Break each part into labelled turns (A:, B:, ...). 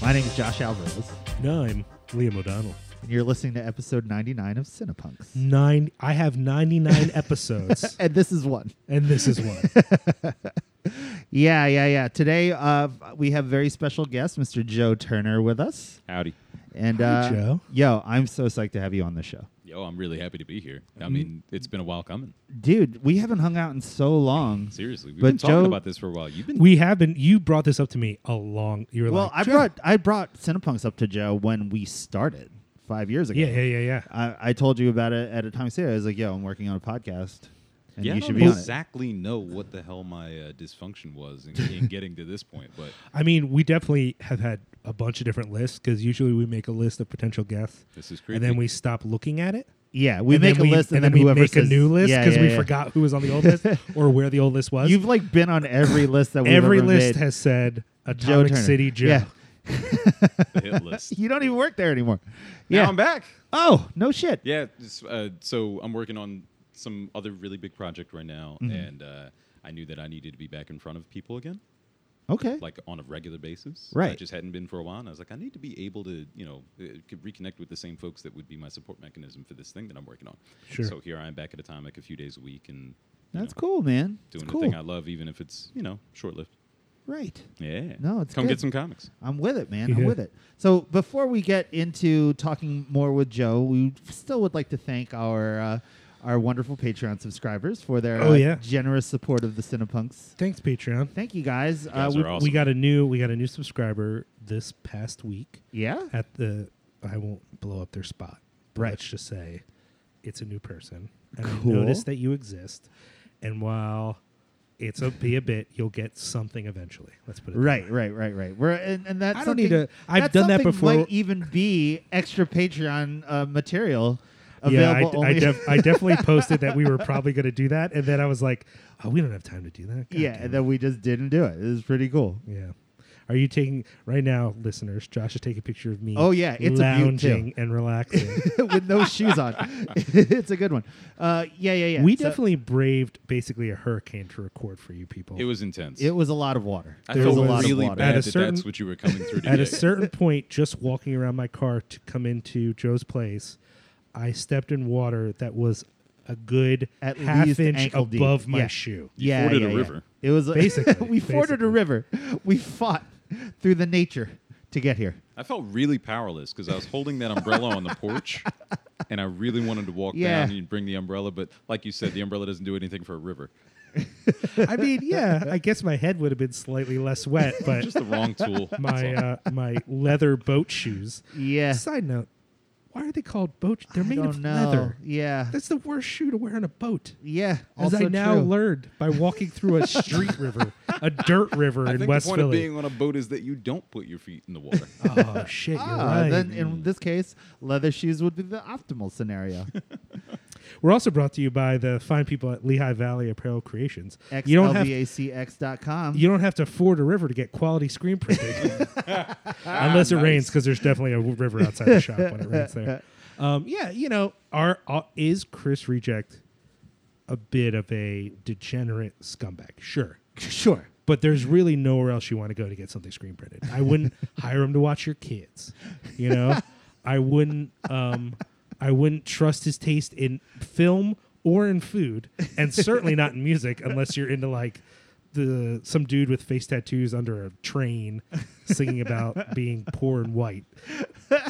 A: My name is Josh Alvarez,
B: No, I'm Liam O'Donnell.
A: and you're listening to episode 99 of Cinepunks.
B: Nine. I have 99 episodes,
A: And this is one.
B: and this is one.
A: Yeah, yeah, yeah. Today uh, we have a very special guest, Mr. Joe Turner, with us.
C: Howdy.
A: And
B: Hi,
A: uh,
B: Joe.
A: yo, I'm so psyched to have you on the show,
C: Yo, I'm really happy to be here.
A: Mm-hmm.
C: I mean, it's been a while coming.
A: dude. We haven't hung out in so long.
C: Seriously, we've
A: But
C: been talking
A: Joe-
C: about this for a while. You've been
B: We have been. You brought this up to me a long. You were
A: Well,
B: like,
A: I
B: "Joe."
A: brought I brought Cinepunks up to Joe when we started five years ago.
B: Yeah, yeah, yeah, yeah.
A: I, I told you about it at a time. Sarah, I was like, "Yo, I'm working on a podcast, and
C: yeah, I
A: you
C: don't
A: should be on it."
C: exactly know what the hell my uh, dysfunction was in, in getting to this point, but
B: I mean, we definitely have had a bunch of different lists because usually we make a list of potential guests,
C: this is creepy.
B: and then we stop looking at it.
A: Yeah, we
B: and
A: make a
B: then
A: list, and,
B: then, we
A: whoever
B: make
A: says,
B: a new list
A: Yeah,
B: because
A: yeah,
B: we
A: yeah.
B: forgot who was on the old list or where the old list was.
A: You've like been on every list that we've
B: Every
A: ever made.
B: list has said
A: Joe
B: Atomic
A: Turner.
B: City Joe.
A: Yeah.
C: the hit list.
A: You don't even work there anymore.
C: yeah,
A: Yeah.
C: I'm back.
A: oh, no shit.
C: Yeah, this, uh, so I'm working on some other really big project right now,
A: Mm-hmm.
C: and uh, I knew that I needed to be back in front of people again,
A: Okay.
C: like on a regular basis. I
A: Right.
C: just hadn't been for a while, and I was like, I need to be able to, you know, uh, could reconnect with the same folks that would be my support mechanism for this thing that I'm working on.
B: Sure.
C: So here I am back at Atomic a few days a week, and you
A: That's
C: know,
A: cool, man. It's
C: doing the thing
A: cool.
C: I love, even if it's you know short lived.
A: Right.
C: Yeah.
A: No, it's
C: come
A: good.
C: get some comics.
A: I'm with it, man. I'm
B: Yeah.
A: with it. So before we get into talking more with Joe, we still would like to thank our uh, our wonderful Patreon subscribers for their
B: Oh,
A: uh,
B: yeah.
A: generous support of the Cinepunks.
B: Thanks, Patreon.
A: Thank you guys. Uh,
C: guys
A: we-
C: are awesome.
B: We got a new we got a new subscriber this past week.
A: Yeah.
B: at the I won't blow up their spot. But
A: Right.
B: Let's just say it's a new person. And
A: Cool.
B: I noticed that you exist. And while it's a be a bit, you'll get something eventually. Let's put it that
A: Right,
B: way.
A: right, right, right. We're and, and that's
B: I don't need
A: something-
B: to- I've
A: that's
B: done that
A: something
B: before.
A: Might even be extra Patreon uh, material
B: Yeah, I,
A: available
B: d- I
A: only.
B: def- I definitely posted that we were probably going to do that, and then I was like, "Oh, we don't have time to do that." God
A: yeah,
B: damn
A: and
B: it.
A: then we just didn't do it. It was pretty cool.
B: yeah. Are you taking right now, listeners? Josh is taking a picture of me.
A: Oh, yeah, it's a beaut, too.
B: lounging and relaxing.
A: with no shoes on. it's a good one. Uh, yeah, yeah, yeah.
B: we
A: So
B: definitely braved basically a hurricane to record for you people.
C: It was intense.
A: It was a lot of water.
C: I
B: there
C: felt
B: was a lot of
C: really
B: water. At
C: bad
B: a
C: that
B: certain-
C: that's what you were coming through today.
B: At a certain point, just walking around my car to come into Joe's place, I stepped in water that was a good
A: At
B: half
A: least
B: inch
A: ankle deep.
B: above my
A: Yeah.
B: shoe.
C: You
A: yeah,
C: forded
A: yeah,
C: a
A: yeah.
C: river.
A: It was
B: Basically,
A: we forded a
B: basically.
A: river. We fought through the nature to get here.
C: I felt really powerless because I was holding that umbrella on the porch, and I really wanted to walk
A: Yeah.
C: down and bring the umbrella, but like you said, the umbrella doesn't do anything for a river.
B: I mean, yeah, I guess my head would have been slightly less wet, but
C: Just the wrong tool. That's
B: my
C: all.
B: uh, my leather boat shoes.
A: Yeah.
B: Side note: Why are they called boat? They're
A: I
B: made
A: don't
B: of
A: know.
B: leather.
A: Yeah,
B: That's the worst shoe to wear on a boat.
A: yeah.
B: As
A: Also
B: I now
A: true.
B: learned by walking through a street river, a dirt river
C: I
B: in
C: think
B: West
C: the point
B: Philly.
C: of being on a boat is that you don't put your feet in the water.
B: oh shit! You're
A: Ah,
B: right.
A: then in this case, leather shoes would be the optimal scenario.
B: We're also brought to you by the fine people at Lehigh Valley Apparel Creations. You don't have
A: XLVACX.com.
B: you don't have to ford a river to get quality screen printing, unless it rains because there's definitely a river outside the shop when it rains there. Um, yeah, you know, our uh, is Chris Reject a bit of a degenerate scumbag? Sure,
A: sure.
B: but there's really nowhere else you want to go to get something screen printed. I wouldn't hire him to watch your kids. You know, I wouldn't. Um, I wouldn't trust his taste in film or in food, and certainly not in music, unless you're into like the some dude with face tattoos under a train singing about being poor and white.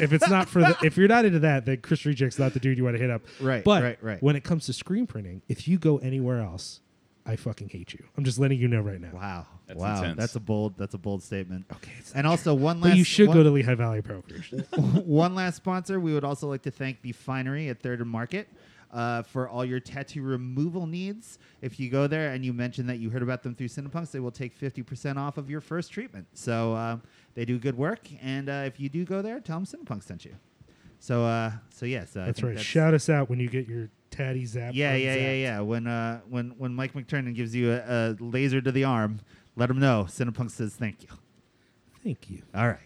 B: If it's not for the, if you're not into that, then Chris Reject's not the dude you want to hit up.
A: Right,
B: But
A: right, right.
B: when it comes to screen printing, if you go anywhere else, I fucking hate you. I'm just letting you know right now.
A: Wow.
C: That's
A: wow.
C: intense.
A: That's a bold. That's a bold statement.
B: Okay, it's
A: And also one last.
B: but you should
A: one,
B: go to Lehigh Valley Brokerage.
A: one last sponsor. We would also like to thank the Finery at Third and Market. Uh, for all your tattoo removal needs, if you go there and you mention that you heard about them through Cinepunks, they will take 50% off of your first treatment. So uh, they do good work, and uh, if you do go there, tell them Cinepunks sent you. So, uh, so yes, uh, I
B: That's
A: think
B: right. Shout us out when you get your tatty zap.
A: yeah, yeah, yeah,
B: unzapped.
A: yeah. When uh, when when Mike McTurnan gives you a, a laser to the arm, let him know. Cinepunk says thank you.
B: Thank you.
A: All right.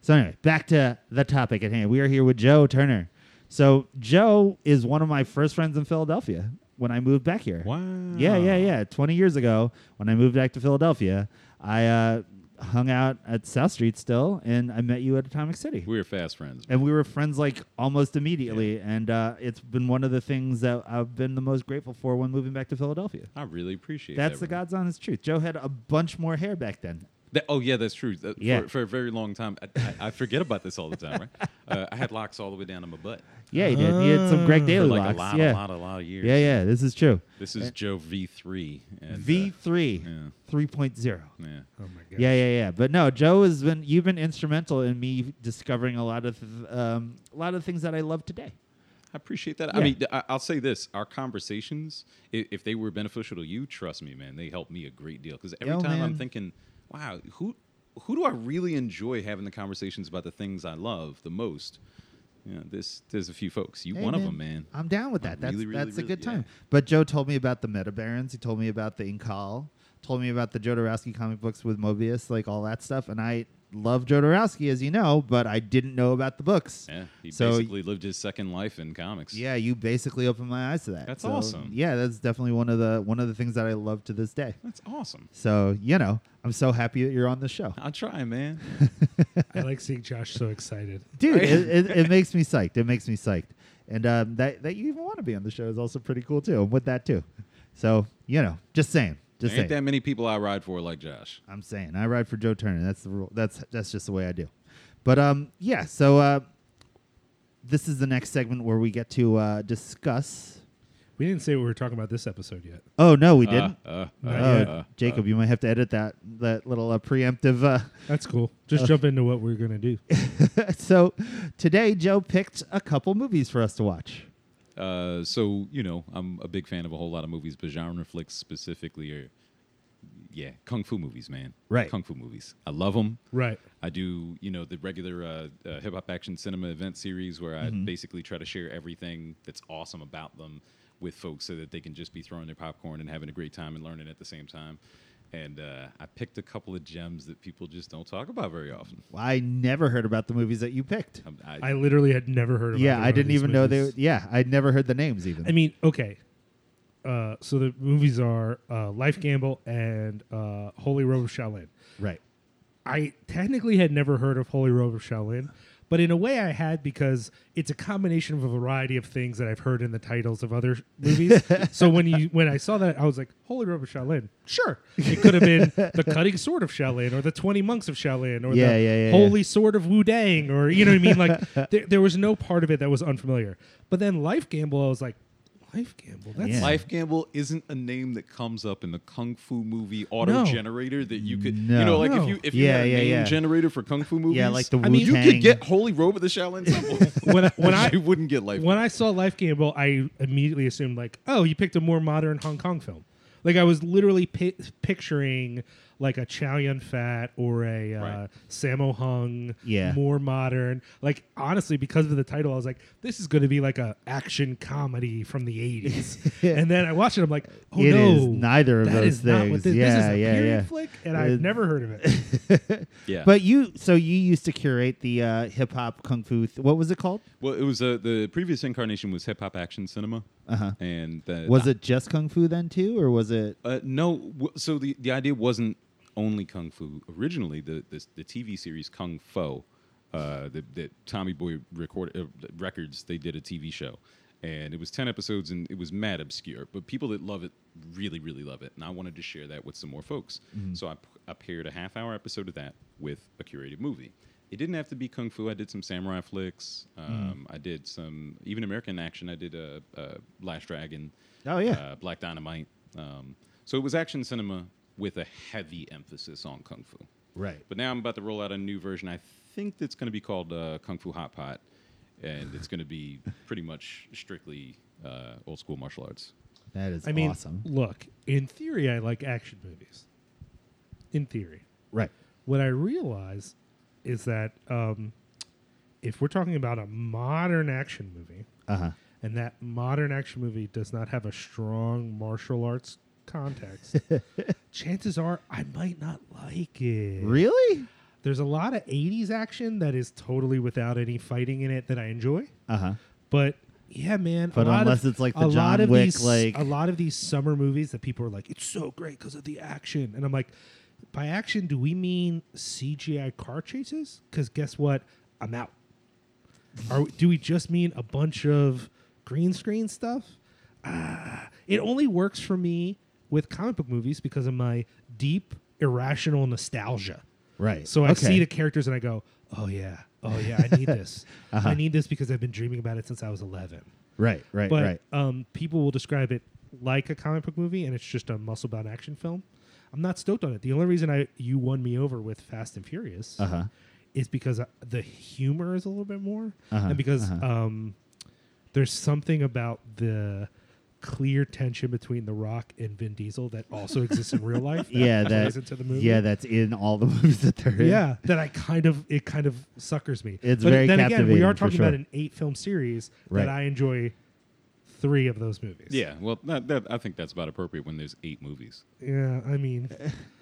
A: So anyway, back to the topic at hand. We are here with Joe Turner. So Joe is one of my first friends in Philadelphia when I moved back here.
C: Wow.
A: Yeah, yeah, yeah. Twenty years ago, when I moved back to Philadelphia, I uh, hung out at South Street still, and I met you at Atomic City
C: We were fast friends.
A: and we were friends like almost immediately and uh, it's been one of the things that i've been the most grateful for when moving back to philadelphia
C: I really appreciate
A: that's the
C: that.
A: god's honest truth joe had a bunch more hair back then
C: That- oh yeah, that's true. That-
A: Yeah.
C: For, for a very long time, I, I, I forget about this all the time. Right? Uh, I had locks all the way down to my butt
A: yeah he did he had some greg
C: Oh. for
A: daly
C: like
A: locks
C: a lot,
A: yeah
C: a lot, a lot of years.
A: yeah yeah this is true
C: This is Joe V three.
A: v3
C: yeah.
A: 3.0
C: yeah.
B: Oh my god.
A: yeah, yeah, yeah. But no, Joe has been you've been instrumental in me discovering a lot of um, a lot of things that I love today.
C: I appreciate that. I
A: Yeah.
C: mean, th- I- I'll say this: our conversations, i- if they were beneficial to you, trust me, man, they helped me a great deal. Because every
A: Yo,
C: time
A: man.
C: I'm thinking, wow, who who do I really enjoy having the conversations about the things I love the most? You know, this there's a few folks. You
A: Hey,
C: one of them, man.
A: I'm down with that.
C: I'm
A: That's
C: really, really,
A: that's a
C: really-
A: good time.
C: yeah.
A: But Joe told me about the Meta Barons. He told me about the Incal. Told me about the Jodorowsky comic books with Mobius, like all that stuff. And I love Jodorowsky, as you know, but I didn't know about the books.
C: Yeah, he
A: So-
C: basically lived his second life in comics.
A: Yeah, you basically opened my eyes to that.
C: That's
A: So,
C: awesome.
A: Yeah, that's definitely one of the one of the things that I love to this day.
C: that's awesome.
A: So you know, I'm so happy that you're on the show,
C: I'll try, man.
B: I like seeing Josh so excited.
A: dude. it, it, it makes me psyched. It makes me psyched. And um, that that you even want to be on the show is also pretty cool too. I'm with that too. So you know, just saying, just
C: There ain't
A: saying.
C: that many people I ride for like Josh.
A: I'm saying I ride for Joe Turner. That's the rule. That's that's just the way I do. But um, yeah. So uh, this is the next segment where we get to uh, discuss.
B: We didn't say what we were talking about this episode yet.
A: Oh no, we didn't.
C: Uh, uh,
B: No,
C: uh,
A: oh,
B: yeah.
C: uh,
A: Jacob, you might have to edit that that little uh, preemptive. Uh,
B: That's cool. Just jump into what we're gonna do.
A: so today, Joe picked a couple movies for us to watch.
C: Uh, so you know, I'm a big fan of a whole lot of movies, but genre flicks specifically are, yeah, kung fu movies, man.
A: Right.
C: kung fu movies. I love them.
B: Right.
C: I do, you know, the regular uh, uh, hip hop action cinema event series where I basically try to share everything that's awesome about them with folks so that they can just be throwing their popcorn and having a great time and learning at the same time. And uh, I picked a couple of gems that people just don't talk about very often.
A: I never heard about the movies that you picked.
C: Um,
B: I literally had never heard of.
A: yeah,
B: either
A: I
B: one of
A: didn't
B: these
A: even know they.
B: movies.
A: were- Yeah, I'd never heard the names even.
B: I mean, okay. Uh, so the movies are uh, Life Gamble and uh, Holy Road of Shaolin.
A: right.
B: I technically had never heard of Holy Road of Shaolin, but in a way I had because it's a combination of a variety of things that I've heard in the titles of other movies. so when you when I saw that, I was like, Holy Road of Shaolin. Sure, it could have been the Cutting Sword of Shaolin or the Twenty Monks of Shaolin or
A: Yeah,
B: the
A: yeah, yeah,
B: Holy Sword of Wu Dang or you know what I mean. Like there, there was no part of it that was unfamiliar. But then Life Gamble, I was like, Life Gamble. That's
A: Yeah.
C: Life Gamble isn't a name that comes up in the kung fu movie auto
B: No.
C: generator that you could,
A: No.
C: you know, like
B: No.
C: if you if you
A: Yeah,
C: had a
A: yeah,
C: name
A: yeah.
C: generator for kung fu movies,
A: Yeah, like the
C: I mean, you
A: Wu-Tang.
C: could get Holy Robe with the Shaolin Temple.
B: when I, when I
C: you wouldn't get Life.
B: when I saw Life Gamble, I immediately assumed like, oh, you picked a more modern Hong Kong film. Like I was literally pi- picturing like a Chow Yun Fat or a uh,
C: Right.
B: Sammo Hung,
A: Yeah.
B: more modern. Like honestly, because of the title, I was like, this is going to be like a action comedy from the eighties. and then I watched it, I'm like, oh
A: It
B: no,
A: is neither of
B: that
A: those
B: is not
A: things.
B: what this, this
A: Yeah,
B: is a
A: yeah,
B: period
A: yeah.
B: flick, and
A: It-
B: I've never heard of it.
C: yeah,
A: But you, so you used to curate the uh, hip hop kung fu. Th- what was it called?
C: well, it was uh, the previous incarnation was hip hop action cinema, uh-huh. and the,
A: Was
B: Uh,
A: it just kung fu then too, or was it?
C: Uh, no, w- so the, the idea wasn't only kung fu originally. The the, the TV series Kung Fo, uh, that, that Tommy Boy record, uh, Records they did a TV show, and it was ten episodes and it was mad obscure. But people that love it really really love it, and I wanted to share that with some more folks.
A: Mm-hmm.
C: So I, p- I paired a half hour episode of that with a curated movie. It didn't have to be kung fu. I did some samurai flicks.
A: Mm.
C: Um, I did some even American action. I did a, uh Last Dragon
A: Oh, yeah.
C: uh, Black Dynamite. Um, So it was action cinema with a heavy emphasis on kung fu.
B: Right.
C: But now I'm about to roll out a new version. I think that's going to be called uh, Kung Fu Hot Pot, and it's going to be pretty much strictly uh, old school martial arts.
A: That is
B: I mean,
A: awesome.
B: look, in theory, I like action movies. In theory.
A: Right.
B: What I realize is that um, if we're talking about a modern action movie,
A: Uh huh.
B: and that modern action movie does not have a strong martial arts context, chances are I might not like it.
A: Really?
B: There's a lot of 80s action that is totally without any fighting in it that I enjoy.
A: Uh huh.
B: But yeah, man.
A: But
B: a lot
A: unless
B: of,
A: it's like the
B: a lot
A: John
B: of
A: Wick,
B: these,
A: like-
B: a lot of these summer movies that people are like, it's so great because of the action, and I'm like, by action, do we mean CGI car chases? Because guess what, I'm out. Are we- do we just mean a bunch of green screen stuff? Ah, it only works for me with comic book movies because of my deep irrational nostalgia.
A: Right.
B: So I
A: Okay.
B: see the characters and I go, oh yeah, oh yeah, I need this.
A: Uh-huh.
B: I need this because I've been dreaming about it since I was 11.
A: Right. Right.
B: But
A: right.
B: um, people will describe it like a comic book movie and it's just a muscle bound action film. I'm not stoked on it. The only reason I you won me over with Fast and Furious
A: Uh huh.
B: is because uh, the humor is a little bit more
A: Uh-huh,
B: and because
A: uh-huh.
B: um, there's something about the clear tension between The Rock and Vin Diesel that also exists in real life.
A: Yeah. That.
B: plays into the movie.
A: Yeah. That's in all the movies that they're in.
B: Yeah, that I kind of it kind of suckers me.
A: It's
B: but
A: very
B: then again, we
A: captivating,
B: are
A: for
B: talking
A: sure.
B: about an eight film series
A: Right.
B: that I enjoy three of those movies.
C: Yeah, well, that, that, I think that's about appropriate when there's eight movies.
B: yeah. I mean,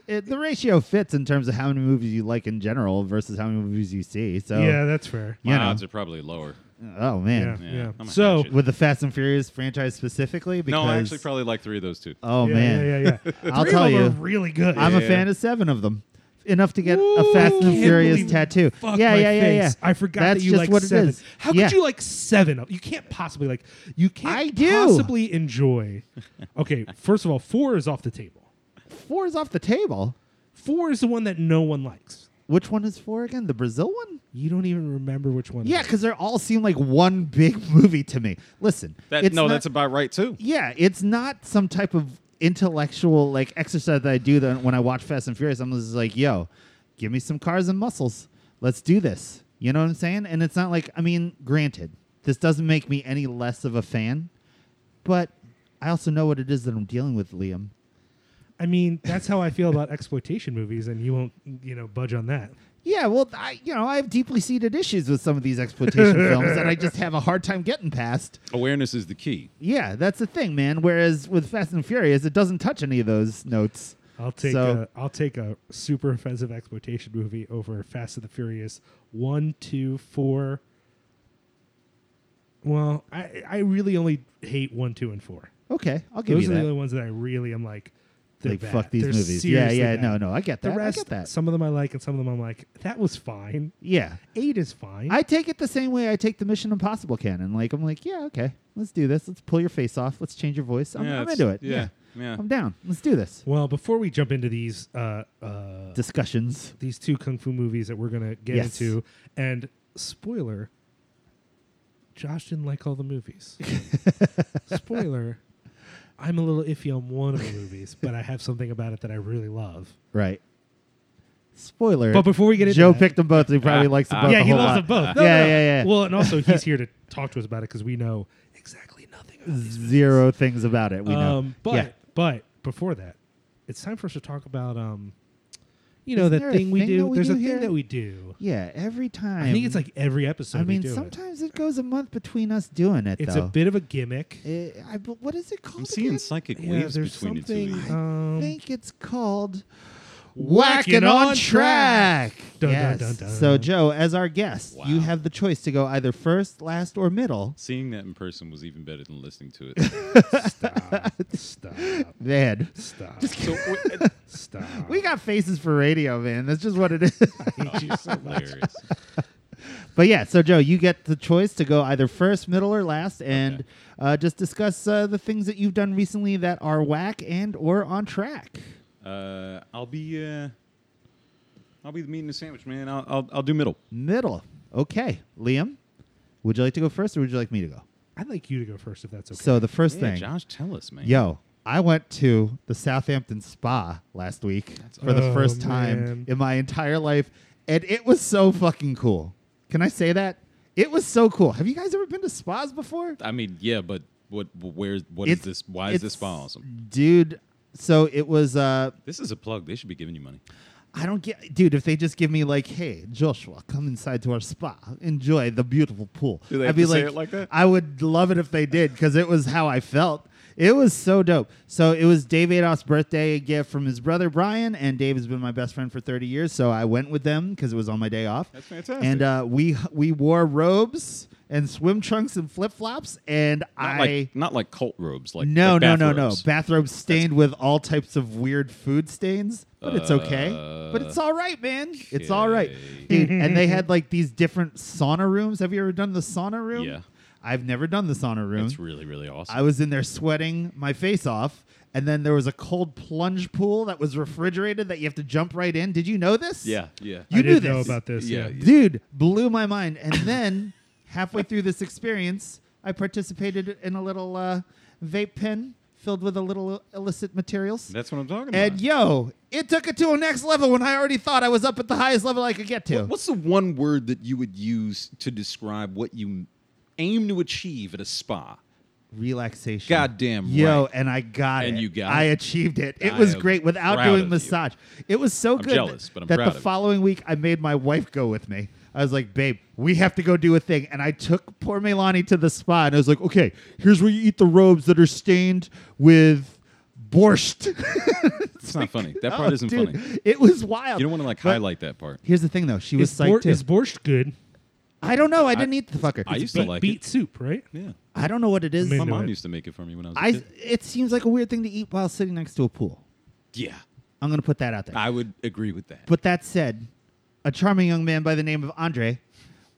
A: It, the ratio fits in terms of how many movies you like in general versus how many movies you see. So.
B: yeah, that's fair.
A: You
C: My
A: know.
C: odds are probably lower.
A: Oh
B: Yeah,
A: man.
C: Yeah,
B: yeah.
C: I'm a
B: So
C: hatchet.
A: With the Fast and Furious franchise specifically, because
C: no, I actually probably like three of those too.
A: oh
B: yeah,
A: man,
B: yeah, yeah, yeah.
A: I'll
B: Three
A: tell
B: of them
A: you.
B: are really good.
A: I'm a
C: Yeah.
A: fan of seven of them. Enough to get a Fast and
B: Can't
A: Furious
B: believe-
A: tattoo.
B: Fuck
A: yeah,
B: my
A: yeah, yeah,
B: face.
A: yeah.
B: I forgot
A: That's
B: that you
A: just
B: like
A: what it
B: seven.
A: is.
B: How
A: Yeah.
B: could you like seven? of- You can't possibly like. You can't.
A: I do.
B: possibly enjoy. Okay, first of all, four is off the table.
A: Four is off the table.
B: Four is the one that no one likes.
A: Which one is four again? The Brazil one?
B: You don't even remember which one. it
A: Yeah,
B: is.
A: because they all seem like one big movie to me. Listen,
C: That,
A: it's
C: no,
A: not-
C: that's about right too.
A: yeah, it's not some type of intellectual like exercise that I do that when I watch Fast and Furious. I'm just like, yo, give me some cars and muscles. Let's do this. You know what I'm saying? And it's not like I mean, granted, this doesn't make me any less of a fan, but I also know what it is that I'm dealing with, Liam.
B: I mean, that's how I feel about exploitation movies, and you won't, you know, budge on that.
A: Yeah, well, I you know I have deeply seated issues with some of these exploitation films that I just have a hard time getting past.
C: Awareness is the key.
A: Yeah, that's the thing, man. Whereas with Fast and Furious, it doesn't touch any of those notes.
B: I'll take
A: So-
B: a, I'll take a super offensive exploitation movie over Fast and the Furious one, two, four. Well, I I really only hate one, two, and four.
A: Okay, I'll give
B: Those
A: you
B: are
A: that.
B: the only ones that I really am like. They're
A: like
B: bad.
A: fuck these
B: They're
A: movies. Yeah,
B: seriously
A: yeah,
B: bad.
A: no, no, I get
B: The
A: that.
B: rest,
A: I get that.
B: some of them I like, and some of them I'm like, that was fine.
A: yeah,
B: Eight is fine.
A: I take it the same way I take the Mission Impossible canon. Like I'm like, yeah, okay, let's do this. Let's pull your face off. Let's change your voice. I'm,
C: Yeah,
A: I'm
C: it's-
A: into it.
C: yeah, yeah.
A: I'm down. Let's do this.
B: well, before we jump into these uh, uh,
A: Discussions.
B: these two kung fu movies that we're gonna get
A: Yes.
B: into. And spoiler, Josh didn't like all the movies. spoiler, I'm a little iffy on one of the movies, but I have something about it that I really love.
A: Right. Spoiler.
B: But before we get into
A: Joe
B: that-
A: picked them both. He probably likes them both.
B: yeah,
A: a
B: he
A: whole
B: loves
A: lot.
B: them both. No,
A: yeah,
B: no, no.
A: yeah, yeah.
B: Well, and also he's here to talk to us about it because we know exactly nothing. About these
A: Zero things about it. We know.
B: Um, but
A: yeah.
B: but before that, it's time for us to talk about um, you
A: Isn't
B: know,
A: there
B: that
A: a
B: thing we
A: thing
B: do.
A: that we
B: There's
A: do
B: a
A: here?
B: thing that we do.
A: yeah, every time.
B: I think it's like every episode.
A: I
B: we
A: mean,
B: do it.
A: sometimes it. goes a month between us doing it.
B: It's
A: though.
B: a bit of a gimmick.
A: It- I, but what is it called?
C: I'm seeing
A: again?
C: psychic
B: Yeah,
C: waves
B: there's
C: between the two. of
B: something,
C: you.
A: I
B: um,
A: think it's called
B: Whacking
A: Whacking
B: on
A: on Track.
B: Dun, dun,
A: yes.
B: dun, dun.
A: So, Joe, as our guest, you
C: Wow.
A: have the choice to go either first, last, or middle.
C: Seeing that in person was even better than listening to it.
B: Stop. um, Stop.
A: Man,
B: Stop.
C: so uh, w-
B: Stop.
A: we got faces for radio, man. That's just what it is.
C: oh, it's hilarious.
A: but yeah, so Joe, you get the choice to go either first, middle, or last, and
C: Okay.
A: uh, just discuss uh, the things that you've done recently that are whack and or on track.
C: Uh, I'll be uh, I'll be the meat and the sandwich, man. I'll I'll, I'll do middle.
A: Middle, okay. Liam, would you like to go first, or would you like me to go?
B: I'd like you to go first if that's okay.
A: So the first
C: Yeah,
A: thing,
C: Josh, tell us, man.
A: Yo, I went to the Southampton Spa last week for the
B: awesome.
A: first
B: Oh,
A: time
B: man.
A: in my entire life, and it was so fucking cool. Can I say that? It was so cool. Have you guys ever been to spas before?
C: I mean, yeah, but what? Where's what is this? Why is this
A: it's-
C: spa awesome?
A: dude? So it was. Uh,
C: This is a plug. They should be giving you money.
A: I don't get, dude. If they just give me like, "Hey, Joshua, come inside to our spa, enjoy the beautiful pool,"
C: Do they
A: I'd
C: have
A: be
C: to say
A: like,
C: it like that?
A: I would love it if they did because it was how I felt. It was so dope. So it was Dave Adoff's birthday gift from his brother Brian, and Dave has been my best friend for 30 years. So I went with them because it was on my day off.
C: That's fantastic.
A: And uh, we we wore robes and swim trunks and flip flops, and
C: Not
A: I
C: like not like cult robes. Like
A: no,
C: like
A: no,
C: bath
A: no, no.
C: robes.
A: Bathrobes stained with all types of weird food stains, but it's okay. But
C: Uh,
A: it's all right, man. It's all right. Dude, and they had like these different sauna rooms. Have you ever done the sauna room?
C: Yeah.
A: I've never done the sauna room.
C: It's really really awesome.
A: I was in there sweating my face off, and then there was a cold plunge pool that was refrigerated that you have to jump right in. Did you know this?
C: yeah, yeah.
A: You knew
B: I didn't know
A: this.
B: about this.
C: Yeah.
B: Yeah.
A: Dude, blew my mind. And then halfway through this experience, I participated in a little uh, vape pen filled with a little illicit materials.
C: That's what I'm talking
A: And
C: about.
A: yo, it took it to a next level when I already thought I was up at the highest level I could get to.
C: What's the one word that you would use to describe what you aim to achieve at a spa?
A: Relaxation.
C: Goddamn
A: Yo,
C: right.
A: and I got
C: And
A: it.
C: you got
A: I
C: it.
A: achieved it. It
C: I
A: was
C: am
A: great without
C: proud
A: doing
C: of you.
A: massage. It was so good
C: jealous, but I'm
A: that
C: proud of
A: the
C: you.
A: following week I made my wife go with me. I was like, babe, we have to go do a thing. And I took poor Melani to the spa and I was like, okay, here's where you eat the robes that are stained with borscht.
C: It's not funny. That part
A: Oh,
C: isn't
A: dude,
C: funny.
A: It was wild.
C: You don't want to like
A: But
C: highlight that part.
A: Here's the thing though. She was
B: Is,
A: psyched
B: bor-
A: too.
B: is borscht good?
A: I don't know. I didn't eat the fucker.
C: I used to
B: Beet,
C: like
B: beet
C: it.
B: soup, right?
C: Yeah.
A: I don't know what it is.
B: Maybe
C: My
B: Into
C: mom
B: it.
C: used to make it for me when I was a
A: I
C: kid.
A: it seems like a weird thing to eat while sitting next to a pool.
C: Yeah.
A: I'm gonna put that out there.
C: I would agree with that.
A: but that said, a charming young man by the name of Andre,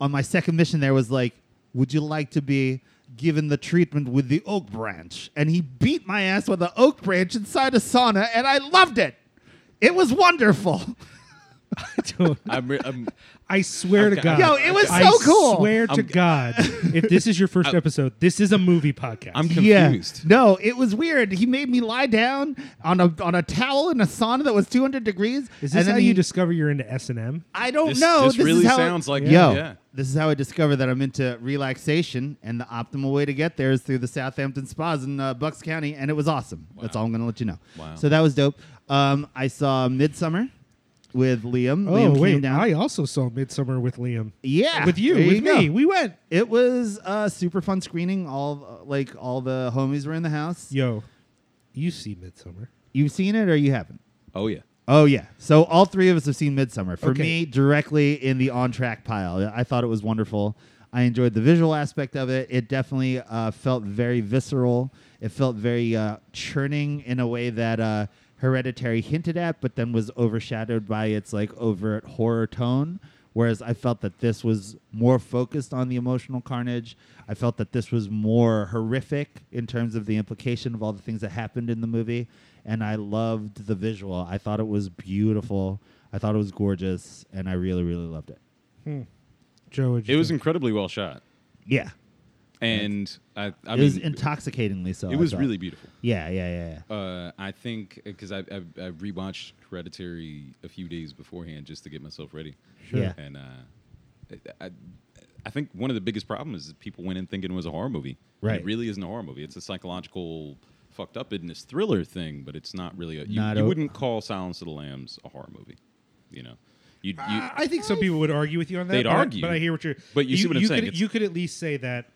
A: on my second mission there was like, "Would you like to be given the treatment with the oak branch?" And he beat my ass with the oak branch inside a sauna, and I loved it. It was wonderful.
B: I don't-
C: I'm, re- I'm
B: I swear to
C: Okay.
B: God.
A: Yo, it was
B: I
A: so cool.
B: swear to
C: I'm-
B: God, if this is your first episode, this is a movie podcast.
C: I'm
A: Yeah.
C: confused.
A: No, it was weird. He made me lie down on a on a towel in a sauna that was 200 degrees.
B: is
A: and
B: this
A: then
B: how
A: he-
B: you discover you're into S and M?
A: I don't
C: This-
A: know.
C: this really
A: is how
C: sounds like-
A: yo.
C: yeah.
A: This is how I discovered that I'm into relaxation, and the optimal way to get there is through the Southampton spas in uh, Bucks County, and it was awesome. That's all I'm going to let you know.
C: Wow.
A: So that was dope. Um, I saw Midsummer with Liam.
B: Oh
A: Liam came
B: wait,
A: down.
B: I also saw Midsummer with Liam.
A: yeah,
B: with you,
A: Ah, there
B: with
A: go.
B: me. We went.
A: It was a super fun screening. All uh, like all the homies were in the house.
B: Yo, you see Midsummer?
A: You've seen it or you haven't?
C: Oh yeah.
A: Oh yeah. So all three of us have seen Midsummer. For
B: Okay.
A: me, directly in the on track pile. I thought it was wonderful. I enjoyed the visual aspect of it. It definitely uh, felt very visceral. It felt very uh, churning in a way that uh, Hereditary hinted at, but then was overshadowed by its like overt horror tone. Whereas I felt that this was more focused on the emotional carnage. I felt that this was more horrific in terms of the implication of all the things that happened in the movie. And I loved the visual. I thought it was beautiful. I thought it was gorgeous. And I really, really loved it.
B: Joe, what'd you
C: It was
B: think?
C: incredibly well shot,
A: Yeah.
C: and I, I
A: it
C: mean,
A: was intoxicatingly so.
C: it
A: I
C: was
A: thought.
C: really beautiful.
A: Yeah, yeah, yeah, yeah.
C: Uh, I think because I, I I rewatched Hereditary a few days beforehand just to get myself ready.
A: Sure. Yeah.
C: And uh, I, I, I think one of the biggest problems is that people went in thinking it was a horror movie. And
A: Right.
C: It really isn't a horror movie. It's a psychological fucked up in this thriller thing, but it's not really a. You,
A: Not
C: you
A: a-
C: wouldn't call Silence of the Lambs a horror movie, you know. You, you
B: I- I think some people would argue with you on that.
C: They'd
B: but I-
C: argue.
B: but I hear what you're.
C: But you see what I'm saying,
B: Could,
C: it's-
B: you could at least say that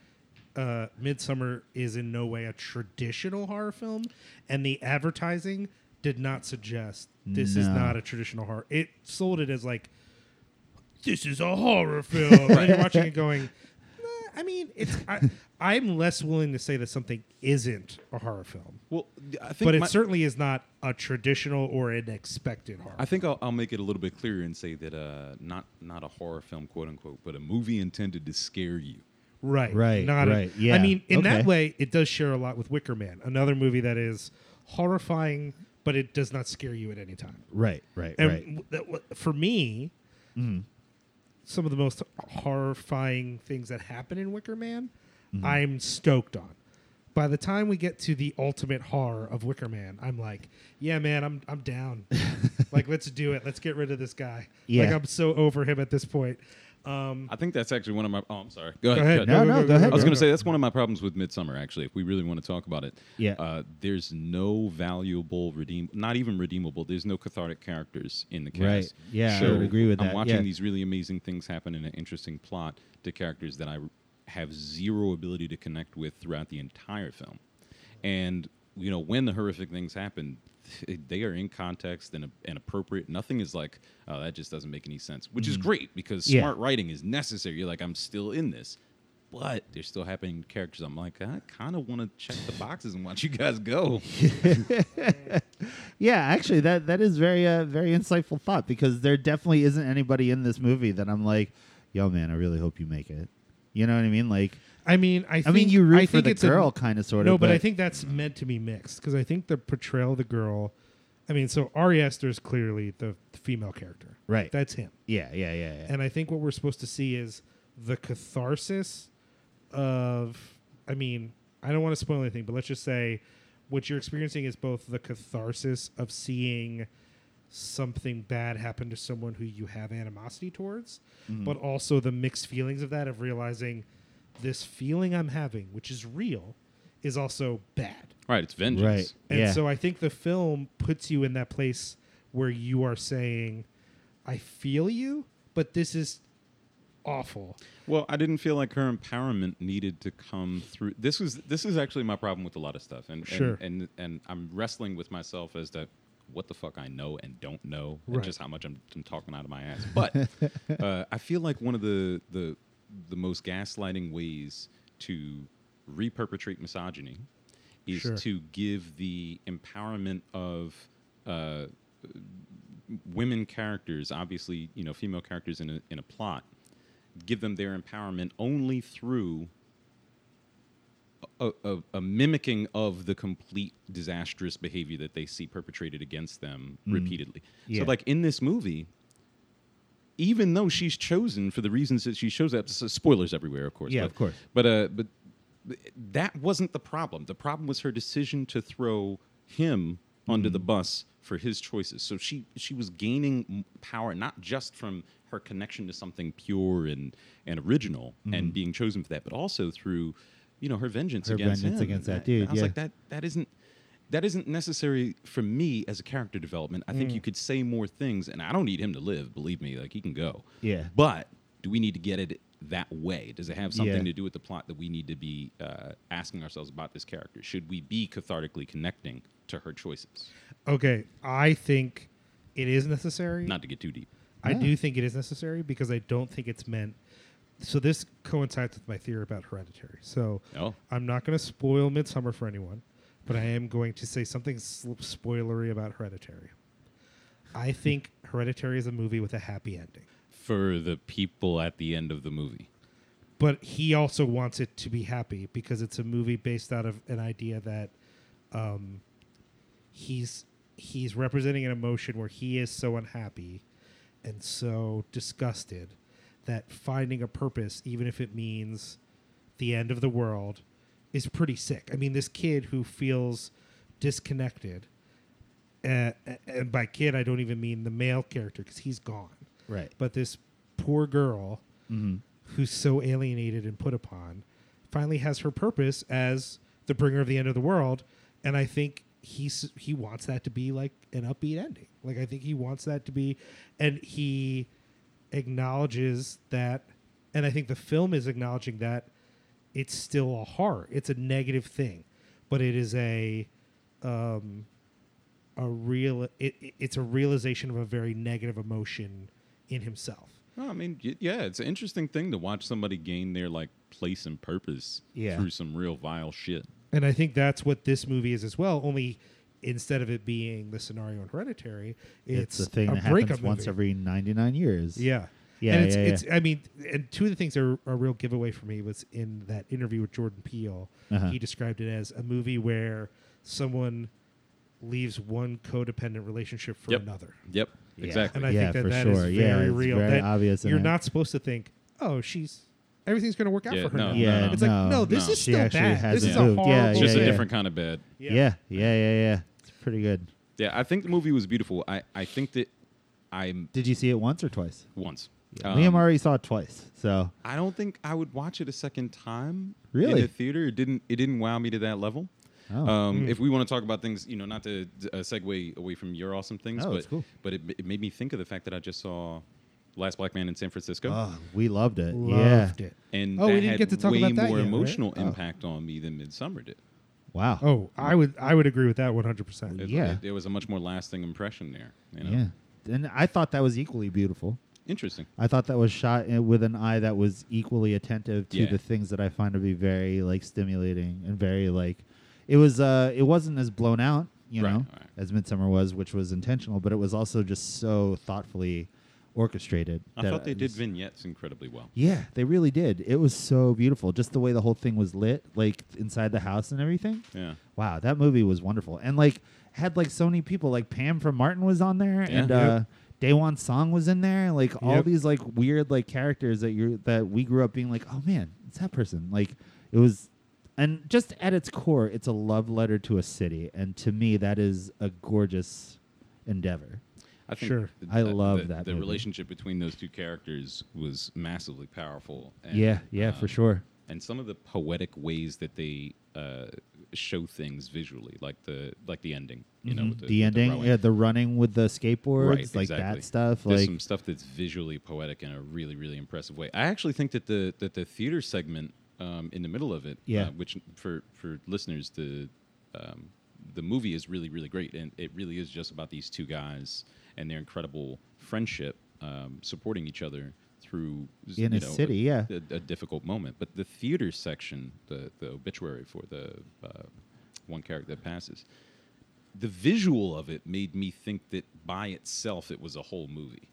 B: uh, Midsummer is in no way a traditional horror film, and the advertising did not suggest this is
A: No.
B: not a traditional horror. It sold it as like this is a horror film, and you're watching it going. "Nah, I mean, it's I, I'm less willing to say that something isn't a horror film,
C: well, I think
B: but it
C: my-
B: certainly is not a traditional or an expected horror.
C: I think I'll, I'll make it a little bit clearer and say that uh, not not a horror film, quote unquote, but a movie intended to scare you.
B: Right.
A: Right,
B: Not a-
A: right, yeah,
B: I mean, in that
A: okay.
B: way, it does share a lot with Wicker Man, another movie that is horrifying, but it does not scare you at any time.
A: Right, right, Mm-hmm.
B: And
A: right.
B: w- that w- for me, some of the
A: Mm-hmm.
B: most horrifying things that happen in Wicker Man, I'm stoked on. by the time we get to the ultimate horror of Wicker Man, I'm like, yeah, man, I'm I'm down. like, let's do it. Let's get rid of this guy.
A: Yeah.
B: Like, I'm so over him at this point. Um,
C: I think that's actually one of my. Oh, I'm sorry. Go,
B: go ahead.
C: Cut.
A: No, no, go ahead.
C: I was going to say that's one of my problems with Midsummer. Actually, if we really want to talk about it,
A: Yeah.
C: uh, there's no valuable redeem, not even redeemable. There's no cathartic characters in the cast.
A: Right. Yeah, I
C: So
A: would agree with
C: I'm
A: that.
C: watching
A: Yeah.
C: these really amazing things happen in an interesting plot to characters that I r- have zero ability to connect with throughout the entire film, and you know when the horrific things happen. They are in context and, and appropriate. Nothing is like, oh, that just doesn't make any sense, which is great because
A: Mm-hmm. Yeah.
C: smart writing is necessary. You're like, I'm still in this, but they're still happening to characters. I'm like, I kind of want to check the boxes and watch you guys go.
A: Yeah, actually, that that is very uh, very insightful thought because there definitely isn't anybody in this movie that I'm like, yo, man, I really hope you make it. You know what I mean? Like,
B: I mean, I. Think,
A: I mean, you root
B: I
A: for
B: think
A: the
B: it's a-
A: girl, kind of, sort of.
B: No, but, I think that's meant to be mixed because I think the portrayal of the girl. I mean, so Ari Aster is clearly the, the female character.
A: Right.
B: That's him.
A: yeah, yeah, yeah, yeah.
B: And I think what we're supposed to see is the catharsis of. I mean, I don't want to spoil anything, but let's just say what you're experiencing is both the catharsis of seeing something bad happen to someone who you have animosity towards, but also the mixed feelings of that of realizing this feeling I'm having, which is real, is also bad.
C: Right, it's vengeance.
A: right.
B: And
A: yeah.
B: so I think the film puts you in that place where you are saying, I feel you, but this is awful.
C: Well, I didn't feel like her empowerment needed to come through. This was this is actually my problem with a lot of stuff, and and-
B: Sure.
C: and, and I'm wrestling with myself as to what the fuck I know and don't know,
B: Right.
C: and just how much I'm, I'm talking out of my ass. But uh, I feel like one of the the the most gaslighting ways to reperpetrate misogyny is
B: Sure.
C: to give the empowerment of uh, women characters, obviously, you know, female characters in a, in a plot, give them their empowerment only through a, a, a mimicking of the complete disastrous behavior that they see perpetrated against them repeatedly.
A: Mm. Yeah.
C: So, like in this movie, even though she's chosen for the reasons that she shows up, so spoilers everywhere, of course.
A: Yeah,
C: but-
A: of course.
C: But uh, but that wasn't the problem. The problem was her decision to throw him under
A: Mm-hmm.
C: the bus for his choices. So she she was gaining m- power not just from her connection to something pure and and original and being chosen for that, but also through you know her vengeance
A: Mm-hmm. Her
C: against
A: vengeance
C: him.
A: against that
C: And
A: dude,
C: I was
A: yeah.
C: like that that isn't that isn't necessary for me as a character development. I think
A: Mm.
C: you could say more things, and I don't need him to live. Believe me, like he can go.
A: Yeah.
C: But do we need to get it that way? Does it have something
A: Yeah.
C: to do with the plot that we need to be uh, asking ourselves about this character? Should we be cathartically connecting to her choices?
B: Okay, I think it is necessary.
C: Not to get too deep.
B: I
A: Yeah.
B: do think it is necessary because I don't think it's meant. So this coincides with my theory about hereditary. So
C: Oh.
B: I'm not going to spoil Midsummer for anyone, but I am going to say something s- spoilery about hereditary. I think hereditary is a movie with a happy ending.
C: For the people at the end of the movie.
B: but he also wants it to be happy because it's a movie based out of an idea that um, he's he's representing an emotion where he is so unhappy and so disgusted that finding a purpose, even if it means the end of the world, is pretty sick. I mean, this kid who feels disconnected, uh, and by kid I don't even mean the male character because he's gone
A: right.
B: but this poor girl
A: Mhm.
B: who's so alienated and put upon finally has her purpose as the bringer of the end of the world and i think he's he wants that to be like an upbeat ending like i think he wants that to be and he acknowledges that and i think the film is acknowledging that it's still a horror it's a negative thing but it is a um a real it, it- it's a realization of a very negative emotion in himself
C: Well, I mean, y- yeah, it's an interesting thing to watch somebody gain their like place and purpose
A: Yeah.
C: through some real vile shit.
B: and i think that's what this movie is as well only instead of it being the scenario in hereditary
A: It's,
B: it's,
A: a thing that
B: breakup
A: happens once
B: movie.
A: every 99 years.
B: yeah
A: Yeah,
B: and it's,
A: yeah,
B: it's i mean and two of the things that are a real giveaway for me was in that interview with jordan peele
A: Uh-huh.
B: he described it as a movie where someone leaves one codependent relationship for
C: Yep.
B: another
C: Yep.
A: Yeah.
C: Exactly.
B: and I
A: Yeah,
B: think that
A: for
B: that is
A: sure. Yeah,
B: very
A: it's
B: real.
A: very
B: that
A: obvious in
B: You're
A: it.
B: not supposed to think, oh, she's everything's going to work out
C: Yeah,
B: for her.
C: no,
B: now.
C: Yeah,
B: It's like no, this
C: no.
B: is
A: She
B: still
A: actually
B: bad. This
A: hasn't
B: is a
A: moved.
B: horrible.
A: Yeah,
C: It's
A: yeah,
C: just a
A: yeah.
C: different kind of bad.
A: Yeah. yeah, yeah, yeah, It's pretty good.
C: Yeah, I think the movie was beautiful. I, I think that I'm
A: Did you see it once or twice?
C: once.
A: Liam
C: Um,
A: already saw it twice, so
C: I don't think I would watch it a second time.
A: Really?
C: In the theater, it didn't it didn't wow me to that level.
A: Oh.
C: Um, If we want to talk about things, you know, not to uh, segue away from your awesome things,
A: Oh,
C: but
A: it's cool.
C: but it, it made me think of the fact that I just saw Last Black Man in San Francisco,
A: oh, we loved it.
B: Loved
A: yeah.
B: it.
C: and
B: Oh,
C: that
B: we didn't
C: had
B: get to talk
C: way
B: about that
C: more
B: yet, right?
C: emotional
A: Oh.
C: impact on me than Midsummer did.
A: Wow.
B: Oh, I would I would agree with that 100. percent
C: It,
A: Yeah.
C: it, it was a much more lasting impression there. You know?
A: yeah. And I thought that was equally beautiful.
C: interesting.
A: I thought that was shot in- with an eye that was equally attentive to
C: Yeah.
A: the things that I find to be very like stimulating and very like it was uh it wasn't as blown out, you
C: Right,
A: know,
C: right.
A: as Midsummer was, which was intentional, but it was also just so thoughtfully orchestrated.
C: I
A: that
C: thought they
A: I
C: did
A: just-
C: vignettes incredibly well.
A: Yeah, they really did. It was so beautiful. Just the way the whole thing was lit, like inside the house and everything.
C: Yeah.
A: Wow, that movie was wonderful. And like had like so many people, like Pam from Martin was on there
C: Yeah.
A: and
C: Yep.
A: uh Daewon Song was in there, like all
B: Yep.
A: these like weird like characters that you're that we grew up being like, Oh man, it's that person. Like it was and just at its core, it's a love letter to a city. And to me that is a gorgeous endeavor.
C: I think
B: Sure.
C: th-
A: I
C: th-
A: love
C: the,
A: that
C: The
A: movie.
C: relationship between those two characters was massively powerful. And,
A: yeah, yeah, for
C: um,
A: sure.
C: And some of the poetic ways that they uh, show things visually, like the like the ending, you know,
A: Mhm.
C: with
A: the,
C: with
A: ending,
C: rowing.
A: yeah, the running with the skateboards,
C: right,
A: like
C: exactly.
A: that stuff.
C: There's
A: like
C: some stuff that's visually poetic in a really really impressive way. I actually think that the that the theater segment um, in the middle of it,
A: Yeah.
C: uh, which for for listeners the um, the movie is really really great, and it really is just about these two guys and their incredible friendship, um, supporting each other through
A: In a city, yeah.
C: a, a difficult moment. But the theater section, the the obituary for the uh, one character that passes, the visual of it made me think that by itself it was a whole movie.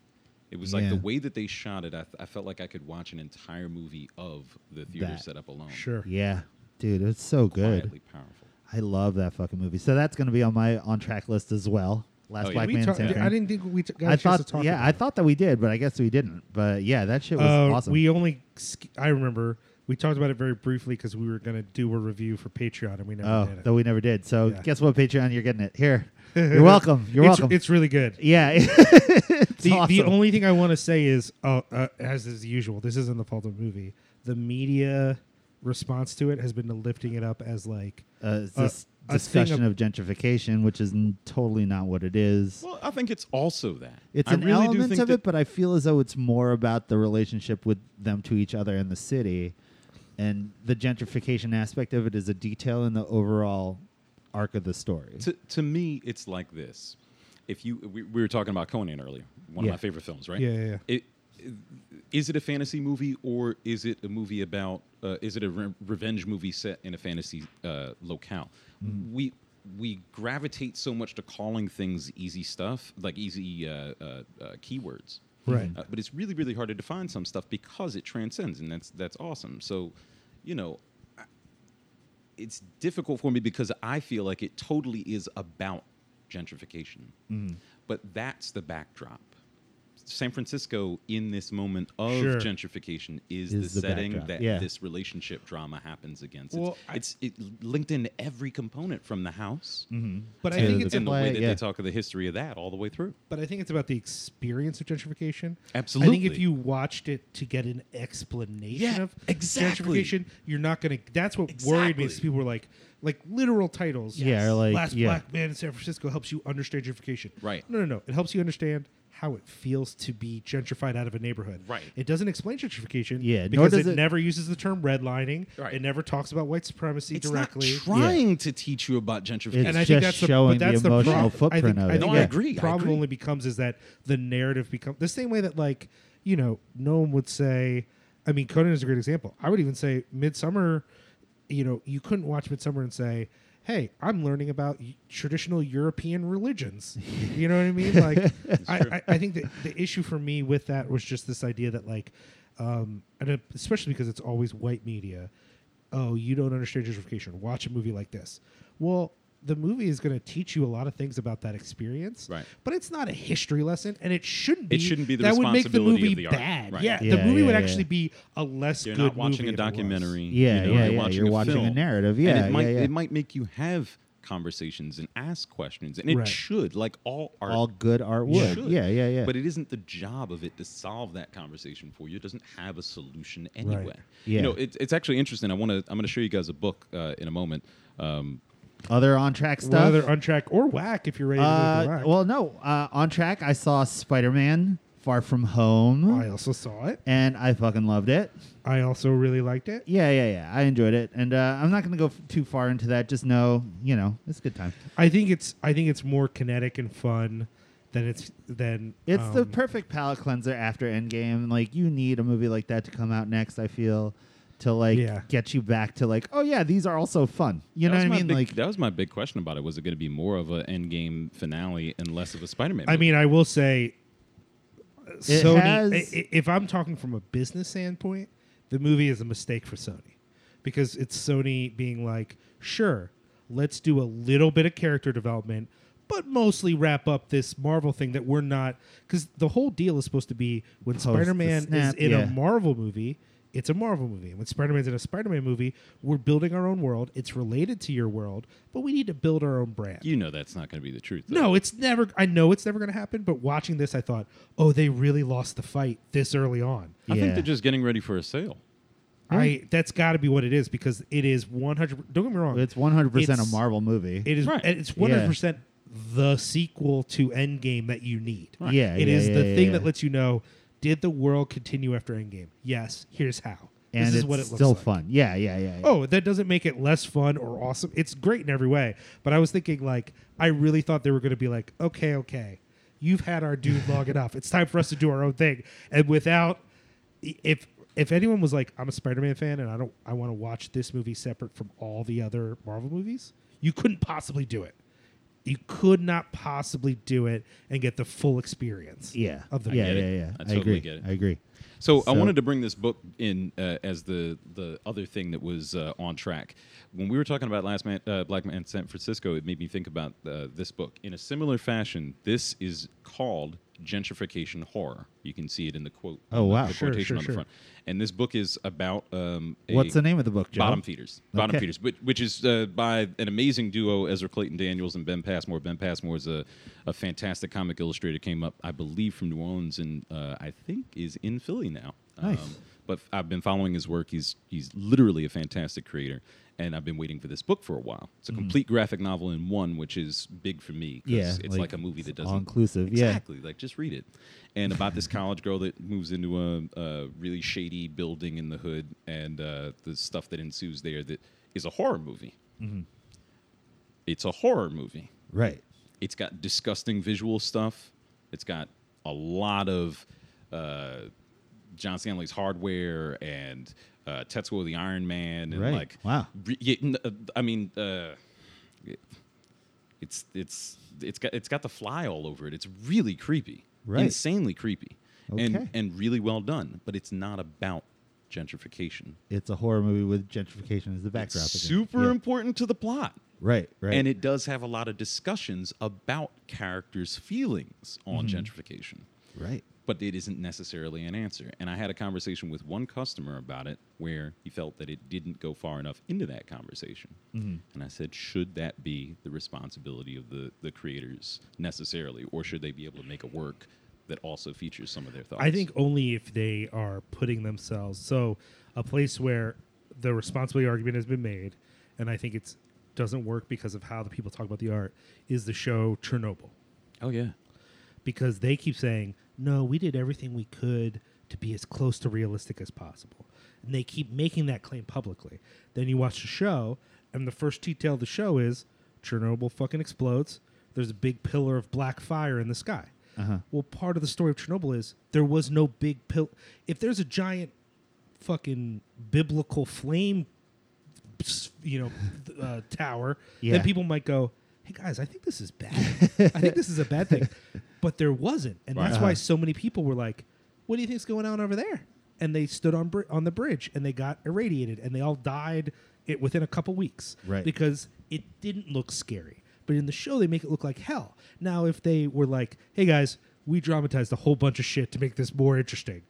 C: It was like the
A: Yeah.
C: way that they shot it. I, th- I felt like I could watch an entire movie of the theater
A: That.
C: setup alone.
B: Sure.
A: Yeah, dude, it's so good.
C: quietly powerful.
A: I love that fucking movie. So that's going to be on my on track list as well. Last
C: Oh, yeah.
A: Black
B: We
A: Man.
B: talked-
A: San Fran.
B: I didn't think we t- got
A: I
B: a chance
A: thought,
B: to talk.
A: yeah,
B: about
A: I
B: it.
A: thought that we did, but I guess we didn't. But yeah, that shit was
B: Uh,
A: awesome.
B: We only sk- I remember we talked about it very briefly because we were going to do a review for Patreon and we never
A: oh,
B: did it.
A: though we never did. So
B: Yeah.
A: guess what, Patreon? You're getting it here. You're welcome. You're
B: it's,
A: welcome.
B: It's really good.
A: yeah, it's
B: the, the
A: awesome.
B: only thing I want to say is, uh, uh, as is usual, this isn't the fault of the movie. The media response to it has been lifting it up as like
A: uh, it's
B: uh,
A: this
B: a thing
A: discussion
B: ab-
A: of gentrification, which is n- totally not what it is.
C: Well, I think it's also that.
A: It's
C: I
A: an
C: really do
A: element
C: think
A: of
C: that-
A: it, but I feel as though it's more about the relationship with them to each other in the city, and the gentrification aspect of it is a detail in the overall arc of the story.
C: to, to me, it's like this. If you, we, we were talking about Conan earlier, one
A: Yeah.
C: of my favorite films, right?
B: Yeah, yeah, yeah.
C: It, is it a fantasy movie or is it a movie about? Uh, is it a re- revenge movie set in a fantasy uh, locale?
B: Mm-hmm.
C: We we gravitate so much to calling things easy stuff, like easy uh, uh, uh, keywords,
B: Right.
C: Uh, but it's really really hard to define some stuff because it transcends, and that's that's awesome. So, you know, it's difficult for me because I feel like it totally is about gentrification. But that's the backdrop. San Francisco in this moment of
B: Sure.
C: gentrification is,
A: Is
C: the,
A: the
C: setting
A: backdrop,
C: that
A: yeah.
C: this relationship drama happens against.
B: Well, I-
C: it's it's it linked in every component from the house.
B: But I
A: Yeah,
C: And,
B: think
A: that's
B: it's
C: and the
A: why-
C: way that
A: yeah.
C: they talk of the history of that all the way through.
B: but I think it's about the experience of gentrification. I think if
C: Absolutely.
B: you watched it to get an explanation
C: Yeah,
B: of
C: exactly.
B: gentrification, you're not going to. That's what worried me. Is
C: Exactly.
B: people were like, like literal titles.
A: Yeah, or like-
B: Last
A: yeah.
B: Black Man in San Francisco helps you understand gentrification.
C: Right.
B: No, no, no. It helps you understand how it feels to be gentrified out of a neighborhood.
C: Right.
B: It doesn't explain gentrification.
A: Yeah, nor
B: Because
A: does
B: it,
A: it-
B: never uses the term redlining.
C: Right.
B: It never talks about white supremacy
C: It's
B: directly.
C: not trying to teach you about gentrification.
A: It's
B: and I think
A: just
B: that's the,
A: showing
B: but that's
A: the emotional
B: problem. I
A: footprint
B: think,
A: of
B: I
A: it.
B: think
C: No, I
B: that
C: agree, I
B: Problem
C: agree.
B: only becomes is that the narrative becomes the same way that like you know no one would say. I mean, Conan is a great example. I would even say Midsummer. You know, you couldn't watch Midsummer and say. Hey, I'm learning about y- traditional European religions. You know what I mean? Like, I, I, I think that the issue for me with that was just this idea that, like, um, and it- especially because it's always white media, oh, you don't understand gentrification. Watch a movie like this. Well, the movie is going to teach you a lot of things about that experience.
C: Right.
B: But it's not a history lesson, and it shouldn't be.
C: It shouldn't be the
B: that would make the
C: responsibility of
B: movie
C: the art.
B: bad.
C: Right.
B: Yeah, the
A: Yeah,
B: movie
A: yeah,
B: would
A: yeah.
B: actually be a less
C: You're
B: good.
C: not watching
B: movie
C: a
B: if it was.
C: documentary.
A: Yeah,
C: you know,
A: yeah,
C: you're
A: yeah.
C: Watching
A: You're
C: a
A: watching a
C: film.
A: narrative.
C: And
A: Yeah,
C: it might,
A: yeah, yeah.
C: It might make you have conversations and ask questions, and it
B: Right.
C: should, like all art.
A: all good art would.
C: should.
A: Yeah, yeah, yeah.
C: But it isn't the job of it to solve that conversation for you. It doesn't have a solution anyway.
A: Yeah.
C: You know, it, it's actually interesting. I want to. I'm going to show you guys a book uh, in a moment. Um,
A: Other on track stuff.
B: Whether on track or whack, if you're ready to move the
A: uh,
B: rock.
A: well, no. Uh, on track, I saw Spider Man Far From Home,
B: I also saw it.
A: and I fucking loved it.
B: I also really liked it.
A: Yeah, yeah, yeah. I enjoyed it, and uh, I'm not gonna go f- too far into that. Just know, you know, it's a good time.
B: I think it's I think it's more kinetic and fun than it's than
A: It's the
B: um,
A: perfect palate cleanser after Endgame. Like you need a movie like that to come out next. I feel to like
B: Yeah.
A: get you back to like, oh yeah, these are also fun. You
C: that
A: know
C: was
A: what I
C: my
A: mean?
C: big-
A: like
C: that was my big question about it. Was it going to be more of an Endgame finale and less of a Spider-Man?
B: I
C: movie?
B: mean, I will say, Sony.
A: has-
B: i- i- if I'm talking from a business standpoint, the movie is a mistake for Sony because it's Sony being like, sure, let's do a little bit of character development, but mostly wrap up this Marvel thing that we're not because the whole deal is supposed to be when
A: the
B: Spider-Man is
A: snap,
B: in a
A: yeah.
B: Marvel movie. It's a Marvel movie. And when Spider Man's in a Spider Man movie, we're building our own world. It's related to your world, but we need to build our own brand.
C: you know that's not going to be the truth. though.
B: No, it's never. I know it's never going to happen. But watching this, I thought, oh, they really lost the fight this early on.
C: I
A: Yeah.
C: think they're just getting ready for a sale.
A: Hmm.
B: I that's got to be what it is because it is one hundred. Don't get me wrong.
A: it's 100 percent a
B: It's-
A: Marvel movie.
B: It is.
C: Right.
B: and It's one hundred percent the sequel to Endgame that you need.
A: Right. Yeah,
B: It
A: yeah,
B: is
A: yeah,
B: the
A: yeah,
B: thing
A: yeah.
B: that lets you know: did the world continue after Endgame? Yes. Here's how.
A: and
B: this
A: it's
B: is what it looks
A: still
B: like.
A: fun. Yeah, yeah, yeah. yeah.
B: oh, that doesn't make it less fun or awesome. It's great in every way. But I was thinking, like, I really thought they were going to be like, okay, okay, you've had our dude long enough. It's time for us to do our own thing. And without, if if anyone was like, I'm a Spider-Man fan and I don't, I want to watch this movie separate from all the other Marvel movies, you couldn't possibly do it. You could not possibly do it and get the full experience.
A: yeah,
B: of the
A: yeah,
C: get
A: yeah,
C: it.
A: yeah.
C: I
A: I,
C: totally
A: agree.
C: get it.
A: I agree.
C: So, I
A: So-
C: wanted to bring this book in uh, as the the other thing that was uh, on track. When we were talking about Last Man, uh, Black Man in San Francisco, it made me think about uh, this book. In a similar fashion, this is called gentrification horror. You can see it in the quote.
A: Oh, wow.
C: the
A: Sure,
C: quotation
B: sure,
C: on the
B: sure.
C: front. And this book is about um, a
A: What's the name of the book, Joe?
C: Bottom Feeders. Bottom
A: Okay.
C: Feeders, which, which is uh, by an amazing duo, Ezra Clayton Daniels and Ben Passmore. Ben Passmore is a, a fantastic comic illustrator, came up, I believe, from New Orleans and uh, I think is in Philly now. Um,
A: Nice.
C: but f- I've been following his work. He's, he's literally a fantastic creator. And I've been waiting for this book for a while. It's a
A: Mm-hmm.
C: complete graphic novel in one, which is big for me. 'cause
A: Yeah,
C: it's like,
A: like,
C: a movie that
A: it's
C: doesn't
A: all-inclusive, yeah.
C: Exactly. Exactly. Like, just read it. And about this college girl that moves into a, a really shady building in the hood and uh, the stuff that ensues there that is a horror movie.
A: Mm-hmm.
C: It's a horror movie.
A: Right.
C: It's got disgusting visual stuff. It's got a lot of uh, John Stanley's hardware and uh, Tetsuo the Iron Man and
A: Right.
C: like
A: Wow.
C: re- yeah, n- uh, I mean, uh, it- it's it's it's got it's got the fly all over it. It's really creepy,
A: Right.
C: Insanely creepy, and
A: Okay.
C: and really well done. But it's not about gentrification.
A: It's a horror movie with gentrification as the
C: It's
A: backdrop. again.
C: super
A: Yeah.
C: important to the plot.
A: Right. Right.
C: And it does have a lot of discussions about characters' feelings on
B: Mm-hmm.
C: gentrification,
A: right.
C: but it isn't necessarily an answer. And I had a conversation with one customer about it where he felt that it didn't go far enough into that conversation.
B: Mm-hmm.
C: And I said, should that be the responsibility of the, the creators necessarily, or should they be able to make a work that also features some of their thoughts?
B: I think only if they are putting themselves so a place where the responsibility argument has been made, and I think it's doesn't work because of how the people talk about the art is the show Chernobyl
C: Oh, yeah.
B: because they keep saying, no, we did everything we could to be as close to realistic as possible. And they keep making that claim publicly. Then you watch the show, and the first detail of the show is Chernobyl fucking explodes. There's a big pillar of black fire in the sky.
A: Uh-huh.
B: Well, part of the story of Chernobyl is there was no big pill. If there's a giant fucking biblical flame, s- you know, th- uh, tower,
A: Yeah.
B: then people might go, "Hey guys, I think this is bad. I think this is a bad thing." But there wasn't, and
C: Right.
B: that's
A: Uh-huh.
B: why so many people were like, "What do you think's going on over there?" And they stood on br- on the bridge, and they got irradiated, and they all died it within a couple weeks,
A: Right.
B: Because it didn't look scary. But in the show, they make it look like hell. Now, if they were like, hey guys, we dramatized a whole bunch of shit to make this more interesting,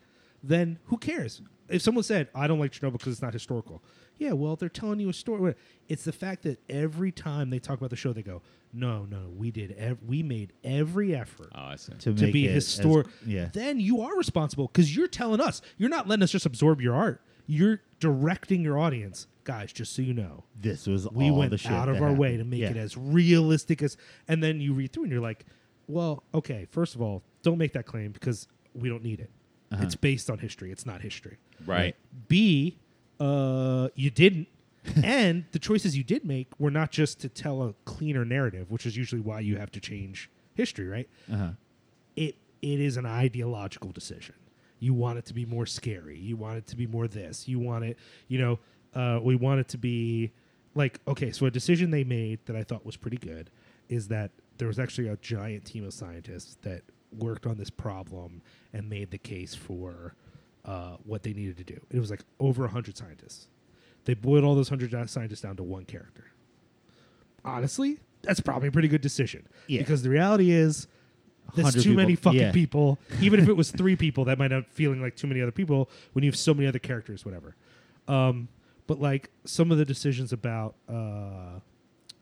B: then who cares? If someone said, I don't like Chernobyl because it's not historical, yeah, well, they're telling you a story. It's the fact that every time they talk about the show, they go, no, no, we did, ev- we made every effort
C: Oh, I see.
A: to,
B: to
A: Uh, make
B: be
A: it as-
B: historic.
A: yeah.
B: Then you are responsible because you're telling us. You're not letting us just absorb your art. You're directing your audience, guys. Just so you know,
A: this was
B: we
A: all
B: went
A: the shit
B: out of
A: that
B: our way to
A: happened.
B: make
A: Yeah.
B: it as realistic as. And then you read through and you're like, well, okay. First of all, don't make that claim because we don't need it.
A: Uh-huh.
B: It's based on history. It's not history.
C: Right.
B: B, uh, you didn't. and the choices you did make were not just to tell a cleaner narrative, which is usually why you have to change history, right?
A: Uh-huh.
B: it it is an ideological decision. You want it to be more scary. You want it to be more this. You want it, you know, uh, we want it to be like okay. So a decision they made that I thought was pretty good is that there was actually a giant team of scientists that worked on this problem and made the case for uh, what they needed to do. It was like over hundred scientists. They boiled all those hundred scientists down to one character honestly, that's probably a pretty good decision.
A: Yeah.
B: Because the reality is, there's
A: 100
B: too many
A: people.
B: fucking
A: Yeah.
B: people. Even if it was three people, that might end up feeling like too many other people when you have so many other characters, whatever. Um, but like some of the decisions about uh,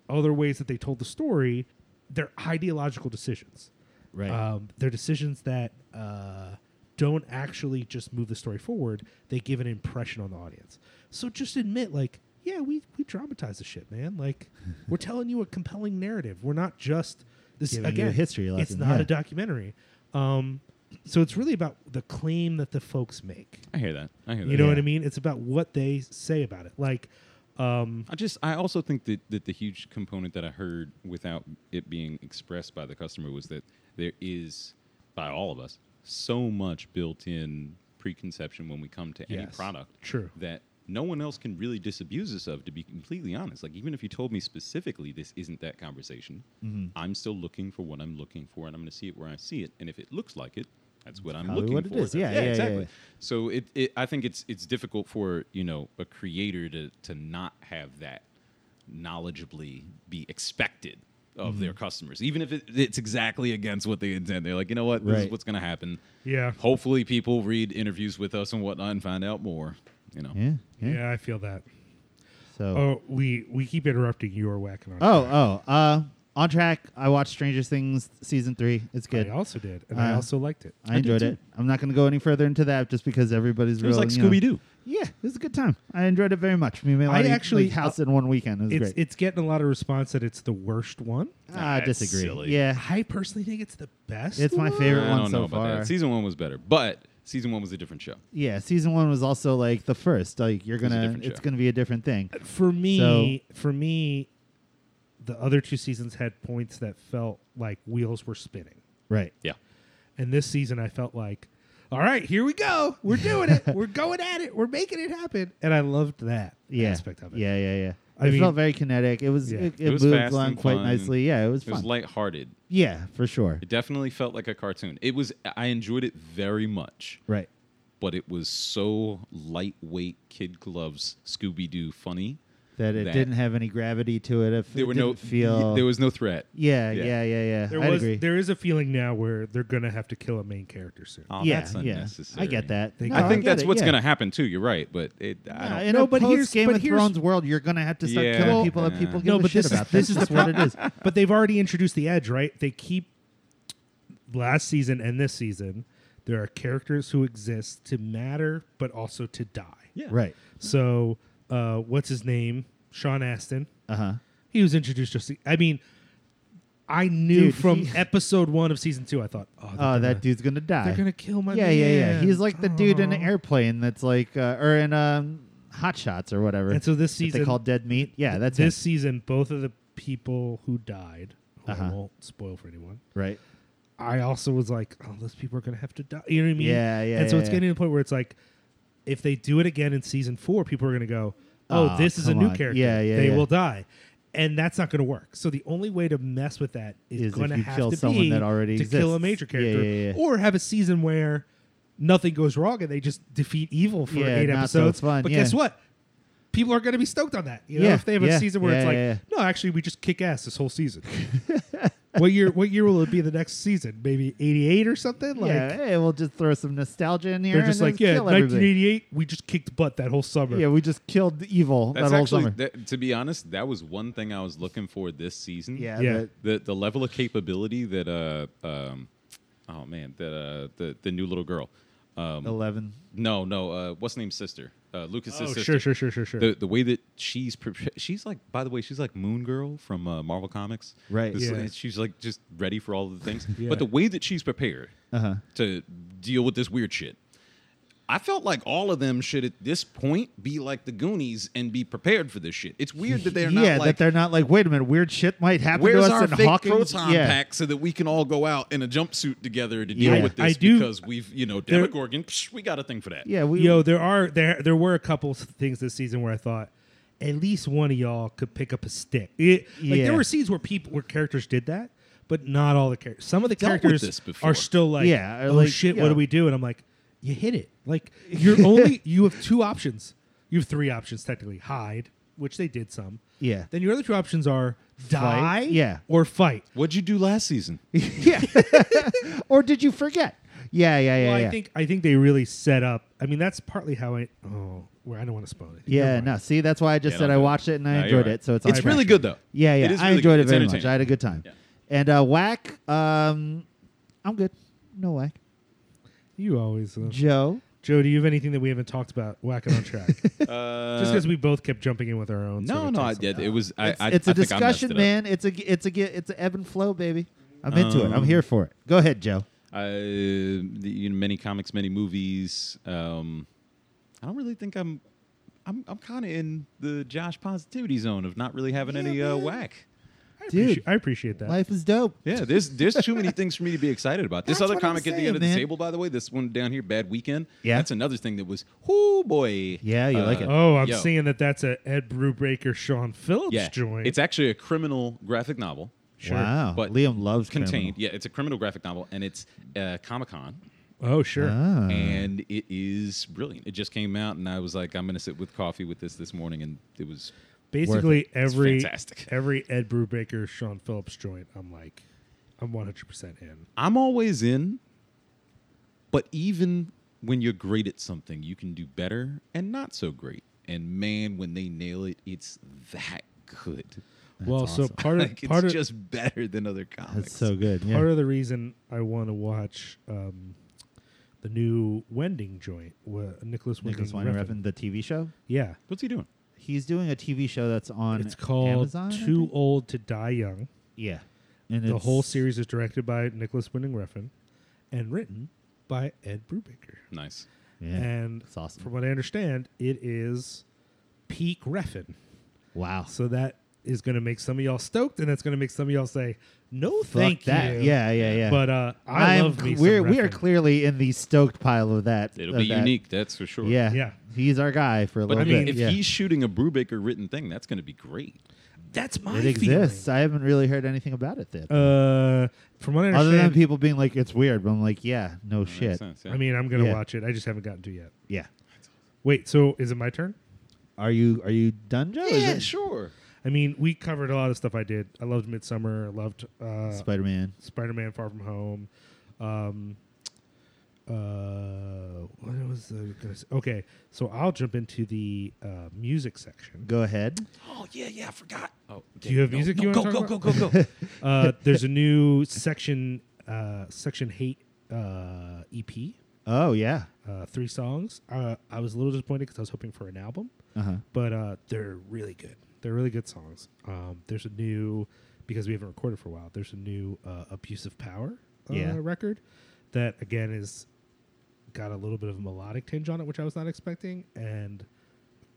B: other ways that they told the story, they're ideological decisions.
A: Right.
B: Um, they're decisions that uh, don't actually just move the story forward. They give an impression on the audience. So just admit, like, yeah, we we dramatize the shit, man. Like, we're telling you a compelling narrative. We're not just this
A: Giving you
B: again
A: a history
B: It's
A: lesson,
B: not
A: yeah.
B: a documentary. Um, so it's really about the claim that the folks make.
C: I hear that. I hear that.
B: You know
A: Yeah.
B: what I mean? It's about what they say about it. Like, um,
C: I just I also think that, that the huge component that I heard without it being expressed by the customer was that there is by all of us so much built in preconception when we come to any
B: Yes.
C: product
B: True.
C: that no one else can really disabuse us of to be completely honest like even if you told me specifically this isn't that conversation
A: Mm-hmm.
C: i'm still looking for what i'm looking for and i'm going to see it where i see it and if it looks like it that's what i'm
A: probably
C: looking
A: what it
C: for
A: is. Yeah, yeah, yeah,
C: exactly
A: yeah.
C: so it, it, I think it's it's difficult for you know a creator to to not have that knowledgeably be expected of
A: Mm-hmm.
C: their customers, even if it, it's exactly against what they intend. They're like, you know what, this
A: Right.
C: is what's going to happen.
B: yeah,
C: Hopefully, people read interviews with us and whatnot and find out more. You know,
A: yeah, yeah.
B: yeah, I feel that.
A: So.
B: Oh, we we keep interrupting. You are whacking on.
A: Oh, oh. Uh, on track. I watched Stranger Things season three. It's good.
B: I
A: I,
B: also did, and I
A: Uh,
B: also liked it.
C: did
A: enjoyed
C: too.
A: it. I'm not going to go any further into that just because everybody's
C: it was
A: real,
C: like
A: you know-
C: Scooby Doo.
A: Yeah, it was a good time. I enjoyed it very much. Me and my
B: I
A: lady,
B: actually-
A: like, house in one weekend. It was
B: It's
A: great.
B: it's getting a lot of response that it's the worst one.
A: I
C: That's
A: disagree.
C: silly.
A: Yeah,
B: I personally think it's the best.
A: it's my
B: one.
A: favorite
C: I
A: one
C: don't
A: so
C: know about
A: far.
C: that. Season one was better, but season one was a different show.
A: yeah, season one was also like the first. Like you're
C: was a
A: gonna,
C: different
A: it's
C: show.
A: gonna be a different thing.
B: For me, for me, the other two seasons had points that felt like wheels were spinning,
A: Right.
C: Yeah,
B: and this season I felt like, all right, here we go. We're doing it. We're going at it. We're making it happen, and I loved that
A: Yeah.
B: aspect of it.
A: Yeah, yeah, yeah.
B: I
A: it
B: mean-
A: felt very kinetic. It was
B: Yeah.
A: it,
C: It was
A: moved
C: fast
A: along
C: and
A: quite
C: fun.
A: nicely. Yeah, it was
C: it
A: fun.
C: was lighthearted.
A: yeah, for sure.
C: It definitely felt like a cartoon. It was. I enjoyed it very much.
A: Right.
C: but it was so lightweight kid gloves Scooby Doo funny.
A: That it
C: That-
A: didn't have any gravity to it. If
C: There
A: it
C: were
A: didn't
C: no
A: feel.
C: There was no threat.
A: Yeah, yeah, yeah,
C: Yeah.
A: yeah.
B: There
A: I'd
B: was
A: agree.
B: there is a feeling now where they're gonna have to kill a main character soon.
C: Oh,
A: yeah,
C: that's
A: yeah. I
C: unnecessary.
A: get that.
B: They-
A: No,
C: I think
A: get
C: that's
A: it,
C: what's
A: yeah.
C: going to happen too. You're right, but it, I
A: Yeah,
C: don't.
A: in
B: No,
A: a
B: but
A: post
B: here's-
A: Game
B: but
A: of
B: here's-
A: Thrones world, you're gonna have to start
C: Yeah.
A: killing
C: Well,
A: people that people
C: yeah.
A: give
B: no,
A: a
B: but
A: shit
B: this is
A: about.
B: this is
A: That's
B: the
A: just what it
B: pro-
A: is.
B: But they've already introduced the edge, right? They keep last season and this season. There are characters who exist to matter, but also to die.
C: Yeah.
A: Right.
B: So, uh, what's his name? Sean Astin.
A: Uh huh.
B: He was introduced just. I mean, I knew
A: Dude,
B: from
A: he-
B: episode one of season two. I thought, oh, they're
A: Oh,
B: gonna-
A: that dude's gonna die.
B: They're gonna kill my.
A: yeah, yeah, yeah.
B: man.
A: He's like the dude in
B: Aw.
A: an airplane that's like, uh, or in um, Hot Shots or whatever.
B: And so this
A: that
B: season,
A: they call dead meat. Yeah, that's
B: this
A: him.
B: season, both of the people who died, who I
A: Uh-huh.
B: won't spoil for anyone,
A: right.
B: I also was like, oh, those people are going to have to die. You know what I mean?
A: Yeah, yeah,
B: And so
A: yeah,
B: it's
A: yeah.
B: getting to the point where it's like, if they do it again in season four, people are going to go, oh,
A: Aw,
B: this is a
A: come
B: new
A: on.
B: character.
A: Yeah, yeah,
B: They
A: yeah.
B: will die. And that's not going to work. So the only way to mess with that
A: Is
B: is
A: if
B: going to
A: you
B: have
A: kill
B: to
A: someone
B: be
A: that already
B: to kill a
A: exists.
B: major
A: Yeah,
B: character,
A: yeah, yeah.
B: or have a season where nothing goes wrong and they just defeat evil for
A: Yeah,
B: eight
A: not so
B: episodes.
A: fun,
B: But
A: yeah.
B: guess what? people are going to be stoked on that. You know,
A: Yeah,
B: if they have a
A: yeah,
B: season where
A: yeah,
B: it's like,
A: yeah,
B: no, actually, we just kick ass this whole season. what year? What year will it be the next season? Maybe eighty eight or something. Like
A: yeah, hey, we'll just throw some nostalgia in here.
B: they're
A: and
B: just like,
A: just
B: yeah,
A: kill everybody.
B: 1988. We just kicked butt that whole summer.
A: Yeah, we just killed the evil
C: That's
A: that whole
C: actually,
A: summer.
C: that, to be honest, that was one thing I was looking for this season.
A: yeah,
B: Yeah.
A: the-
C: the the level of capability that uh um oh man that uh the the new little girl um
A: eleven.
C: no no uh what's her name's sister uh Lucas's
B: Oh,
C: sister
B: sure, sure, sure, sure, sure.
C: the the way that she's prepa- she's like by the way she's like Moon Girl from uh, Marvel Comics
A: Right.
C: This-
B: Yeah.
C: she's like just ready for all of the things
B: Yeah.
C: but the way that she's prepared
A: Uh-huh.
C: to deal with this weird shit I felt like all of them should at this point be like the Goonies and be prepared for this shit it's weird that they're not
A: yeah,
C: like
A: that they're not like, wait a minute, weird shit might happen
C: Where's
A: to us
C: our
A: in
C: fake
A: Hawkins.
C: proton
A: yeah.
C: pack so that we can all go out in a jumpsuit together to deal
A: Yeah.
C: with this
B: I do-
C: because we've, you know,
B: There-
C: Demogorgon, psh, we got a thing for that.
A: Yeah, we
B: Yo, there are there there were a couple s- things this season where I thought at least one of y'all could pick up a stick. It, Like
A: Yeah.
B: there were scenes where people where characters did that, but not all the characters. Some of the
C: Dealt with
B: characters
C: this before.
B: are still like,
A: Yeah, or
B: oh
A: like,
B: shit,
A: yeah.
B: what do we do? And I'm like, you hit it. Like you're only you have two options. You have three options technically: hide, which they did some.
A: Yeah.
B: Then your other two options are die,
A: Yeah.
B: or fight.
C: What'd you do last season?
A: yeah. or did you forget? Yeah, yeah, yeah,
B: well,
A: yeah.
B: I think I think they really set up. I mean, that's partly how I. Oh, where I don't want to spoil it. Never
A: yeah,
B: mind.
A: no. See, that's why I just
C: Yeah,
A: said
C: no,
A: I
C: no.
A: watched it and I
C: No, you're
A: enjoyed
C: right.
A: it. So it's on
C: It's
A: my
C: really
A: bracket.
C: good, though.
A: Yeah, yeah.
C: It is
A: I
C: really
A: enjoyed
C: good.
A: it
C: It's
A: very much.
C: entertaining.
A: I had a good time.
C: Yeah.
A: And uh, whack, um, I'm good. No whack.
B: You always. Uh,
A: Joe,
B: Joe, do you have anything that we haven't talked about whacking on track? Just
C: Uh,
B: because we both kept jumping in with our own. sort
C: no,
B: of
C: no, I
B: takes on
C: did.
B: that.
C: It was, I,
A: it's,
C: I,
A: it's
C: a
A: a discussion, man. It's a, it's a, it's a ebb and flow, baby. I'm into it. I'm
C: Um,
A: here for it. Go ahead, Joe.
C: Uh, the, you know, many comics, many movies. Um, I don't really think I'm, I'm, I'm kind of in the Josh positivity zone of not really having any uh, whack.
B: I
A: Dude.
B: appreciate, I appreciate that.
A: Life is dope.
C: Yeah, there's there's too many things for me to be excited about. This
A: That's
C: other
A: what I'm
C: comic at the
A: saying,
C: end of the
A: man.
C: table, by the way, this one down here, Bad Weekend.
A: Yeah.
C: that's another thing that was, whoo boy. Uh,
A: Yeah, you like it.
B: oh, I'm
C: yo.
B: seeing that that's a Ed Brubaker, Sean Phillips
C: Yeah,
B: joint.
C: it's actually a criminal graphic novel.
B: Sure.
A: Wow.
C: but
A: Liam loves
C: contained.
A: criminal.
C: Yeah, it's a criminal graphic novel, and it's uh, Comic Con,
B: oh, sure.
A: Ah.
C: and it is brilliant. It just came out, and I was like, I'm gonna sit with coffee with this this morning, and it was.
B: Basically, every
C: fantastic.
B: every Ed Brubaker, Sean Phillips joint, I'm like, I'm 100 percent in.
C: I'm always in, but even when you're great at something, you can do better and not so great. And man, when they nail it, it's that good.
B: well, so part of
C: Like, it's
B: part of
C: just better than other comics.
A: That's so good. Yeah.
B: part of the reason I want to watch um, the new Wending joint, with Nicholas Wending.
A: Nicholas Winding
B: Refn.
A: Refn, the TV show.
B: Yeah.
C: What's he doing?
A: He's doing a TV show that's on.
B: It's called
A: Amazon, I
B: Too
A: think?
B: Old to Die Young.
A: Yeah, and
B: the
A: it's-
B: whole series is directed by Nicholas Winding Refn and written by Ed Brubaker.
C: Nice.
A: Yeah.
B: And
A: it's awesome.
B: from what I understand, it is peak Refn.
A: wow.
B: So that is going to make some of y'all stoked, and that's going to make some of y'all say, "No,
A: Fuck
B: thank
A: that.
B: you."
A: Yeah, yeah, yeah.
B: But uh, I
A: I'm
B: love me
A: cl-
B: some
A: we're we are
B: Refn.
A: clearly in the stoked pile of that.
C: It'll
A: of
C: be
A: that.
C: unique, that's for sure.
A: Yeah,
B: Yeah.
A: He's our guy for a
C: But I
A: little
C: mean,
A: bit.
C: if
A: yeah.
C: he's shooting a Brubaker written thing, that's going to be great.
B: That's my
A: it
B: feeling.
A: exists, I haven't really heard anything about it then.
B: Uh, from what I
A: Other than
B: understand,
A: people being like, "It's weird," but I'm like, "Yeah, no
C: That
A: shit."
C: makes sense, yeah.
B: I mean, I'm going to
A: Yeah.
B: watch it. I just haven't gotten to it yet.
A: Yeah.
B: Wait, so is it my turn?
A: Are you are you done, Joe? Is
C: yeah,
A: it
C: sure.
B: I mean, we covered a lot of stuff I did. I loved Midsummer. I loved uh,
A: Spider-Man.
B: Spider Man Far From Home. Um, uh, what was the, gonna s- okay? So I'll jump into the uh, music section.
A: Go ahead.
C: Oh yeah, yeah, I forgot. Oh,
B: Do you have music
C: No,
B: you
C: no,
B: wanna
C: go,
B: talk
C: go,
B: about?
C: go, go, go.
B: Uh, there's a new section, uh, section hate uh, EP,
A: Oh yeah.
B: uh, three songs. Uh, I was a little disappointed because I was hoping for an album.
A: Uh huh.
B: but uh, they're really good. They're really good songs. Um, there's a new because we haven't recorded for a while. There's a new uh, "Abuse of Power" uh,
A: Yeah.
B: record that again is got a little bit of a melodic tinge on it, which I was not expecting, and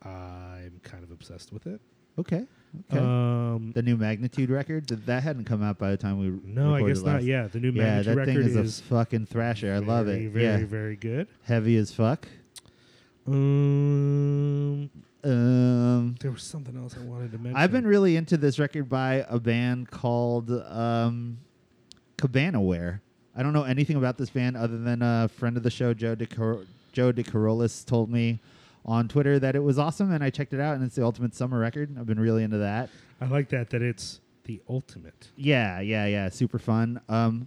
B: I'm kind of obsessed with it.
A: Okay. Okay.
B: Um,
A: the new Magnitude record Th- that hadn't come out by the time we r-
B: no, I
A: recorded
B: guess not.
A: last.
B: Yeah, the new
A: yeah,
B: Magnitude
A: that
B: record
A: thing is,
B: is
A: a fucking thrasher. I love
B: very,
A: it.
B: Very,
A: yeah,
B: very good.
A: heavy as fuck.
B: Um,
A: Um,
B: there was something else I wanted to mention.
A: I've been really into this record by a band called um, Cabanaware. I don't know anything about this band other than a friend of the show, Joe De Joe DeCarolis, told me on Twitter that it was awesome, and I checked it out, and it's the ultimate summer record. I've been really into that.
B: I like that that it's the ultimate.
A: Yeah, yeah, yeah. Super fun. Um,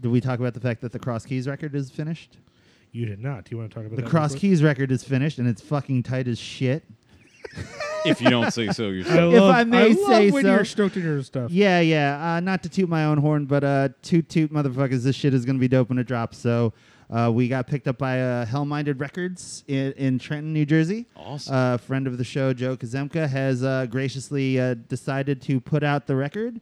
A: did we talk about the fact that the Cross Keys record is finished?
B: You did not. Do you want to talk about
A: The
B: that real
A: Cross
B: quick?
A: Keys record is finished, and it's fucking tight as shit.
C: if you don't say so yourself.
B: I
A: If
B: love,
A: I may
B: love
A: say
B: when
A: so.
B: you're stoked in your stuff.
A: Yeah, yeah. Uh, not to toot my own horn, but uh, toot toot, motherfuckers. This shit is gonna be dope when it drops. So uh, we got picked up by uh, Hell Minded Records in, in Trenton, New Jersey.
C: Awesome.
A: Uh, friend of the show, Joe Kazemka, has uh, graciously uh, decided to put out the record.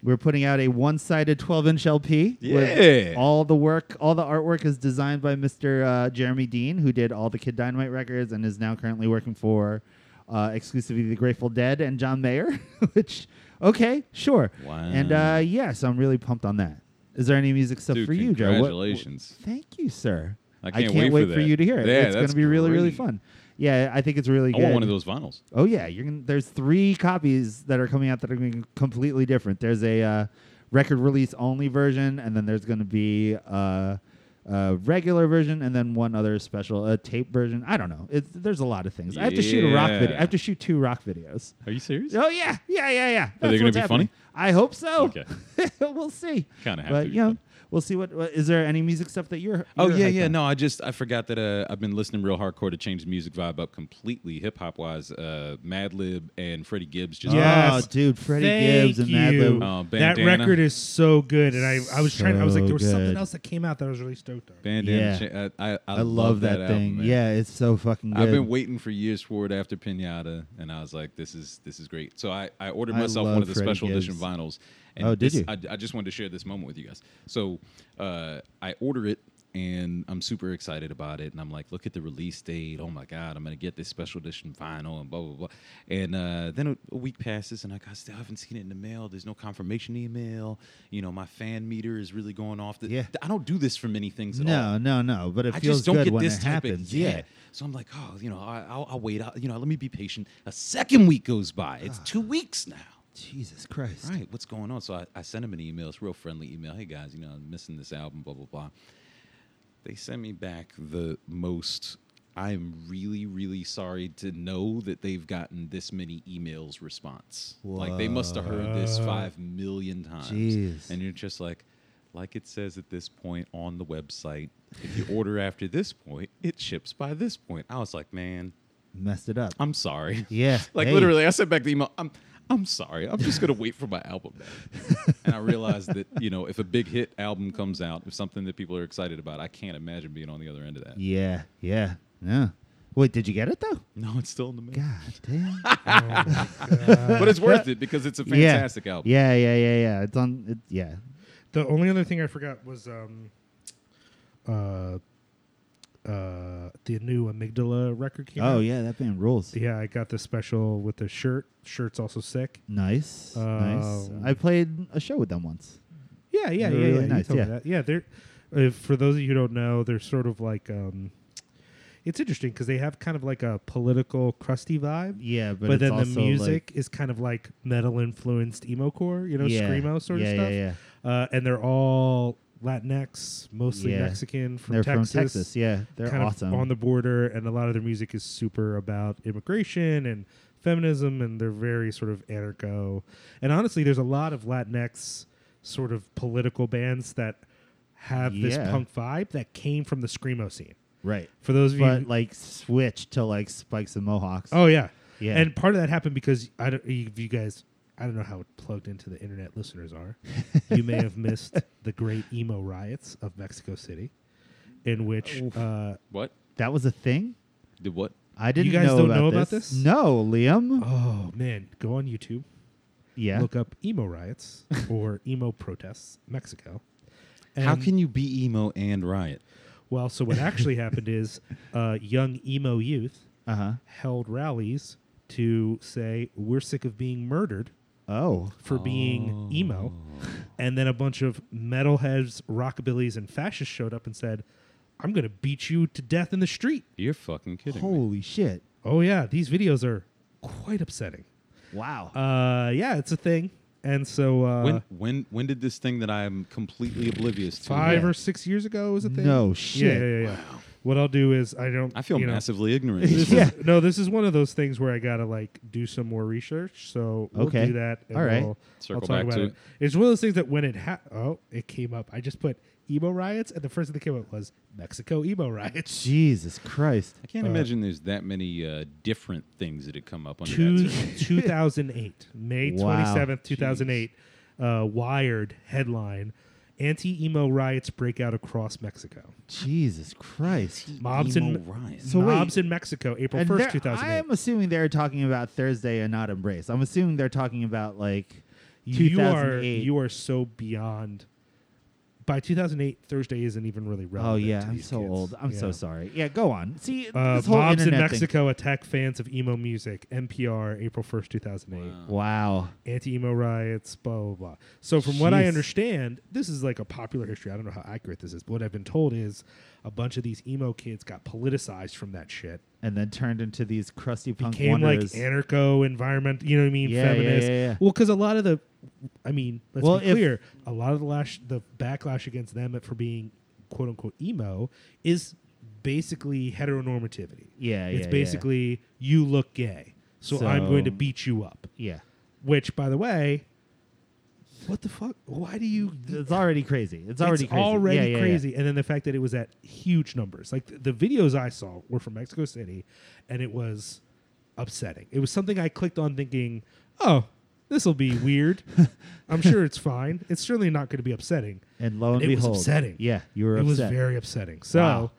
A: We're putting out a one-sided 12-inch LP.
C: Yeah.
A: With all the work, all the artwork is designed by Mr. Uh, Jeremy Dean, who did all the Kid Dynamite records and is now currently working for uh, exclusively the Grateful Dead and John Mayer. which, okay, sure.
C: Wow.
A: And uh, yeah, so I'm really pumped on that. Is there any music stuff
C: Dude,
A: for you, Joe? What-
C: congratulations.
A: Thank you, sir.
C: I can't wait for
A: wait, for
C: that.
A: you to hear it.
C: Yeah,
A: it's going
C: that's
A: to be really, really
C: great.
A: fun. Yeah, I think it's really
C: I
A: good.
C: want one of those vinyls.
A: Oh yeah, you're gonna, there's three copies that are coming out that are going to be completely different. There's a uh, record release only version, and then there's going to be uh, a regular version, and then one other special, a tape version. I don't know. It's, there's a lot of things. I have to shoot a rock video. I
C: Yeah.
A: have to shoot two rock videos.
C: Are you serious?
A: Oh yeah, yeah, yeah, yeah.
C: Are they
A: That's
C: gonna
A: what's
C: be
A: happening.
C: funny?
A: I hope so.
C: Okay.
A: we'll see.
C: Kinda have
A: But
C: to be
A: you know,
C: funny.
A: we'll see. What, what is there any music stuff that you're?
C: Oh
A: you're
C: yeah,
A: hyped
C: yeah.
A: on?
C: No, I just I forgot that uh, I've been listening real hardcore to change the music vibe up completely, hip hop wise. Uh, Madlib and Freddie Gibbs just
B: Yeah. Yes.
A: Oh, dude, Freddie
B: Thank
A: Gibbs and
B: you.
A: Madlib.
C: Oh,
B: that
C: Bandana.
B: record is so good, and I, I was trying. I was like, there was
A: So
B: something
A: good.
B: else that came out that I was really stoked on.
C: bandana.
A: Yeah.
C: cha- I, I, I,
A: I, love, that,
C: album,
A: thing.
C: man.
A: yeah, it's so fucking good.
C: I've been waiting for years for it after Pinata, and I was like, "This is this is great." So I, I ordered
A: I
C: myself
A: love
C: one of the
A: Freddie
C: special edition
A: Gibbs.
C: vinyls. And
A: Oh, did
C: this-
A: you?
C: I, I just wanted to share this moment with you guys. So uh, I order it, and I'm super excited about it. And I'm like, "Look at the release date! Oh my god, I'm gonna get this special edition vinyl!" And blah blah blah. And uh, then a, a week passes, and I got still haven't seen it in the mail. There's no confirmation email. You know, my fan meter is really going off. The,
A: Yeah.
C: I don't do this for many things. At all.
A: no, no, no. But it
C: I
A: feels
C: just don't
A: good
C: get
A: when
C: this
A: it
C: type of-
A: happens. yeah.
C: So I'm like, oh, you know, I, I'll, I'll wait. i you know, let me be patient. A second week goes by.
A: Ah.
C: It's two weeks now.
A: Jesus Christ.
C: Right. What's going on? So I, I sent him an email. It's a real friendly email. Hey guys, you know, I'm missing this album. Blah blah blah. They sent me back the most. I'm really, really sorry to know that they've gotten this many emails response. Like they must have heard this
B: Whoa.
C: five million times.
A: Jeez.
C: And you're just like, like it says at this point on the website, if you order after this point, it ships by this point. I was like, man,
A: Messed it up.
C: I'm sorry.
A: Yeah,
C: like
A: hey.
C: literally, I sent back the email. I'm I'm sorry. I'm just gonna wait for my album. back." and I realized that you know, if a big hit album comes out, if something that people are excited about, I can't imagine being on the other end of that.
A: yeah, yeah. No. Wait, did you get it though?
C: No, it's still in the mail,
A: God damn.
B: Oh
C: but it's worth it because it's a
A: yeah.
C: fantastic album.
A: Yeah, yeah, yeah, yeah. It's on. It, yeah.
B: The only other thing I forgot was um, uh, uh, the new Amygdala record came out.
A: Oh yeah, that band rules.
B: yeah, I got the special with the shirt. Shirt's also sick.
A: Nice, nice.
B: Um,
A: I played a show with them once.
B: Yeah, yeah, yeah,
A: They're
B: yeah.
A: really
B: you
A: nice,
B: told me
A: yeah.
B: that. yeah. They're uh, for those of you who don't know, they're sort of like um, it's interesting because they have kind of like a political crusty vibe.
A: Yeah, but,
B: But,
A: it's
B: then the
A: also,
B: music
A: like-
B: is kind of like metal influenced emo core, you know,
A: Yeah,
B: screamo sort
A: yeah,
B: of
A: yeah,
B: stuff.
A: yeah.
B: Uh, and they're all Latinx, mostly
A: Yeah.
B: Mexican from
A: they're
B: Texas.
A: from Texas. Yeah, they're
B: kind
A: awesome.
B: of on the border, and a lot of their music is super about immigration and feminism, and they're very sort of anarcho. And honestly, there's a lot of Latinx sort of political bands that have this
A: Yeah.
B: punk vibe that came from the screamo scene.
A: right,
B: For those of
A: but
B: you,
A: like switch to like spikes and mohawks.
B: oh yeah,
A: Yeah.
B: and part of that happened because I don't, you you guys. I don't know how plugged into the internet listeners are. you may have missed the great emo riots of Mexico City, in which uh,
C: What
A: that was a thing.
C: did what?
A: I didn't
B: guys
A: know,
B: don't
A: about,
B: know
A: this.
B: about this?
A: No, Liam.
B: oh man, go on YouTube,
A: yeah.
B: look up emo riots or emo protests Mexico. And,
C: How can you be emo and riot?
B: well? So what actually happened is uh, young emo youth
A: Uh huh.
B: held rallies to say we're sick of being murdered
A: Oh.
B: for being emo, and then a bunch of metalheads, rockabillies, and fascists showed up and said, "I'm going to beat you to death in the street."
C: You're fucking kidding me.
A: Holy shit.
B: Oh yeah, these videos are quite upsetting.
A: Wow.
B: Uh, yeah, it's a thing, and so uh,
C: When when when did this thing that I'm completely oblivious to?
B: five
A: Yeah.
B: or six years ago was a thing.
A: No
B: Yeah,
A: shit.
B: yeah, yeah. yeah. What I'll do is I don't.
C: I feel
B: you know,
C: massively ignorant.
B: This
A: Yeah.
B: is, no, this is one of those things where I gotta like do some more research. So we'll
A: Okay.
B: do that. And
A: All right.
B: We'll,
C: Circle
B: I'll talk
C: back
B: about
C: to
B: it.
C: it.
B: It's one of those things that when it ha- oh, it came up. I just put emo riots, and the first thing that came up was Mexico emo riots.
A: Jesus Christ.
C: I can't imagine there's that many uh, different things that had come up under that.
B: Two,
C: search.
B: 2008, May
A: Wow.
B: 27th, 2008, uh, Wired headline Anti emo riots break out across Mexico.
A: Jesus Christ.
B: Mobs
C: Emo
B: in
C: riots.
A: So wait.
B: mobs in Mexico, April
A: And
B: 1st,
A: they're-
B: 2008.
A: I'm assuming they're talking about Thursday and not Embrace. I'm assuming they're talking about like
B: you are
A: 2008.
B: you are so beyond by 2008 thursday isn't even really relevant
A: oh yeah,
B: to
A: I'm
B: these
A: so
B: kids.
A: old. I'm
B: Yeah.
A: so sorry. Yeah, go on. See
B: uh,
A: this whole
B: mobs in
A: internet
B: mexico attack fans of emo music npr april 1st 2008
A: Thing. Wow.
B: anti-emo riots blah blah blah so from what i
A: Jeez.
B: understand this is like a popular history i don't know how accurate this is but what i've been told is a bunch of these emo kids got politicized from that shit
A: And then turned into these crusty punk
B: became like
A: wanderers.
B: anarcho environment you know what i mean
A: Yeah, yeah,
B: feminist
A: yeah, yeah.
B: well because a lot of the i mean let's
A: Well,
B: be
A: if-
B: clear a lot of the lash the backlash against them for being quote unquote emo is basically heteronormativity
A: Yeah, yeah,
B: it's
A: yeah.
B: basically you look gay so, i'm going to
A: So-
B: beat you up
A: yeah.
B: which by the way what the fuck why do you
A: It's already crazy. It's already
B: it's
A: crazy.
B: already
A: Yeah, yeah, yeah.
B: crazy. And then the fact that it was at huge numbers. Like th- the videos I saw were from Mexico City, and it was upsetting. It was something I clicked on thinking, oh, this will be weird. I'm sure it's fine. It's certainly not going to be upsetting.
A: And lo and,
B: it was
A: behold,
B: upsetting.
A: Yeah, you were
B: it was
A: upset.
B: very upsetting. So,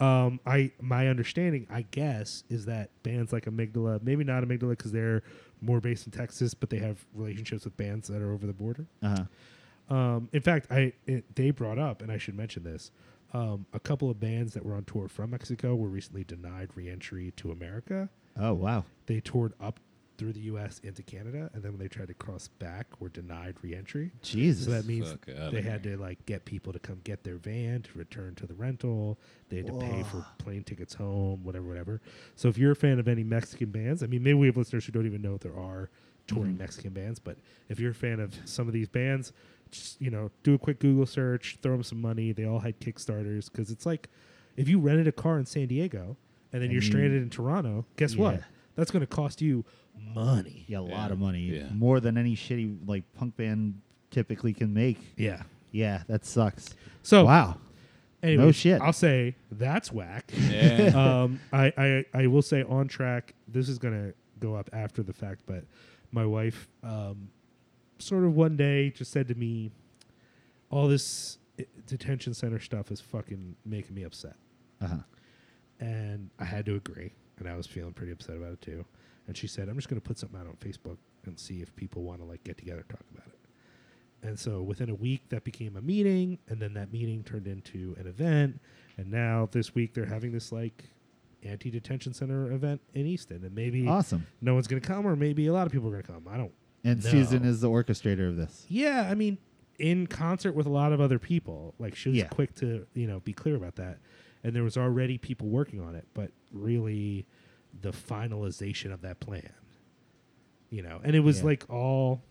B: um, I my understanding, I guess, is that bands like Amygdala, maybe not Amygdala because they're more based in Texas, but they have relationships with bands that are over the border.
A: uh-huh.
B: Um, in fact, I it, they brought up, and I should mention this: um, a couple of bands that were on tour from Mexico were recently denied reentry to America.
A: Oh wow.
B: They toured up through the U.S. into Canada, and then when they tried to cross back, were denied reentry.
A: Jesus.
B: So that means
C: Fuck outta
B: they had to like get people to come get their van to return to the rental. They had to pay for plane tickets home, whatever, whatever. So if you're a fan of any Mexican bands, I mean, maybe we have listeners who don't even know there are touring
A: Mm-hmm.
B: Mexican bands, but if you're a fan of some of these bands, just you know, do a quick Google search, throw them some money. They all had Kickstarters because it's like if you rented a car in San Diego and then you're
A: you-
B: stranded in Toronto, guess what?
A: Yeah.
B: That's going to cost you money.
A: yeah, a lot
C: Yeah,
A: of money.
C: yeah.
A: More than any shitty like punk band typically can make.
B: Yeah.
A: Yeah, that sucks.
B: So
A: wow.
B: Anyway,
A: shit.
B: I'll say that's whack.
C: Yeah.
B: um, I, I I will say on track. This is gonna go up after the fact, but my wife, um, sort of one day, just said to me, "All this eh, detention center stuff is fucking making me upset,"
A: Uh-huh.
B: and I had to agree, and I was feeling pretty upset about it too. And she said, "I'm just gonna put something out on Facebook and see if people want to like get together and talk about it." And so within a week, that became a meeting, and then that meeting turned into an event. And now this week, they're having this like anti detention center event in Easton. And maybe
A: Awesome.
B: no one's going to come, or maybe a lot of people are going to come. I don't.
A: And
B: No.
A: Susan is the orchestrator of this.
B: Yeah, I mean, in concert with a lot of other people. Like she was
A: Yeah.
B: quick to, you know, be clear about that. And there was already people working on it, but really the finalization of that plan. You know, and it was
A: Yeah.
B: like all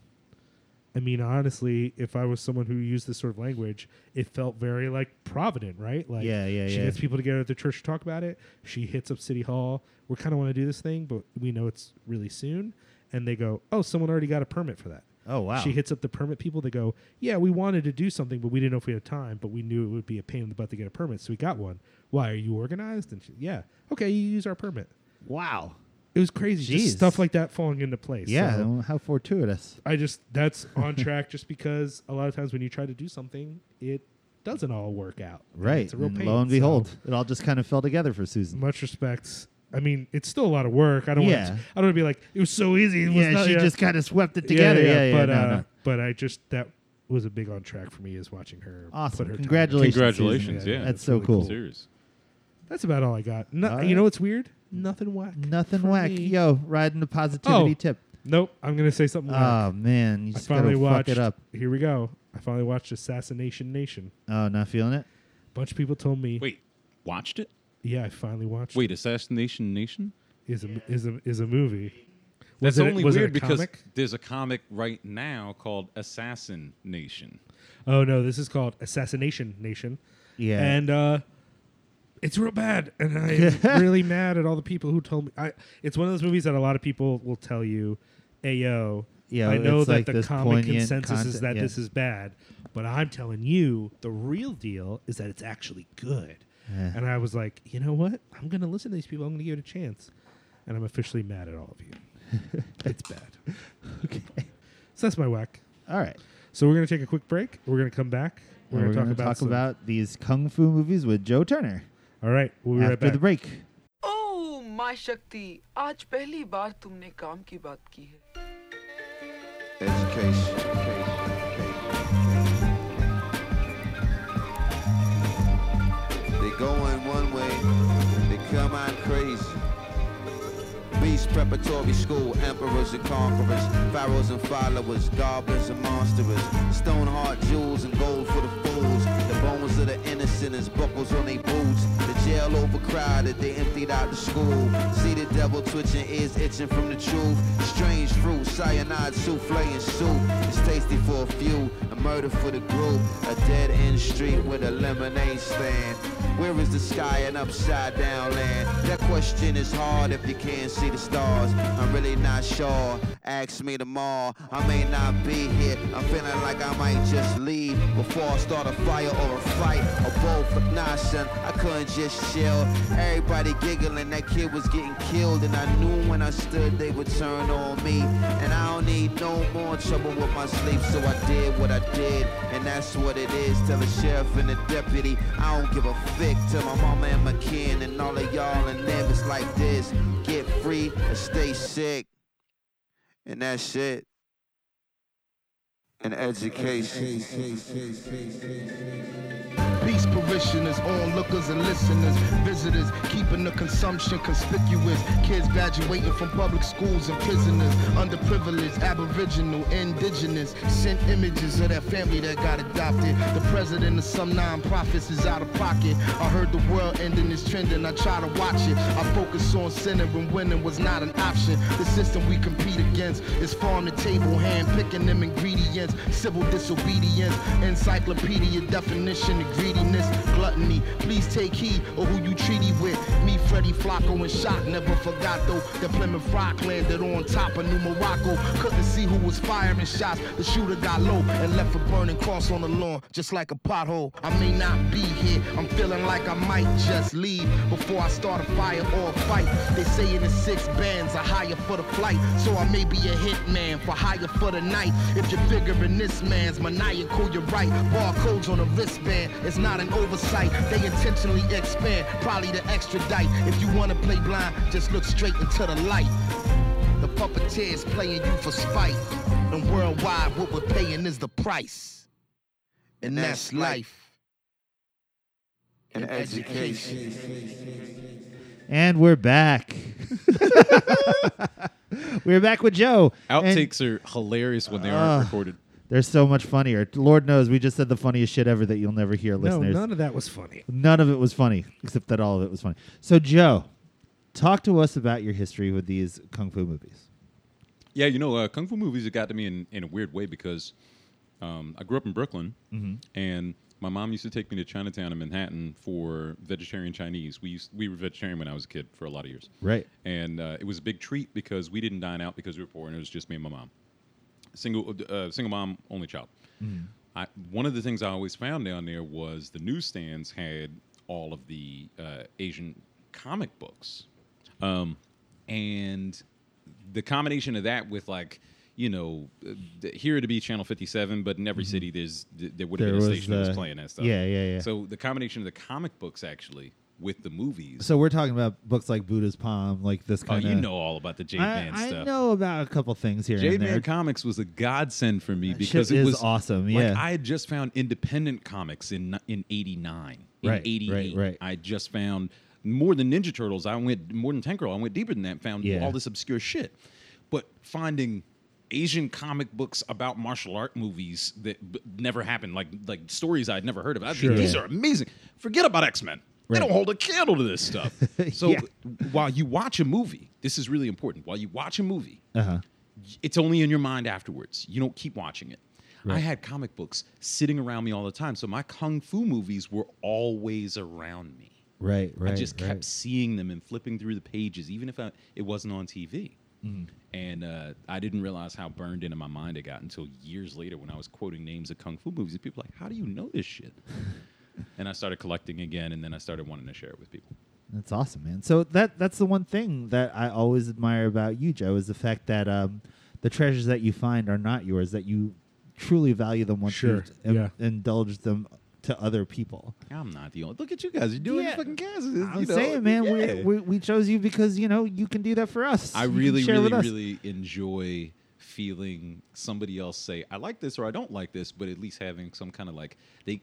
B: I mean, honestly, if I was someone who used this sort of language, it felt very like provident, right? Like
A: Yeah, yeah,
B: she
A: yeah.
B: gets people together at the church to talk about it. She hits up City Hall. We kind of want to do this thing, but we know it's really soon. And they go, "Oh, someone already got a permit for that."
A: Oh wow.
B: She hits up the permit people. They go, Yeah, we wanted to do something, but we didn't know if we had time, but we knew it would be a pain in the butt to get a permit. So we got one. Why are you organized? And she, yeah, okay, you use our permit.
A: wow.
B: It was crazy.
A: Jeez.
B: Just stuff like that falling into place.
A: Yeah,
B: So
A: well, how fortuitous.
B: I just, that's on track just because a lot of times when you try to do something, it doesn't all work out. And
A: Right.
B: It's a real
A: and
B: pain.
A: lo and
B: So,
A: behold, it all just kind of fell together for Susan.
B: much respect. I mean, it's still a lot of work. I don't
A: Yeah.
B: want to, I don't want to be like, it was so easy. It was
A: yeah,
B: not-
A: she just kind of swept it together. Yeah, yeah.
B: but
A: no,
B: uh,
A: no.
B: but I just that was a big on track for me is watching her.
A: Awesome.
B: Put her time.
A: Congratulations.
C: Congratulations,
A: Susan.
C: yeah.
A: That's
B: That's
A: so
B: really
A: cool.
C: Serious.
B: That's about all I got. No,
A: All
B: You
A: right.
B: know what's weird? Nothing whack.
A: Nothing
B: for
A: whack.
B: me.
A: Yo, riding the positivity
B: Oh.
A: tip.
B: Nope. I'm gonna say something. whack.
A: Oh man, you
B: I
A: just gotta
B: finally watched.
A: fuck it up.
B: Here we go. I finally watched Assassination Nation.
A: Oh, not feeling it.
B: Bunch of people told me.
C: Wait, watched it?
B: Yeah, I finally watched.
C: Wait, Assassination Nation?
B: it. is a is a is a movie. Was
C: That's
B: it a-
C: only
B: was it a
C: weird because
B: comic?
C: there's a comic right now called Assassin Nation.
B: Oh no, this is called Assassination Nation.
A: Yeah.
B: And uh it's real bad, and I'm really mad at all the people who told me. I, it's one of those movies that a lot of people will tell you, "Ayo,
A: Yeah,
B: I know
A: it's
B: that
A: like
B: the
A: this
B: common
A: poignant
B: consensus is
A: content-
B: that
A: yeah.
B: this is bad, but I'm telling you, the real deal is that it's actually good."
A: Yeah.
B: And I was like, you know what? I'm gonna listen to these people. I'm gonna give it a chance, and I'm officially mad at all of you. it's bad.
A: Okay.
B: So that's my whack.
A: All right.
B: So we're gonna take a quick break. We're gonna come back. We're,
A: And
B: gonna, talk, about, some-
A: these kung fu movies with Joe Turner
B: All right, we'll be right
A: after
B: back.
A: the break.
D: ओ माँ शक्ति आज पहली बार तुमने काम की बात की है
E: Education. Education. They go in one way, they come out crazy. Beast Preparatory School, emperors and conquerors, pharaohs and followers, goblins and monsters, stone heart jewels and gold for the fools, the bones of the innocent is buckles on their boots, the jail overcrowded, they emptied out the school, see the devil twitching, ears itching from the truth, strange fruit, cyanide souffle and soup, it's tasty for a few, a murder for the group, a dead end street with a lemonade stand, where is the sky and upside down land? That question is hard if you can't see the stars. I'm really not sure. Ask me tomorrow. I may not be here. I'm feeling like I might just leave before I start a fire or a fight or both. Nah, son, I couldn't just chill. Everybody giggling. That kid was getting killed, and I knew when I stood they would turn on me. And I don't need no more trouble with my sleep, so I did what I did, and that's what it is. Tell the sheriff and the deputy, I don't give a fick. Tell my mama and my kin and all of y'all and them it's like this: get free or stay sick, and that's it. And education.
F: Peace parishioners, onlookers and listeners, visitors, keeping the consumption conspicuous. Kids graduating from public schools and prisoners, underprivileged, aboriginal, indigenous, sent images of their family that got adopted. The president of some non-profits is out of pocket. I heard the world ending is trending, I try to watch it. I focus on sinning when winning was not an option. The system we compete against is farm to table, hand picking them ingredients, civil disobedience, encyclopedia definition of greediness, gluttony. Please take heed of who you treaty with. Me, Freddie Flacco, and Shock never forgot though that Plymouth Rock landed on top of New Morocco. Couldn't see who was firing shots. The shooter got low and left a burning cross on the lawn, just like a pothole. I may not be here. I'm feeling like I might just leave before I start a fire or a fight. They say in the six bands I hire for the flight, so I may be a hitman for hire for the night. If you're figuring this man's maniacal, you're right. Barcodes on a wristband, it's not an oversight. They intentionally expand, probably to extradite. If you wanna play blind, just look straight into the light. The puppeteers playing you for spite, and worldwide what we're paying is the price, and that's life.
E: And education.
A: And we're back. we're back with Joe. And
C: Outtakes are hilarious when they
B: Ah.
C: aren't recorded.
A: They're so much funnier. Lord knows we just said the funniest shit ever that you'll never hear,
B: No,
A: listeners.
B: none of that was funny.
A: None of it was funny, except that all of it was funny. So, Joe, talk to us about your history with these kung fu movies.
C: Yeah, you know, uh, kung fu movies have got to me in, in a weird way because um, I grew up in Brooklyn,
B: Mm-hmm.
C: and my mom used to take me to Chinatown in Manhattan for vegetarian Chinese. We used, we were vegetarian when I was a kid for a lot of years,
A: Right.
C: and uh, it was a big treat because we didn't dine out because we were poor, and it was just me and my mom, single uh, single mom, only child.
A: Mm-hmm.
C: I, one of the things I always found down there was the newsstands had all of the uh, Asian comic books um, and the combination of that with like you know uh, th- here it'd be channel 57 but in every city there's th- there would have
A: Mm-hmm. There
C: been a
A: was
C: station that
A: the-
C: was playing that stuff
A: yeah, yeah, yeah.
C: so the combination of the comic books actually with the movies
A: So, we're talking about books like Buddha's Palm, like this
C: oh
A: kind of.
C: you know all about the jade
A: I,
C: man
A: I
C: stuff
A: know about a couple things here
C: jade
A: and there.
C: man comics was a godsend for me
A: That shit
C: because it
A: is
C: was
A: awesome,
C: like,
A: yeah.
C: i had just found independent comics in in 89 in
A: Right, right,
C: 88
A: right.
C: i just found more than ninja turtles i went more than tank girl i went deeper than that found
A: Yeah.
C: all this obscure shit but finding asian comic books about martial art movies that b- never happened like like stories i'd never heard of I think
A: Sure.
C: these
A: Yeah.
C: are amazing forget about x-men
A: Right.
C: they don't hold a candle to this stuff so
A: Yeah.
C: while you watch a movie this is really important while you watch a movie
A: Uh-huh.
C: it's only in your mind afterwards. You don't keep watching it. I had comic books sitting around me all the time, so my kung fu movies were always around me.
G: Right, right.
C: I just kept
G: right.
C: seeing them and flipping through the pages, even if I, it wasn't on TV.
A: Mm-hmm.
C: And uh, I didn't realize how burned into my mind it got until years later when I was quoting names of kung fu movies. And people were like, "How do you know this shit?" and I started collecting again, and then I started wanting to share it with people.
A: That's awesome, man. So that that's the one thing that I always admire about you, Joe, is the fact that um, the treasures that you find are not yours; that you truly value them once
B: Sure,
A: you've in-
B: yeah.
A: indulged them to other people.
C: I'm not the only. Look at you guys. You're doing
A: Yeah.
C: fucking cast.
A: I'm saying, man, we, we we chose you because you know you can do that for us.
C: I
A: You can
C: really,
A: share
C: really,
A: with us.
C: really enjoy feeling somebody else say, "I like this" or "I don't like this," but at least having some kind of like they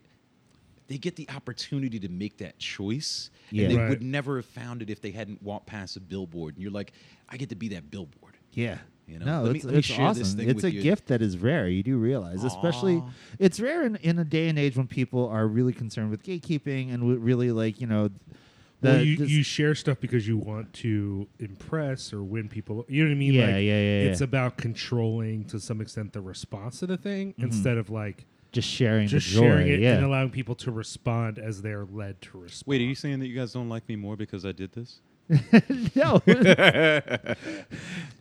C: they get the opportunity to make that choice,
A: Yeah.
C: and they
B: Right.
C: would never have found it if they hadn't walked past a billboard. And you're like, "I get to be that billboard."
A: Yeah.
C: You know,
A: no,
C: let me-
A: it's,
C: let me
A: it's
C: share
A: awesome.
C: this thing
A: it's a
C: with you.
A: gift that is rare. You do realize, especially
C: Aw.
A: it's rare in, in a day and age when people are really concerned with gatekeeping and would really like you know. The,
B: well, you,
A: this-
B: you share stuff because you want to impress or win people. You know what I mean?
A: Yeah,
B: like,
A: yeah, yeah,
B: It's
A: yeah.
B: about controlling to some extent the response to the thing instead of like
A: just sharing
B: just
A: the joy,
B: sharing it
A: Mm-hmm. yeah.
B: and allowing people to respond as they're led to respond.
C: Wait, are you saying that you guys don't like me more because I did this?
A: no,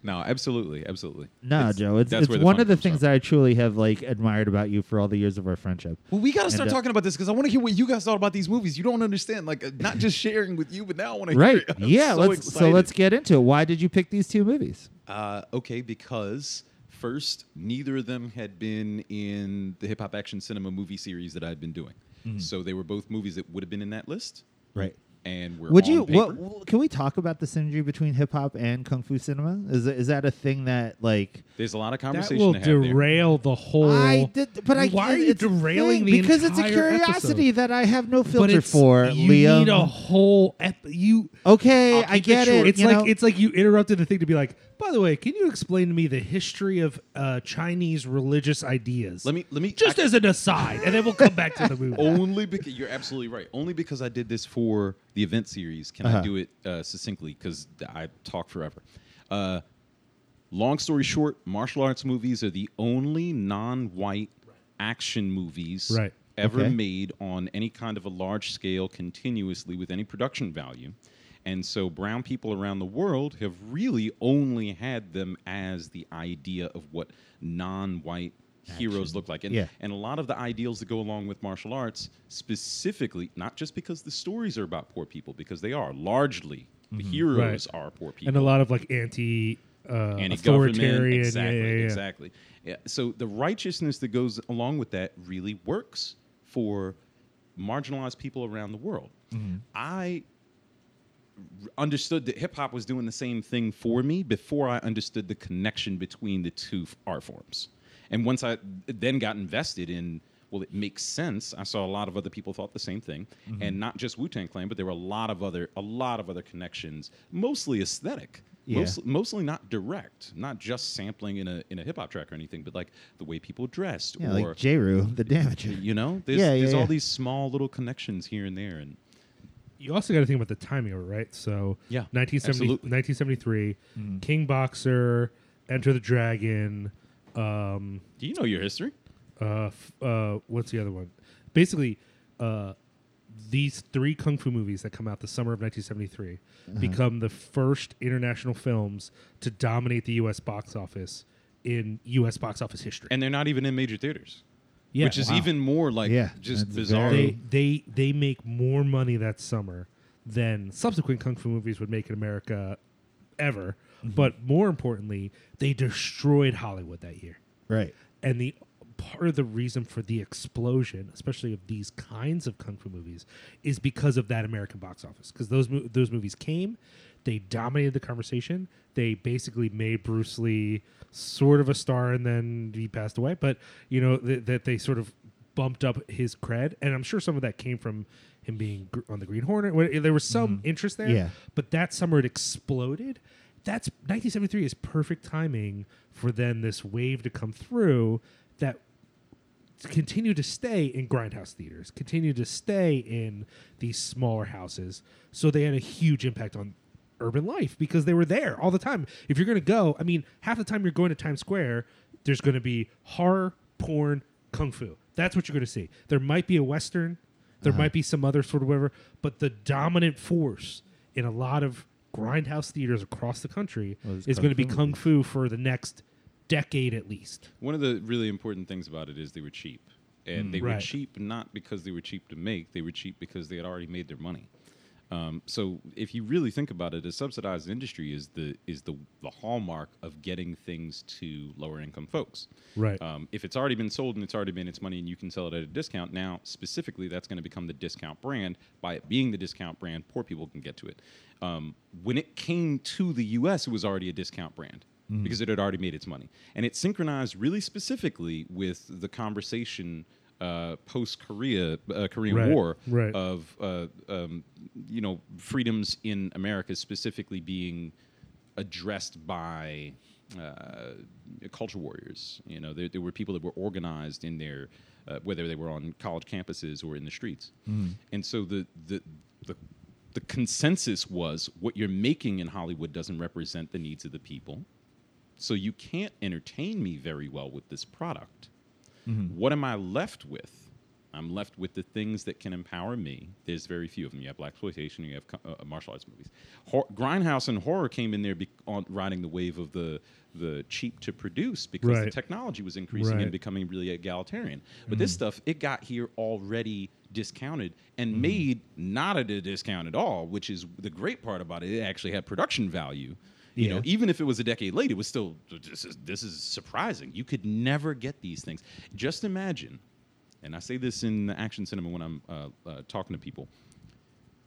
C: No, absolutely, absolutely.
A: no, Joe. It's,
C: that's
A: it's
C: where the
A: one
C: fun
A: of the
C: comes
A: things
C: from.
A: that I truly have like admired about you for all the years of our friendship.
C: Well, we got to start
A: uh,
C: talking about this because I want to hear what you guys thought about these movies. You don't understand, like uh, not just sharing with you, but now I want to
A: Right?
C: hear. it. I'm
A: yeah.
C: so
A: let's so
C: excited.
A: let's get into it. Why did you pick these two movies?
C: Uh, okay, because first, neither of them had been in the hip hop action cinema movie series that I had been doing.
B: Mm-hmm.
C: So they were both movies that would have been in that list,
G: right.
C: and were
A: Would
C: on
A: you?
C: paper.
A: What, what- can we talk about the synergy between hip hop and kung fu cinema? Is is that a thing that like?
C: There's a lot of
B: That
C: conversation
B: will
C: to have there.
B: derail the whole.
A: I did, but I
B: Why are
A: it-
B: you
A: it's the
B: derailing
A: thing,
B: the
A: because it's a
B: entire episode?
A: curiosity that I have no
B: But
A: filter
B: it's,
A: for,
B: you
A: Liam.
B: need a whole ep- you.
A: okay, I
C: I'll keep it
A: get it.
C: short.
B: It's
A: you
B: like
A: know?
B: it's like you interrupted the thing to be like. By the way, can you explain to me the history of uh, Chinese religious ideas?
C: Let me let me
B: just
C: I-
B: as an aside, and then we'll come back to the movie.
C: only because you're absolutely right. Only because I did this for the event series can
A: Uh-huh.
C: I do it uh, succinctly because I talk forever. Uh, long story short, martial arts movies are the only non-white action movies
B: Right.
C: ever
A: Okay.
C: made on any kind of a large scale continuously with any production value. And so brown people around the world have really only had them as the idea of what non-white heroes look like. And
A: Yeah.
C: and a lot of the ideals that go along with martial arts, specifically, not just because the stories are about poor people, because they are largely the heroes are poor people.
B: and a lot of like anti uh,
C: Anti-government,
B: authoritarian.
C: Exactly,
B: yeah, yeah, yeah.
C: exactly. Yeah, so the righteousness that goes along with that really works for marginalized people around the world.
B: Mm-hmm.
C: I r- understood that hip hop was doing the same thing for me before I understood the connection between the two f- art forms. And once I then got invested in, well, it makes sense. I saw a lot of other people thought the same thing,
A: Mm-hmm.
C: and not just Wu Tang Clan, but there were a lot of other, a lot of other connections, mostly aesthetic,
A: Yeah.
C: mostly, mostly not direct, not just sampling in a in a hip hop track or anything, but like the way people dressed
A: yeah,
C: or
A: like J-Ru, the damage.
C: you know, there's
A: Yeah, yeah,
C: there's
A: yeah.
C: all these small little connections here and there, and
B: You also got to think about the timing of it, right? So
C: Yeah,
B: 1970,
C: absolutely.
B: 1973,
C: Mm-hmm.
B: King Boxer, Enter the Dragon. Um,
C: do you know your history?
B: uh, f- uh, what's the other one? Basically, uh, these three kung fu movies that come out the summer of 1973 become the first international films to dominate the U.S. box office in U.S. box office history.
C: and they're not even in major theaters,
B: Yeah.
C: which is
B: Wow.
C: even more like
A: Yeah,
C: just
A: that's
C: bizarre.
A: very-
B: they they they make more money that summer than subsequent kung fu movies would make in America ever. But more importantly, they destroyed Hollywood that year.
A: Right.
B: And the part of the reason for the explosion, especially of these kinds of kung fu movies, is because of that American box office. Because those mo- those movies came, they dominated the conversation. They basically made Bruce Lee sort of a star, and then he passed away. But you know th- that they sort of bumped up his cred, and I'm sure some of that came from him being gr- on the Green Hornet. Wh- There was some interest there,
A: Yeah.
B: but that summer it exploded. That's 1973 is perfect timing for then this wave to come through that continue to stay in grindhouse theaters, continue to stay in these smaller houses. So they had a huge impact on urban life because they were there all the time. If you're going to go, I mean, half the time you're going to Times Square, there's going to be horror, porn, kung fu. That's what you're going to see. There might be a western,
A: Uh-huh.
B: There might be some other sort of whatever, but the dominant force in a lot of grindhouse theaters across the country
A: it's
B: is
A: kung
B: going to be
A: fu
B: kung fu for the next decade at least.
C: One of the really important things about it is they were cheap. And they were
B: Mm, Right.
C: cheap not because they were cheap to make, they were cheap because they had already made their money. Um, so if you really think about it, a subsidized industry is the is the, the hallmark of getting things to lower income folks.
B: Right.
C: Um, if it's already been sold and it's already made its money and you can sell it at a discount, now specifically that's going to become the discount brand. By it being the discount brand, poor people can get to it. Um, when it came to the US, it was already a discount brand because it had already made its money. And it synchronized really specifically with the conversation uh, post Korea, uh, Korean
B: Right,
C: War
B: right.
C: of uh, um, you know freedoms in America specifically being addressed by uh, culture warriors. You know, there, there were people that were organized in their uh, whether they were on college campuses or in the streets,
B: Mm.
C: and so the the the the consensus was what you're making in Hollywood doesn't represent the needs of the people, so you can't entertain me very well with this product
B: Mm-hmm.
C: what am I left with? I'm left with the things that can empower me. There's very few of them. You have black exploitation. You have co- uh, martial arts movies. Hor- Grindhouse and horror came in there bec on riding the wave of the the cheap to produce because the
B: Right.
C: technology was increasing
B: Right.
C: and becoming really egalitarian. But this stuff, it got here already discounted and made not at a discount at all, which is the great part about it. It actually had production value. You know,
B: Yeah.
C: even if it was a decade late, it was still this is this is surprising. You could never get these things. Just imagine, and I say this in the action cinema when I'm uh, uh, talking to people.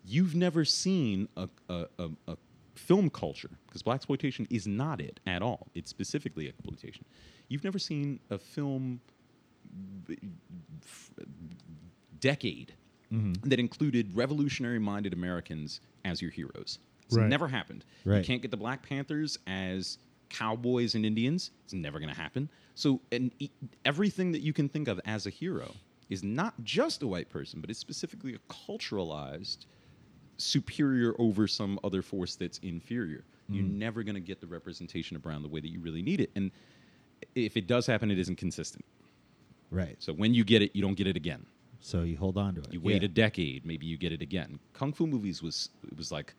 C: You've never seen a, a, a, a film culture because black exploitation is not it at all. It's specifically exploitation. You've never seen a film decade that included revolutionary minded Americans as your heroes. It's
B: Right.
C: never happened. You
A: Right.
C: can't get the Black Panthers as cowboys and Indians. It's never going to happen. So, and e- everything that you can think of as a hero is not just a white person, but it's specifically a culturalized superior over some other force that's inferior. You're never going to get the representation of Brown the way that you really need it. And if it does happen, it isn't consistent.
A: Right.
C: So when you get it, you don't get it again.
A: So you hold on to it.
C: You wait a decade, maybe you get it again. Kung Fu movies was it was like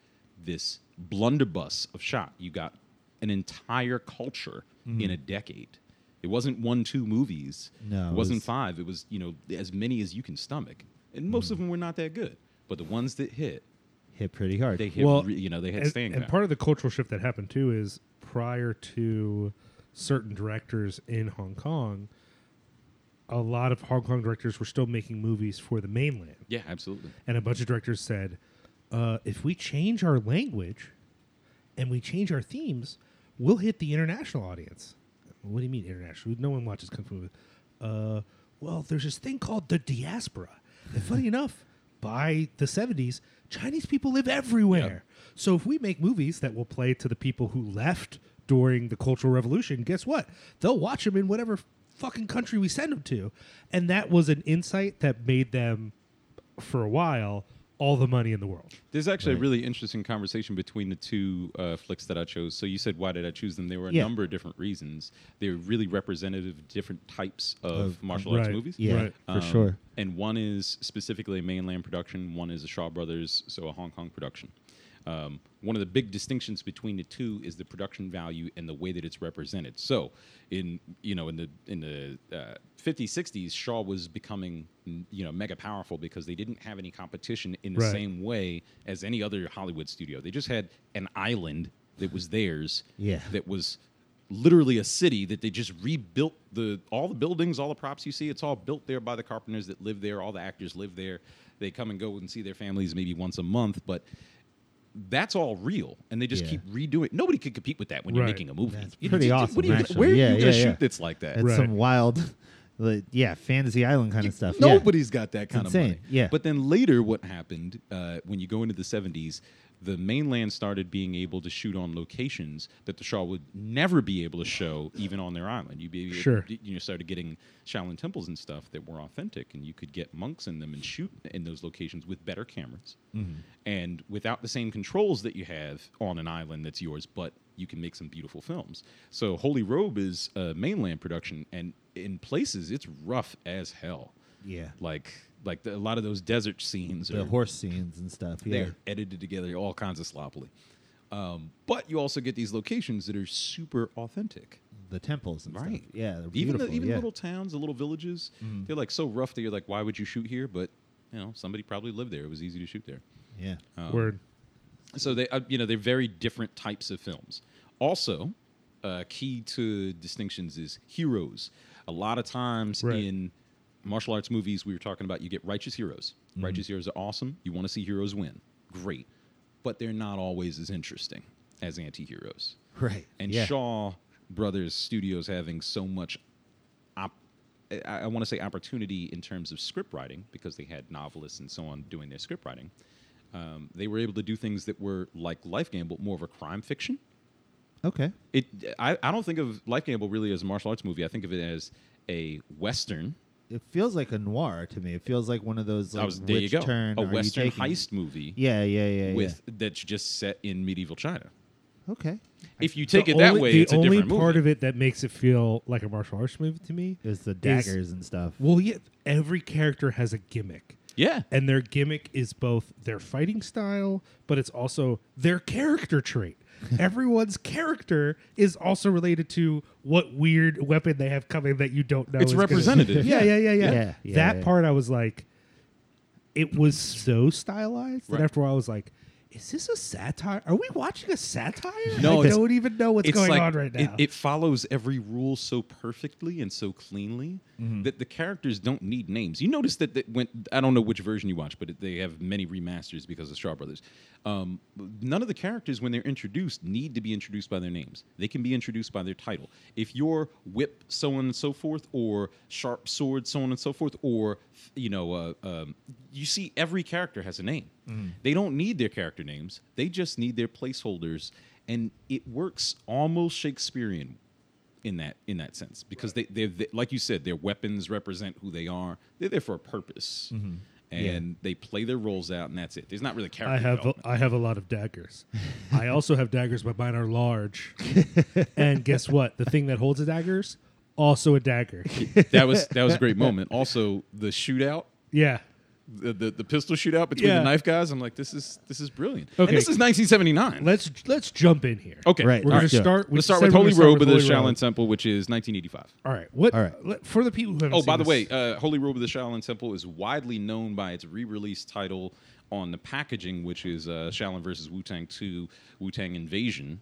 C: this blunderbuss of shot. You got an entire culture
B: Mm-hmm.
C: in a decade. It wasn't one, two movies.
A: No,
C: it
A: it
C: wasn't
A: was-
C: five. It was you know as many as you can stomach, and
B: Mm-hmm.
C: most of them were not that good. But the ones that hit,
A: Hit pretty hard.
C: they hit.
B: Well,
C: re- you know they had
B: and,
C: staying
B: and
C: power.
B: part of the cultural shift that happened too is prior to certain directors in Hong Kong, a lot of Hong Kong directors were still making movies for the mainland.
C: yeah, absolutely.
B: And a bunch of directors said, uh, if we change our language and we change our themes, we'll hit the international audience. What do you mean international? No one watches Kung Fu. Uh, well, there's this thing called the diaspora. And funny enough, by the 70s, Chinese people live everywhere. So if we make movies that will play to the people who left during the Cultural Revolution, guess what? They'll watch them in whatever fucking country we send them to. And that was an insight that made them for a while all the money in the world.
C: There's actually a really interesting conversation between the two uh, flicks that I chose. So you said, why did I choose them? There were a
A: Yeah.
C: number of different reasons. They're really representative of different types of
A: Of-
C: martial arts
B: right,
C: movies.
A: yeah,
B: Right. Um,
A: for sure.
C: And one is specifically a mainland production, one is a Shaw Brothers, so a Hong Kong production. Um, one of the big distinctions between the two is the production value and the way that it's represented. So, in you know, in the in the uh, 50s, 60s, Shaw was becoming mm, you know mega powerful because they didn't have any competition in the
B: Right.
C: same way as any other Hollywood studio. They just had an island that was theirs.
A: Yeah.
C: That was literally a city that they just rebuilt the all the buildings, all the props you see, it's all built there by the carpenters that live there, all the actors live there. They come and go and see their families maybe once a month, but that's all real, and they just
A: Yeah.
C: keep redoing. Nobody could compete with that when you're
B: Right.
C: making a movie.
A: That's
C: You-
A: pretty
C: you-
A: awesome,
C: what are you-
A: actually. Yeah,
C: Where are you
A: yeah,
C: going to
A: yeah.
C: shoot that's like that?
A: That's
B: Right.
A: some wild, like, yeah, fantasy island kind of stuff. Yeah.
C: Nobody's got that kind
A: insane.
C: of money.
A: Yeah.
C: But then later, what happened uh, when you go into the 70s, the mainland started being able to shoot on locations that the Shaw would never be able to show, even on their island. You'd be
B: Sure.
C: you know, started getting Shaolin temples and stuff that were authentic, and you could get monks in them and shoot in those locations with better cameras and without the same controls that you have on an island that's yours, but you can make some beautiful films. So, Holy Robe is a mainland production, and in places, it's rough as hell
A: Yeah.
C: like Like the, a lot of those desert scenes,
A: the
C: are,
A: horse scenes and stuff. Yeah.
C: they're edited together all kinds of sloppily. Um, but you also get these locations that are super authentic.
A: The temples and
C: Right.
A: stuff. Yeah. they're
C: Even the
A: beautiful,
C: even
A: yeah. Mm-hmm.
C: little towns, the little villages, they're like so rough that you're like, why would you shoot here? But you know, somebody probably lived there. It was easy to shoot there.
A: Yeah.
B: Word.
C: So they, uh, you know, they're very different types of films. Also, uh, key to distinctions is heroes. A lot of times
B: Right.
C: in martial arts movies, we were talking about you get righteous heroes. Righteous heroes are awesome. You want to see heroes win, great, but they're not always as interesting as anti-heroes.
A: Right.
C: And
A: yeah.
C: Shaw Brothers Studios having so much, op- I, I want to say opportunity in terms of script writing because they had novelists and so on doing their script writing. Um, they were able to do things that were like Life Gamble, more of a crime fiction.
A: Okay.
C: It, I, I don't think of Life Gamble really as a martial arts movie. I think of it as a western.
A: It feels like a noir to me. It feels like one of those like
C: I was there you
A: which
C: go,
A: turn
C: a
A: are you
C: western
A: taking?
C: heist movie
A: Yeah, yeah, yeah.
C: with that's just set in medieval China.
A: yeah. okay.
C: If you take
B: The
C: it that
B: only-
C: way,
B: the
C: it's a
B: only
C: different
B: part
C: movie.
B: of it that makes it feel like a martial arts movie to me
A: It's the
B: is-
A: daggers and stuff.
B: Well, yeah, every character has a gimmick.
C: yeah,
B: And their gimmick is both their fighting style, but it's also their character trait. Everyone's character is also related to what weird weapon they have coming that you don't know.
C: It's
B: is gonna-
C: representative.
B: yeah, yeah, yeah, yeah,
A: Yeah, yeah,
B: That
A: yeah.
B: part I was like, it was so stylized
C: Right.
B: that after a while I was like, is this a satire? Are we watching a satire?
C: No,
B: I
C: it's-
B: don't even know what's
C: it's
B: going
C: like
B: on right
C: it-
B: now.
C: It, follows every rule so perfectly and so cleanly
B: Mm-hmm.
C: that the characters don't need names. You notice that, that when I don't know which version you watch, but it, they have many remasters because of Shaw Brothers. Um, none of the characters, when they're introduced, need to be introduced by their names. They can be introduced by their title. If you're Whip, so on and so forth, or Sharp Sword, so on and so forth, or you know, uh, um, you see every character has a name.
B: Mm-hmm.
C: They don't need their character names. They just need their placeholders and it works almost Shakespearean in that in that sense because they they they- like you said their weapons represent who they are. They're there for a purpose, and they play their roles out, and that's it. There's not really character.
B: Mm-hmm. I have a,
C: development.
B: I have a lot of daggers. I also have daggers, but mine are large. and guess what? The thing that holds the daggers also a dagger.
C: that was that was a great moment. Also, the shootout.
B: Yeah.
C: The, the, the pistol shootout between
B: Yeah.
C: the knife guys. I'm like, this is this is brilliant.
B: Okay.
C: And this is 1979.
B: Let's let's jump in here.
C: okay,
A: Right.
B: We're
A: All
B: gonna
A: right.
B: start. we
C: Let's start
B: said
C: with
B: we were
C: Holy
B: gonna
C: Robe
B: start
C: of the
B: with Holy
C: Shaolin
B: Road.
C: Temple, which is 1985.
B: All right. What?
A: All right.
B: let- for the people who haven't
C: Oh,
B: seen
C: by the
B: this-
C: way, uh, Holy Robe of the Shaolin Temple is widely known by its re-release title on the packaging, which is uh, Shaolin versus Wu Tang Two: Wu Tang Invasion.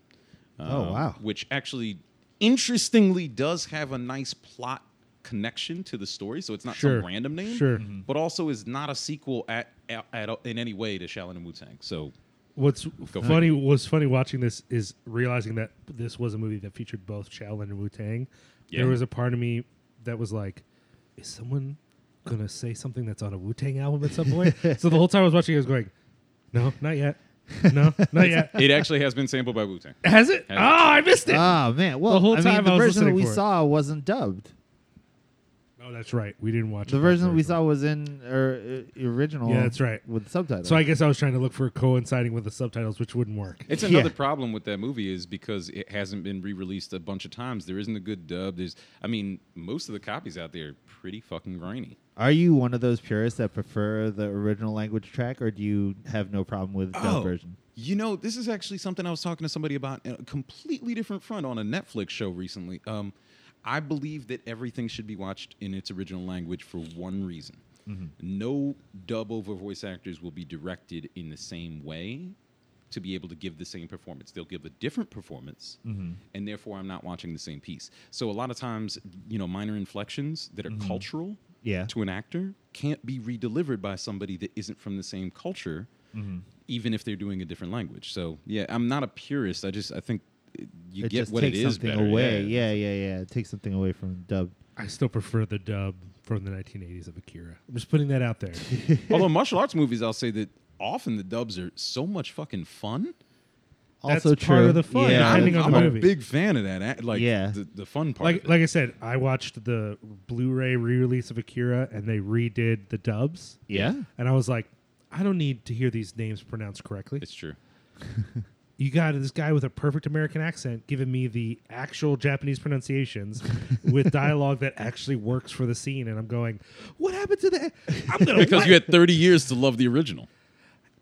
A: Oh,
C: um,
A: wow.
C: Which actually, interestingly, does have a nice plot connection to the story, so it's not
B: Sure.
C: some random name,
B: Sure.
C: but also is not a sequel at, at, at in any way to Shaolin and Wu Tang. So
B: what's
C: ahead.
B: funny was funny watching this is realizing that this was a movie that featured both Shaolin and Wu Tang.
C: Yeah.
B: There was a part of me that was like, is someone gonna say something that's on a Wu Tang album at some point? so the whole time I was watching, I was going, no, not yet, no, not yet.
C: it actually has been sampled by Wu Tang.
B: Has it?
C: Has it.
B: oh, I missed it.
A: Oh man! Well,
B: whole
A: I mean,
B: time
A: the
B: I was
A: version that
B: listening
A: we
B: for it.
A: saw wasn't dubbed.
B: oh, that's right. We didn't watch
A: The
B: it.
A: version that we saw was in or uh, original.
B: Yeah, that's right.
A: With subtitles.
B: So I guess I was trying to look for coinciding with the subtitles, which wouldn't work.
C: It's
A: Yeah.
C: another problem with that movie is because it hasn't been re-released a bunch of times. There isn't a good dub. There's, I mean, most of the copies out there are pretty fucking grainy.
A: Are you one of those purists that prefer the original language track, or do you have no problem with the
C: Oh,
A: dub version?
C: you know, this is actually something I was talking to somebody about in a completely different front on a Netflix show recently. Um, I believe that everything should be watched in its original language for one reason. No dub over voice actors will be directed in the same way to be able to give the same performance. They'll give a different performance, and therefore I'm not watching the same piece. So a lot of times, you know, minor inflections that are cultural
A: Yeah.
C: to an actor can't be redelivered by somebody that isn't from the same culture, even if they're doing a different language. So yeah, I'm not a purist. I just I think uh, you
A: it
C: get
A: just
C: what it
A: takes
C: is
A: something
C: better.
A: away. Yeah. yeah, yeah, It takes something away from dub.
B: I still prefer the dub from the 1980s of Akira. I'm just putting that out there.
C: Although martial arts movies, I'll say that often the dubs are so much fucking fun.
B: That's
A: also true.
B: part of the fun,
A: Yeah,
C: I'm,
B: depending on the
C: I'm
B: movie.
C: a big fan of that. act- Like
A: Yeah.
C: the, the fun part.
B: like
C: of it.
B: like I said, I watched the Blu-ray re-release of Akira, and they redid the dubs.
A: Yeah.
B: and I was like, I don't need to hear these names pronounced correctly.
C: it's true.
B: you got this guy with a perfect American accent giving me the actual Japanese pronunciations with dialogue that actually works for the scene, and I'm going, "What happened to that? I'm gonna
C: Because
B: wipe,
C: you had 30 years to love the original.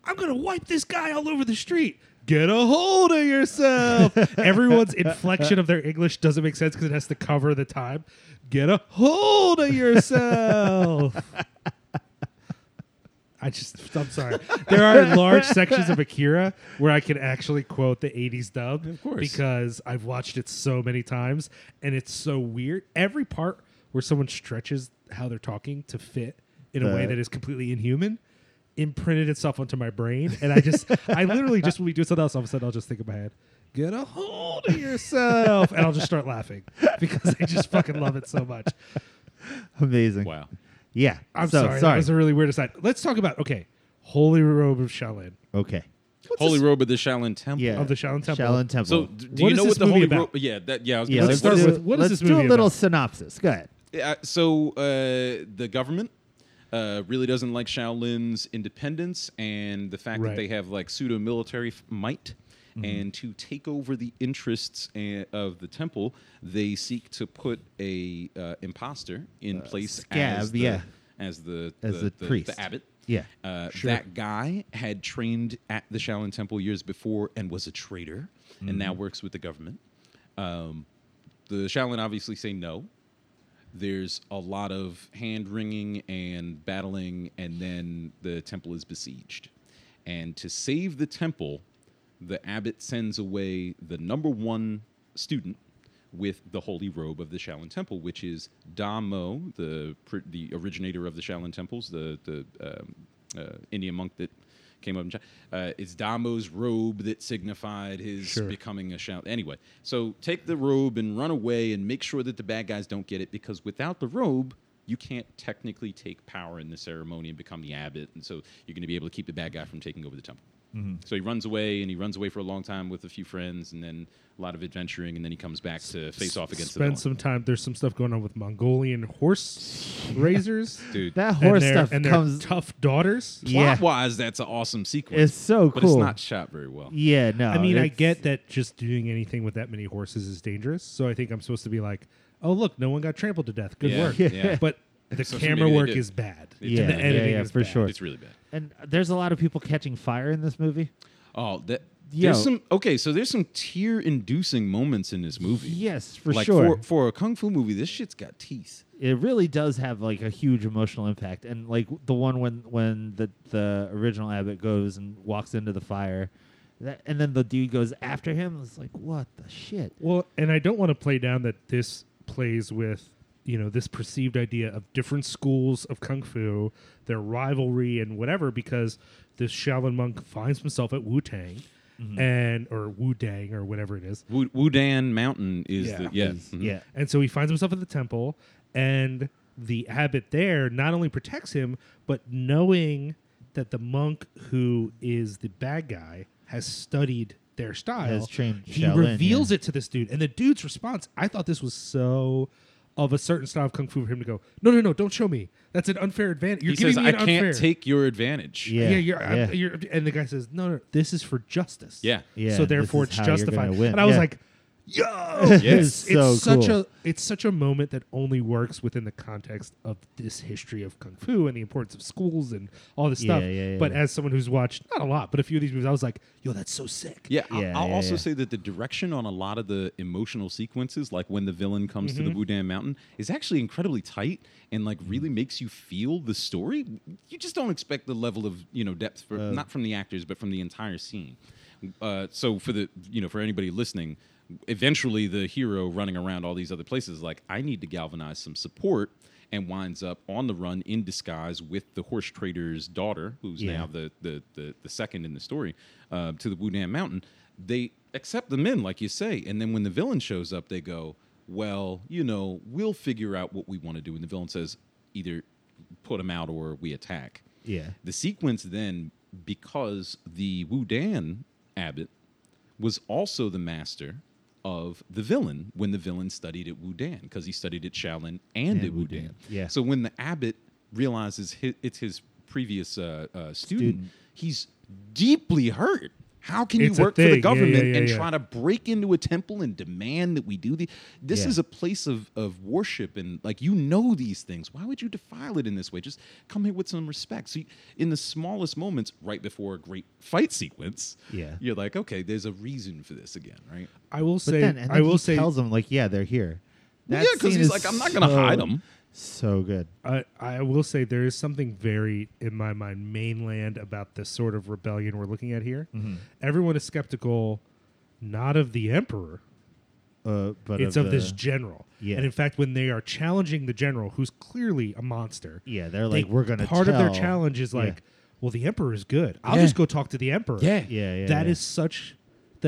B: I'm gonna wipe this guy all over the street." Get a hold of yourself. Everyone's inflection of their English doesn't make sense because it has to cover the time. Get a hold of yourself. I just, I'm sorry. There are large sections of Akira where I can actually quote the 80s dub.
C: Of course.
B: Because I've watched it so many times and it's so weird. Every part where someone stretches how they're talking to fit in a way
A: Right.
B: that is completely inhuman imprinted itself onto my brain. And I just, I literally just will be doing something else. All of a sudden, I'll just think in my head, get a hold of yourself. and I'll just start laughing because I just fucking love it so much.
A: Amazing.
C: Wow.
A: Yeah.
B: I'm
A: so,
B: sorry. That
A: Sorry.
B: was a really weird aside. Let's talk about, okay, Holy Robe of Shaolin.
A: okay.
B: What's
C: Holy
B: this-
C: Robe of the Shaolin Temple.
A: Yeah.
B: Of the Shaolin Temple.
A: Shaolin Temple.
C: So, d- do
B: What
C: you
B: is
C: know
B: this
C: what the
B: movie
C: Holy
B: about?
C: Robe? Yeah, that, yeah. I was
A: yeah,
C: gonna
B: let's
C: say,
B: start
C: what's
A: do,
B: with- what is
A: let's
B: this
A: do a
B: movie
A: little
B: about?
A: synopsis. Go ahead.
C: Uh, so uh, the government uh, really doesn't like Shaolin's independence and the fact
B: Right.
C: that they have like pseudo military f- might.
A: Mm-hmm.
C: And to take over the interests a- of the temple, they seek to put a uh, imposter in place as
A: scab,
C: the,
A: yeah.
C: as the
A: As the priest.
C: abbot.
A: Yeah.
C: Uh, That guy had trained at the Shaolin Temple years before and was a traitor, and
A: Mm-hmm.
C: now works with the government. Um, the Shaolin obviously say no. There's a lot of hand wringing and battling, and then the temple is besieged. And to save the temple, the abbot sends away the number one student with the holy robe of the Shaolin Temple, which is Damo, the pr- the originator of the Shaolin Temples, the the um, uh, Indian monk that came up. In China. Uh, it's Damo's robe that signified his
B: Sure.
C: becoming a Shaolin. Anyway, so take the robe and run away, and make sure that the bad guys don't get it, because without the robe. You can't technically take power in the ceremony and become the abbot, and so you're going to be able to keep the bad guy from taking over the temple.
A: Mm-hmm.
C: So he runs away, and he runs away for a long time with a few friends, and then a lot of adventuring, and then he comes back to face off against the
B: Spend
C: villain.
B: some time. There's some stuff going on with Mongolian horse raisers.
C: dude.
A: That
B: and
A: horse
B: their,
A: stuff
B: and their
A: comes.
B: tough daughters.
A: yeah.
C: plot wise, that's an awesome sequence.
A: It's so
C: but
A: cool.
C: it's not shot very well.
A: Yeah. No.
B: I mean, I
A: it's-
B: get that just doing anything with that many horses is dangerous. So I think I'm supposed to be like, oh, look, no one got trampled to death. Good
C: Yeah,
B: work.
C: yeah.
B: But the
C: So
B: camera
C: maybe they
B: work
C: did.
B: is bad.
C: They
B: And
A: Yeah,
B: the
A: yeah,
B: editing
A: yeah,
B: is
A: for
B: bad.
A: sure.
C: It's really bad.
A: And there's a lot of people catching fire in this movie.
C: Oh, that
A: Yo.
C: there's some okay. So there's some tear inducing moments in this movie.
A: Yes, for
C: like
A: sure.
C: For, for a kung fu movie, this shit's got teeth.
A: it really does have like a huge emotional impact and like the one when when the the original abbot goes and walks into the fire that, and then the dude goes after him it's like what the shit
B: Well, and I don't want to play down that this plays with, you know, this perceived idea of different schools of kung fu, their rivalry and whatever, because this Shaolin monk finds himself at Wu Tang and or Wu Dang or whatever it is.
C: Wu- Wudan Mountain is
B: Yeah.
C: the yeah. mhm.
A: yeah
B: And so he finds himself at the temple, and the abbot there not only protects him, but knowing that the monk who is the bad guy has studied their style,
A: Has trained
B: he
A: Shaolin,
B: reveals it to this dude. And the dude's response, I thought this was so of a certain style of kung fu for him to go, no, no, no, don't show me. That's an unfair advantage. You're
C: He
B: giving
C: says,
B: me
C: "I
B: an
C: can't
B: unfair."
C: take your advantage."
A: Yeah.
B: Yeah, you're, I'm-
A: yeah.
B: you're, and the guy says, no, no, this is for justice.
C: Yeah.
A: Yeah,
B: So
A: this
B: therefore,
A: is
B: it's
A: how you're
B: justified.
A: gonna win.
B: And I was
A: Yeah.
B: like, yo,
A: Yes.
B: it's, it's
A: So
B: such
A: cool.
B: a it's such a moment that only works within the context of this history of kung fu and the importance of schools and all this stuff.
A: Yeah, yeah, yeah,
B: but
A: yeah.
B: as someone who's watched not a lot, but a few of these movies, I was like, yo, that's so sick.
C: Yeah, I-
A: Yeah,
C: I'll
A: yeah,
C: also
A: yeah.
C: say that the direction on a lot of the emotional sequences, like when the villain comes to
A: Mm-hmm.
C: the Wudan Mountain, is actually incredibly tight and like really makes you feel the story. You just don't expect the level of you know depth,
A: Uh.
C: for, not from the actors, but from the entire scene. Uh, so for the you know for anybody listening, eventually the hero running around all these other places, like I need to galvanize some support. And winds up on the run in disguise with the horse trader's daughter, who's
A: Yeah.
C: now the the the the, the second in the story uh, to the Wudan Mountain, they accept them in, like you say, and then when the villain shows up, they go, "Well, you know, we'll figure out what we want to do." And the villain says, "Either put him out or we attack."
A: Yeah.
C: The sequence then, because the Wudan abbot was also the master of the villain when the villain studied at Wudan, because he studied at Shaolin and,
A: And
C: at
A: Wudan,
C: Wudan.
A: yeah.
C: So when the abbot realizes hi it's his previous uh, uh, student, he's deeply hurt How can you
B: It's a
C: work for the
B: thing. Yeah, yeah,
C: government
B: yeah,
C: and
B: yeah.
C: try to break into a temple and demand that we do the? This
B: Yeah.
C: is a place of of worship and like you know these things. Why would you defile it in this way? Just come here with some respect. So you- in the smallest moments, right before a great fight sequence,
A: Yeah.
C: you're like, okay, there's a reason for this again, right?
B: I will
A: But
B: say,
A: then, and then
B: I will
A: he
B: say,
A: tells them like, yeah, they're here.
C: Well,
A: That
C: yeah, 'cause
A: scene
C: he's
A: is
C: like, I'm not gonna hide 'em.
A: So good.
B: I, I will say there is something very in my mind mainland about this sort of rebellion we're looking at here.
A: Mm-hmm.
B: Everyone is skeptical, not of the emperor,
A: Uh, but
B: it's of,
A: the-
B: this general.
A: Yeah.
B: And in fact, when they are challenging the general, who's clearly a monster,
A: Yeah, they're
B: they-
A: like, we're gonna.
B: Part of their
A: tell."
B: challenge is
A: Yeah.
B: like, well, the emperor is good. I'll
A: Yeah.
B: just go talk to the emperor.
C: Yeah.
A: Yeah, yeah,
B: That
A: yeah.
B: is such.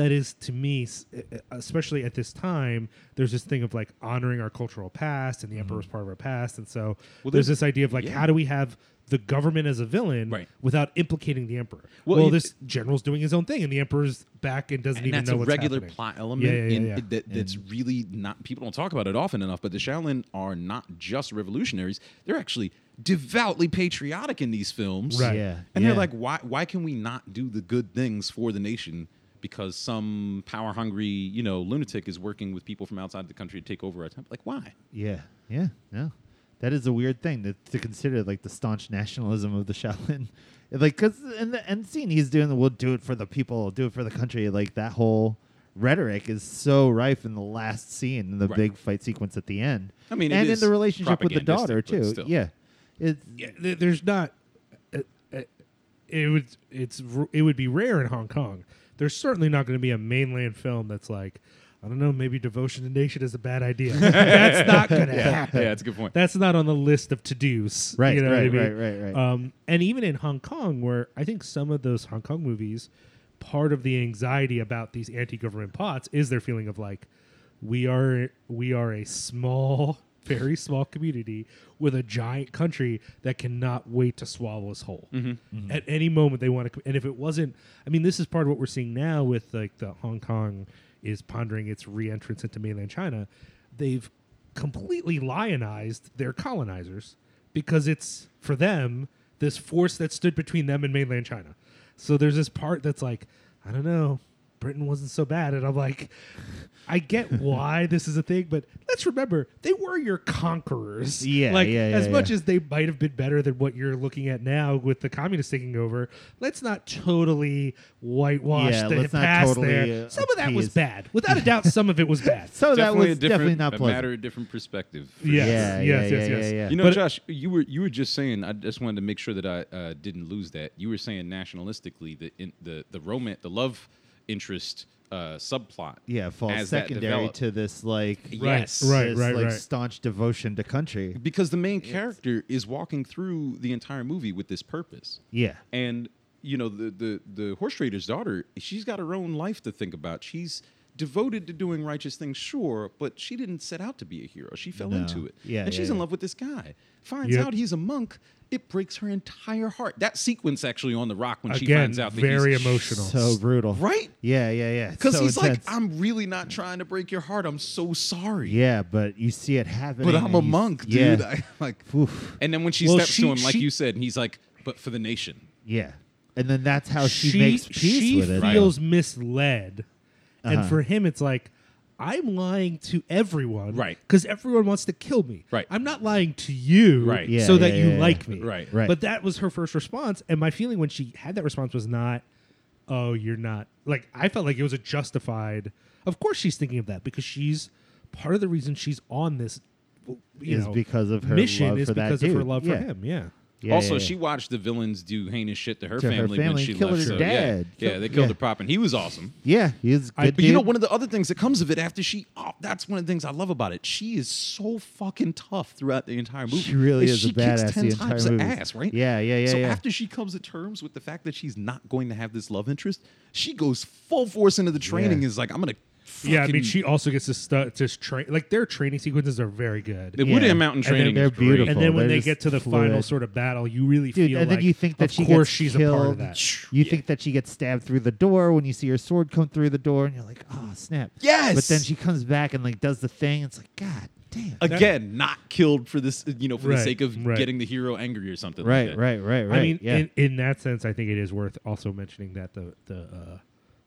B: That is to me, s- e, especially at this time, there's this thing of like honoring our cultural past, and the emperor
A: Mm-hmm.
B: is part of our past, and so
C: Well,
B: there's
C: there's-
B: this idea of like,
C: yeah.
B: how do we have the government as a villain
C: Right.
B: without implicating the emperor?
C: Well,
B: Well,
C: it-
B: this general's doing his own thing, and the emperor's back and doesn't
C: and
B: even
C: that's
B: know
C: a
B: what's
C: regular
B: happening.
C: plot element
B: Yeah, yeah,
C: in,
B: yeah, yeah.
C: That, that's really not people don't talk about it often enough but the shaolin are not just revolutionaries they're actually devoutly patriotic in these films
B: Right.
A: Yeah,
C: and
A: yeah.
C: they're like why why can we not do the good things for the nation because some power hungry you know lunatic is working with people from outside the country to take over our temple like why
A: Yeah, yeah, no. That is a weird thing to, to consider, like the staunch nationalism of the Shaolin. Like, because in the end scene, he's doing the we'll do it for the people, do it for the country. Like, that whole rhetoric is so rife in the last scene, in the
C: Right.
A: big fight sequence at the end.
C: I mean, it
A: and in
C: is
A: the relationship with the
C: propagandistic,
A: daughter,
C: but
A: too.
C: still.
A: Yeah. It's,
B: yeah, th- there's not. Uh, uh, it would it's r- it would be rare in Hong Kong. There's certainly not going to be a mainland film that's like I don't know maybe devotion to nation is a bad idea. that's not going to happen.
C: yeah, that's a good point.
B: That's not on the list of to dos.
A: Right,
B: you know what I
A: right,
B: mean?
A: right, right, right.
B: Um, and even in Hong Kong, where I think some of those Hong Kong movies, part of the anxiety about these anti-government plots is their feeling of like, we are we are a small, very small community with a giant country that cannot wait to swallow us whole.
A: Mm-hmm.
B: At any moment they want to, and if it wasn't, I mean, this is part of what we're seeing now with like the Hong Kong is pondering its re-entrance into mainland China. They've completely lionized their colonizers because it's for them this force that stood between them and mainland China. So there's this part that's like, I don't know, Britain wasn't so bad, and I'm like, I get why this is a thing, but let's remember they were your conquerors.
A: Yeah,
B: like
A: yeah, yeah,
B: as much
A: yeah.
B: as they might have been better than what you're looking at now with the communists taking over. Let's not totally whitewash
A: Yeah,
B: the
A: let's not
B: past
A: totally,
B: there.
A: uh,
B: Some of that was
A: appease.
B: bad, without a doubt. Some of it was bad.
A: so that
C: definitely
A: was
C: a different
A: definitely not
C: a
A: pleasant.
C: matter of different perspective for
B: Yes,
A: Yeah,
B: yes,
A: yeah,
B: yes,
A: yeah,
B: yes.
A: yeah, yeah.
C: You know,
B: But-
C: Josh, you were you were just saying. I just wanted to make sure that I uh, didn't lose that. You were saying nationalistically the in, the the romance, the love interest uh, subplot.
A: yeah, falls
C: as that
A: secondary
C: developed.
A: to this, like,
B: Right,
C: Yes.
B: right,
A: this,
B: right,
A: like
B: right.
A: staunch devotion to country.
C: because the main character is walking through the entire movie with this purpose.
A: Yeah.
C: and you know the the the horse trader's daughter, she's got her own life to think about. She's devoted to doing righteous things, sure, but she didn't set out to be a hero. She fell
A: No.
C: into it,
A: Yeah,
C: and
A: yeah,
C: she's in
A: yeah.
C: love with this guy. Finds
B: Yep.
C: out he's a monk. It breaks her entire heart. That sequence actually on the rock when she
B: Again,
C: finds out that
B: very
C: he's
B: emotional.
A: So brutal.
C: right?
A: Yeah, yeah, yeah.
C: Because
A: So
C: he's
A: intense.
C: like, I'm really not trying to break your heart. I'm so sorry.
A: Yeah, but you see it happening.
C: But I'm
A: and
C: a
A: you s-
C: monk,
A: yeah.
C: dude. I, like,
A: Oof.
C: and then when she
B: Well,
C: steps
B: she-
C: to him, like
B: she-
C: you said, and he's like, "But for the nation."
A: Yeah. And then that's how she, makes peace
B: she
A: with it. Uh-huh.
B: feels misled, and for him, it's like I'm lying to everyone,
C: Right.
B: Because everyone wants to kill me,
C: Right.
B: I'm not lying to you,
C: Right.
A: Yeah,
B: so that
A: yeah,
B: you
A: yeah, yeah.
B: like me,
C: Right.
A: Right.
B: But that was her first response, and my feeling when she had that response was not, "Oh, you're not." Like I felt like it was a justified. Of course, she's thinking of that because she's part of the reason she's on this. You
A: Is
B: know,
A: because of her
B: mission
A: love
B: is
A: for that
B: because of her
A: dude.
B: love
A: Yeah.
B: for him. Yeah.
A: Yeah,
C: also,
A: yeah,
C: she
A: yeah.
C: watched the villains do heinous shit to her,
A: To her
C: family, when
A: family
C: she
A: and kill
C: left.
A: her
C: so,
A: dad.
C: Yeah, yeah,
A: Kill-
C: they killed
A: yeah.
C: her pop, and he was awesome.
A: Yeah, he's
B: I-
A: good.
C: But you know,
A: dude.
C: one of the other things that comes of it after she, oh, that's one of the things I love about it. She is so fucking tough throughout the entire movie.
A: She really
C: Like,
A: is a
C: she kicks
A: badass
C: 10
A: the entire
C: times
A: movie.
C: ass, right?
A: Yeah, yeah, yeah,
C: So
A: yeah.
C: after she comes to terms with the fact that she's not going to have this love interest, she goes full force into the training.
A: Yeah.
C: Is like, I'm gonna. Fucking,
B: Yeah, I mean, she also gets to stu- to train. Like their training sequences are very good.
C: The
A: Yeah.
C: Woodland Mountain
A: And
B: then
C: training.
A: they're
C: is great.
A: beautiful.
B: and then when
A: They're
B: they
A: just
B: get to the
A: fluid.
B: final sort of battle, you really
A: dude,
B: feel
A: and
B: like,
A: then you think that
B: of
A: she
B: course
A: gets
B: she's
A: killed.
B: a part of that.
A: You think that she gets stabbed through the door when you see her sword come through the door, and you're like, oh snap.
C: Yes!
A: But then she comes back and like does the thing. It's like, God damn.
C: Again, not killed for this, you know, for
B: Right,
C: the sake of
B: right.
C: getting the hero angry or something.
A: Right,
C: like that.
A: right, right, right.
B: I mean,
A: yeah.
B: in, in that sense, I think it is worth also mentioning that the the uh,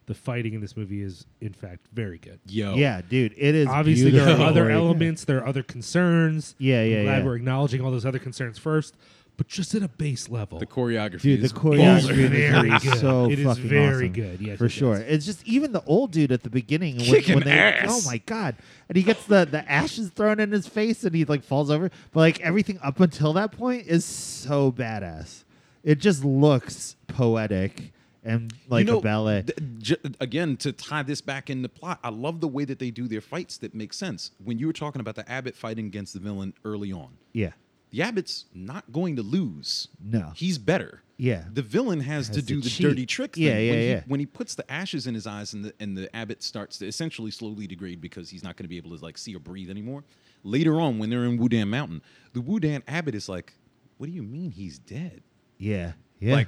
B: the fighting in this movie is in fact very good.
C: Yo.
A: Yeah, dude, it is
B: oh, Obviously, there are
A: beautiful.
B: other elements, there are other concerns.
A: Yeah, yeah,
B: I'm glad
A: yeah.
B: we're acknowledging all those other concerns first, but just at a base level.
C: The choreography.
A: Dude, the
C: is
A: choreography
C: baller.
A: in this
B: Very
A: movie is
B: good.
A: so
B: It is
A: fucking
B: very
A: awesome,
B: good. Yes,
A: for
B: it is.
A: sure. It's just even the old dude at the beginning when,
C: Kicking
A: when they,
C: ass.
A: oh my god, and he gets the the ashes thrown in his face and he like falls over. But like everything up until that point is so badass. It just looks poetic and like
C: you know,
A: a ballet.
C: th- j- again, to tie this back in the plot, I love the way that they do their fights that make sense. When you were talking about the abbot fighting against the villain early on,
A: yeah,
C: the abbot's not going to lose.
A: No.
C: He's better.
A: Yeah.
C: The villain has, to
A: to
C: do the
A: cheat.
C: dirty trick thing.
A: Yeah, yeah,
C: when,
A: yeah.
C: He, when he puts the ashes in his eyes and the, and the abbot starts to essentially slowly degrade because he's not going to be able to like see or breathe anymore. Later on, when they're in Wudan Mountain, the Wudan abbot is like, what do you mean he's dead?
A: yeah, yeah.
C: Like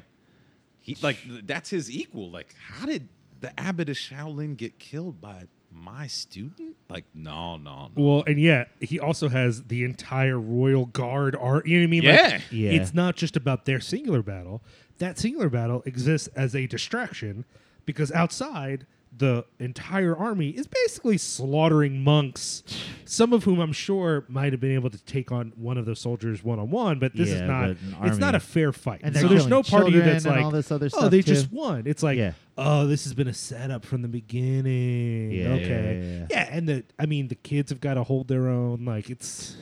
C: he like th- that's his equal. Like how did the abbot of Shaolin get killed by my student? Like no, no, no.
B: Well, and yeah, he also has the entire royal guard art. You know what I mean?
C: Yeah.
B: Like,
A: Yeah.
B: It's not just about their singular battle. That singular battle exists as a distraction because outside, the entire army is basically slaughtering monks, some of whom I'm sure might have been able to take on one of those soldiers one on one, but this
A: Yeah,
B: is not.
A: but an
B: It's not
A: army-
B: a fair fight.
A: And
B: so
A: they're
B: there's no
A: killing
B: party
A: children
B: that's
A: and
B: like,
A: all this other
B: oh,
A: stuff,
B: they
A: too."
B: just won. It's like,
A: Yeah.
B: oh, this has been a setup from the beginning.
A: Yeah, yeah,
B: okay,
A: yeah, yeah.
B: yeah, and the I mean the kids have got to hold their own. Like it's,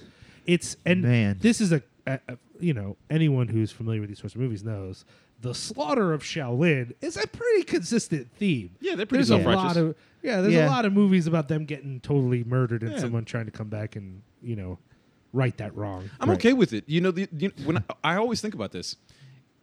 B: it's and
A: Man.
B: this is a, a, a- you know anyone who's familiar with these sorts of movies knows the slaughter of Shaolin is a pretty consistent theme.
C: Yeah, they're pretty
B: there's a
C: self-righteous.
B: lot of yeah, there's
A: Yeah.
B: a lot of movies about them getting totally murdered and
C: Yeah.
B: someone trying to come back and you know right that wrong.
C: I'm okay with it. You know, the, you when I, I always think about this,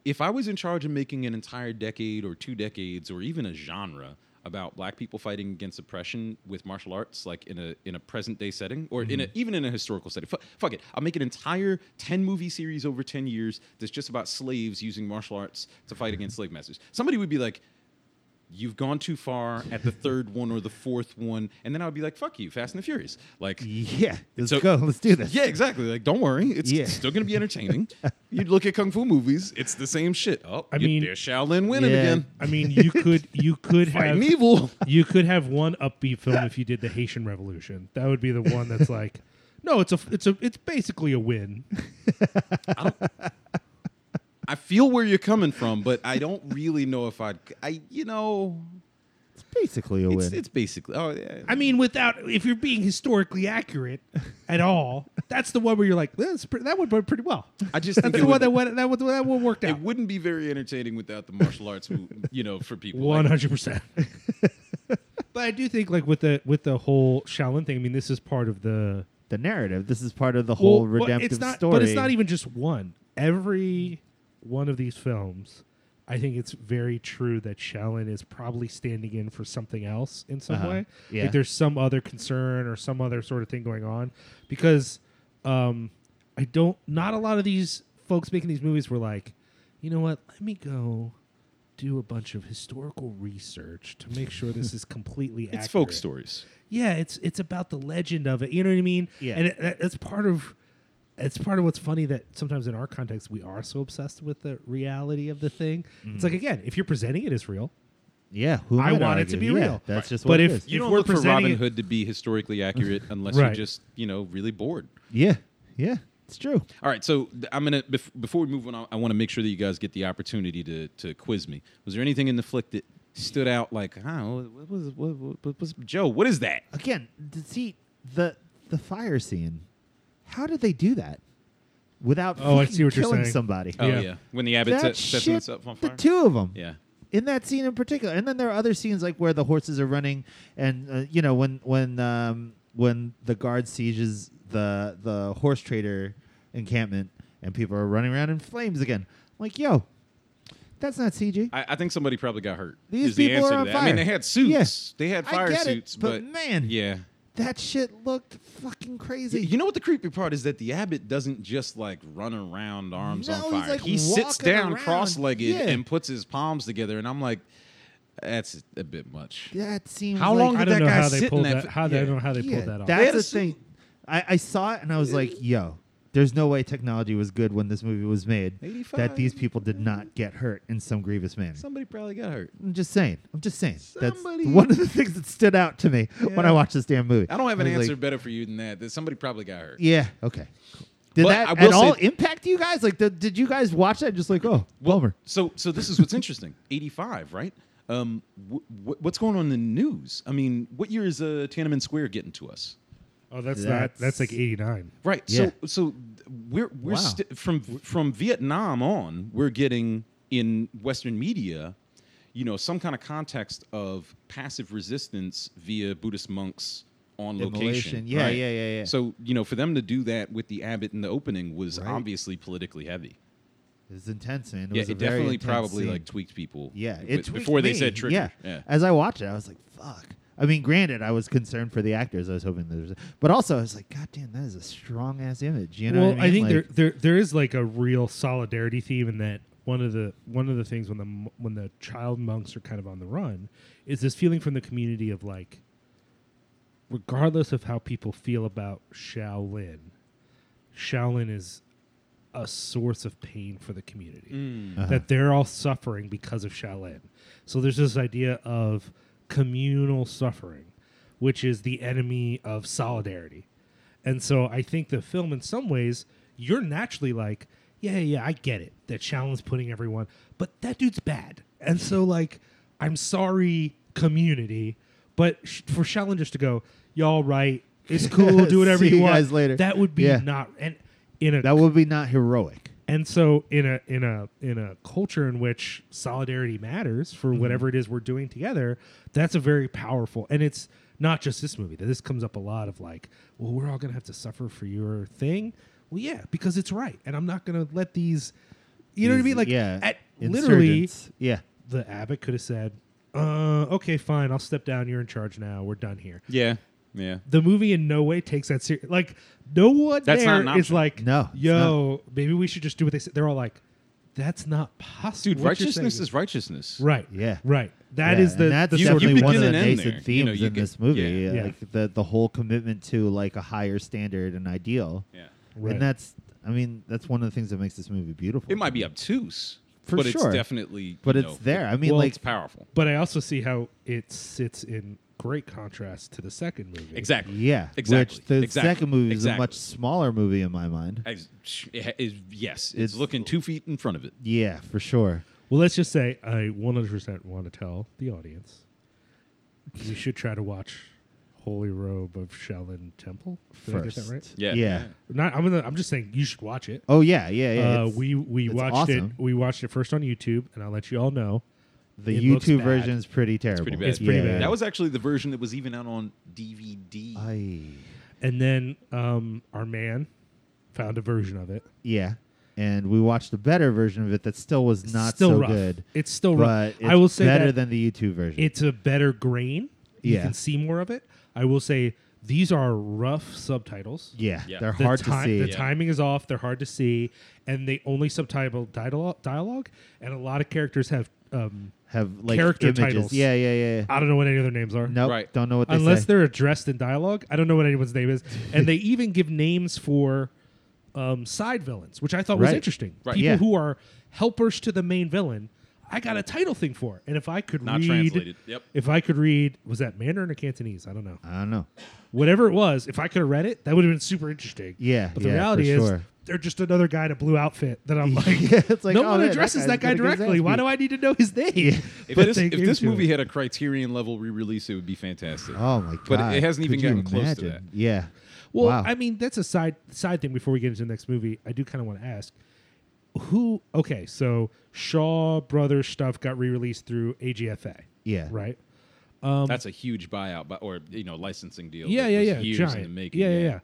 C: if I was in charge of making an entire decade or two decades or even a genre about black people fighting against oppression with martial arts, like in a in a present day setting or in a, even in a historical setting, fu- fuck it, I'll make an entire ten movie series over ten years that's just about slaves using martial arts to fight against slave masters. Somebody would be like. You've gone too far at the third one or the fourth one, and then I would be like, "Fuck you, Fast and the Furious." Like,
A: yeah, let's
C: so-
A: go. Let's do this.
C: yeah, exactly. Like, don't worry, it's
A: Yeah.
C: still going to be entertaining. you look at kung fu movies; it's the same shit. Oh,
B: I
C: I mean,
B: mean-
C: there's Shaolin winning
A: Yeah.
C: again.
B: I mean, you could you could have
C: Fighting evil.
B: you could have one upbeat film if you did the Haitian Revolution. That would be the one that's like, no, it's a it's a it's basically a win.
C: I feel where you're coming from, but I don't really know if I'd. I, you know,
A: It's basically a
C: it's,
A: win.
C: it's basically. Oh, yeah.
B: I mean, without if you're being historically accurate at all, that's the one where you're like, "That's pre- that would work pretty well.
C: I just think
B: That's the
C: it
B: one
C: would,
B: that went, that would, that one worked
C: it
B: out.
C: wouldn't be very entertaining without the martial arts. mo- You know, for people.
B: One
C: Like,
B: hundred percent. But I do think like with the with the whole Shaolin thing. I mean, this is part of the
A: the narrative. This is part of the whole
B: Well, but
A: redemptive
B: it's not,
A: story.
B: But it's not even just one. Every one of these films, I think it's very true that Shaolin is probably standing in for something else in some
A: Uh-huh.
B: way.
A: Yeah.
B: Like there's some other concern or some other sort of thing going on. Because um, I don't, not a lot of these folks making these movies were like, you know what, let me go. Do a bunch of historical research to make sure this is completely accurate
C: it's folk stories.
B: yeah, it's it's about the legend of it. You know what I mean?
A: Yeah.
B: and it, that- that's part of it's part of what's funny that sometimes in our context we are so obsessed with the reality of the thing. It's like again, if you're presenting it as real,
A: yeah, who
B: I
A: might
B: want it to
A: argue?
B: be
A: Yeah,
B: real.
A: That's
B: Right.
A: just
B: But
A: what it
B: if
A: is.
C: You
B: If
C: don't
B: we're
C: look for
B: presenting
C: Robin
B: it-
C: Hood to be historically accurate unless
B: Right.
C: you're just you know really bored.
A: yeah, yeah, it's true.
C: All right, so th- I'm gonna bef- before we move on, I, I want to make sure that you guys get the opportunity to to quiz me. Was there anything in the flick that stood out? Like, oh, what was what, what, what was Joe? What is that?
A: again, th- see the the fire scene. How did they do that without
B: Oh, I
A: fucking
B: see what you're
A: killing
B: saying.
A: somebody?
C: Oh
B: Yeah.
C: yeah, when the abbot
A: That
C: set, sets
A: shit,
C: himself on
A: the
C: fire.
A: two of them.
C: yeah,
A: In that scene in particular, and then there are other scenes like where the horses are running, and uh, you know when when um, when the guard sieges the the horse trader encampment, and people are running around in flames again. I'm like, yo, that's not CG.
C: I, I think somebody probably got hurt.
A: These
C: is the
A: people
C: answer
A: are on
C: to that. I mean,
A: fire.
C: they had suits.
A: Yeah.
C: They had
A: I
C: fire
A: get it,
C: suits,
A: but man.
C: yeah.
A: that shit looked fucking crazy.
C: You know what the creepy part is that the abbot doesn't just like run around arms
A: No,
C: on
A: he's,
C: fire.
A: like,
C: he sits
A: walking
C: down
A: around.
C: cross-legged
A: Yeah.
C: and puts his palms together, and I'm like, that's a bit much.
A: that seems
C: How
A: like
C: long
B: I
C: did
B: don't
C: that
B: know
C: guy
B: how
C: sit
B: they
C: in
B: pulled
C: that
B: that.
C: fi-
B: How they, I
C: Yeah.
B: don't know how they
A: Yeah,
B: pulled that off.
C: They
A: That's
C: had
A: the
C: a suit.
A: thing. I, I saw it and I was like, yo, There's no way technology was good when this movie was made
C: 85.
A: that these people did not get hurt in some grievous manner.
C: Somebody probably got hurt.
A: I'm just saying. I'm just saying.
C: Somebody-
A: That's one of the things that stood out to me when I
C: Yeah.
A: watched this damn movie.
C: I don't have an
A: was like,
C: answer better for you than that. That somebody probably got hurt.
A: yeah. Okay. cool. Did
C: But I
A: that
C: will
A: at all
C: say-
A: impact you guys? Like, did, did you guys watch that? and Just like, oh, Wilmer.
C: So, so this is what's interesting. Eighty-five, right? Um, wh- wh- what's going on in the news? I mean, what year is uh, Tiananmen Square getting to us?
B: Oh, that's, not.
A: That's-
B: That's like eighty nine.
C: Right.
A: Yeah.
C: So, so we're we're
A: Wow.
C: st- from from Vietnam on, we're getting in Western media, you know, some kind of context of passive resistance via Buddhist monks on
A: Immolation.
C: location.
A: Yeah,
C: right?
A: yeah, yeah, yeah.
C: So, you know, for them to do that with the abbot in the opening was
A: Right.
C: obviously politically heavy.
A: It was intense, man. It
C: yeah,
A: was a
C: it
A: very
C: definitely
A: intense
C: probably
A: scene.
C: like tweaked people.
A: Yeah,
C: with-
A: it tweaked
C: before they
A: me.
C: said trigger.
A: Yeah. as I watched it, I was like, "Fuck." I mean, granted, I was concerned for the actors. I was hoping there was, but also I was like, "God damn, that is a strong ass image." You know?
B: well,
A: what I,
B: I
A: mean?
B: think
A: Like,
B: there, there there is like a real solidarity theme in that one of the one of the things when the m- when the child monks are kind of on the run is this feeling from the community of like regardless of how people feel about Shaolin, Shaolin is a source of pain for the community
A: Mm.
B: that they're all suffering because of Shaolin. So there's this idea of communal suffering, which is the enemy of solidarity. And so I think the film, in some ways, you're naturally like, yeah, yeah, I get it that Shaolin's putting everyone, but that dude's bad. And so, like, I'm sorry, community, but sh- for Shaolin just to go, y'all right, it's cool, do whatever
A: See
B: you
A: you
B: want.
A: guys later.
B: That would be
A: Yeah.
B: not and in a
A: that would be not heroic.
B: and so in a in a in a culture in which solidarity matters for
A: Mm-hmm.
B: whatever it is we're doing together, that's a very powerful and it's not just this movie. That this comes up a lot of like, well, we're all gonna have to suffer for your thing. Well, yeah, because it's right, and I'm not gonna let these. You know what I
A: These-
B: mean? Like,
A: yeah,
B: at literally,
A: insurgents. yeah.
B: the abbot could have said, uh, "Okay, fine, I'll step down. You're in charge now. We're done here."
C: Yeah. Yeah.
B: the movie in no way takes that serious. Like no one
C: That's
B: there
C: not an
B: is
C: option.
B: like,
A: No, it's
B: yo, maybe we should just do what they say. They're all like, that's not possible.
C: Dude,
B: What you're saying
C: righteousness is righteousness.
B: right.
A: Yeah.
B: right. That
A: Yeah,
B: is the
A: and that's
B: the sort
A: definitely
B: of
C: begin
A: one of the
C: and end
A: nascent
C: there. You know,
A: themes
C: you
A: in
C: get-
A: this movie.
C: yeah.
A: uh,
B: Yeah.
A: Like the the whole commitment to like a higher standard and ideal.
C: Yeah.
B: Right.
A: And that's I mean, that's one of the things that makes this movie beautiful.
C: It might be obtuse,
A: For
C: but
A: sure.
C: it's definitely
A: But
C: you
A: it's
C: know,
A: there. I mean,
B: Well,
A: like
C: It's powerful.
B: But I also see how it sits in great contrast to the second movie.
C: Exactly.
A: yeah,
C: Exactly.
A: Which the
C: exactly.
A: second movie is
C: exactly.
A: a much smaller movie in my mind.
C: Ex- sh- it ha- is- yes, it's,
A: It's-
C: looking two feet in front of it.
A: Yeah, for sure.
B: Well, let's just say I 100% want to tell the audience you should try to watch Holy Robe of Shaolin Temple. Did I get
A: First,
B: that right?
C: Yeah.
A: yeah.
B: Not, I'm gonna. I'm just saying you should watch it.
A: Oh yeah, yeah, yeah.
B: uh,
A: It's-
B: we we
A: it's
B: watched
A: awesome.
B: it. We watched it first on YouTube, and I'll let you all know
A: the
B: it looks
A: YouTube
B: bad.
A: version is pretty terrible.
C: Pretty bad.
B: It's pretty
A: Yeah.
B: bad.
C: That was actually the version that was even out on DVD.
A: Aye.
B: And then um, our man found a version of it.
A: yeah, and we watched a better version of it that still was not
B: still
A: so
B: rough.
A: good.
B: It's still
A: but
B: rough.
A: it's
B: I will say
A: better
B: that
A: than the YouTube version.
B: it's a better grain. You
A: Yeah.
B: can see more of it. I will say these are rough subtitles.
A: yeah,
C: Yeah.
A: they're
B: The
A: hard
B: ti-
A: to see.
B: The timing is off. They're hard to see, and they only subtitle dialogue. dialogue and a lot of characters have. Um,
A: Have like
B: character
A: images.
B: titles.
A: Yeah, yeah, yeah. yeah.
B: I don't know what any of their names are.
A: Nope,
C: Right.
A: don't know what they
B: unless
A: say.
B: they're addressed in dialogue. I don't know what anyone's name is, and they even give names for um, side villains, which I thought was
A: Right.
B: interesting.
C: Right.
B: People
A: Yeah.
B: who are helpers to the main villain. I got a title thing for, it. and if I could
C: Not
B: read,
C: translated. Yep.
B: if I could read, was that Mandarin or Cantonese? I don't know.
A: I don't know.
B: Whatever it was, if I could have read it, that would have been super interesting.
A: Yeah,
B: but the
A: yeah, for
B: reality is.
A: sure.
B: They're just another guy in a blue outfit that I'm like,
A: Yeah, it's like,
B: no
A: oh,
B: one
A: yeah, that
B: addresses
A: guy's
B: that guy
A: gonna get his
B: directly.
A: ass
B: Why
A: beat.
B: do I need to know his name?
C: If,
B: But
C: this,
B: they
C: if
B: gave
C: this
B: to
C: movie
B: it.
C: had a Criterion level re-release, it would be fantastic.
A: Oh my god!
C: But it hasn't even
A: Could you
C: gotten close to that.
A: imagine? Yeah.
B: Well,
A: wow.
B: I mean, that's a side side thing. Before we get into the next movie, I do kind of want to ask who. Okay, so Shaw Brothers stuff got re released through AGFA.
A: Yeah.
B: Right.
A: Um,
C: That's a huge buyout, bu- or you know, licensing deal.
B: Yeah,
C: that
B: yeah,
C: was
B: yeah.
C: Years
B: Giant.
C: in the making.
B: yeah, yeah, yeah.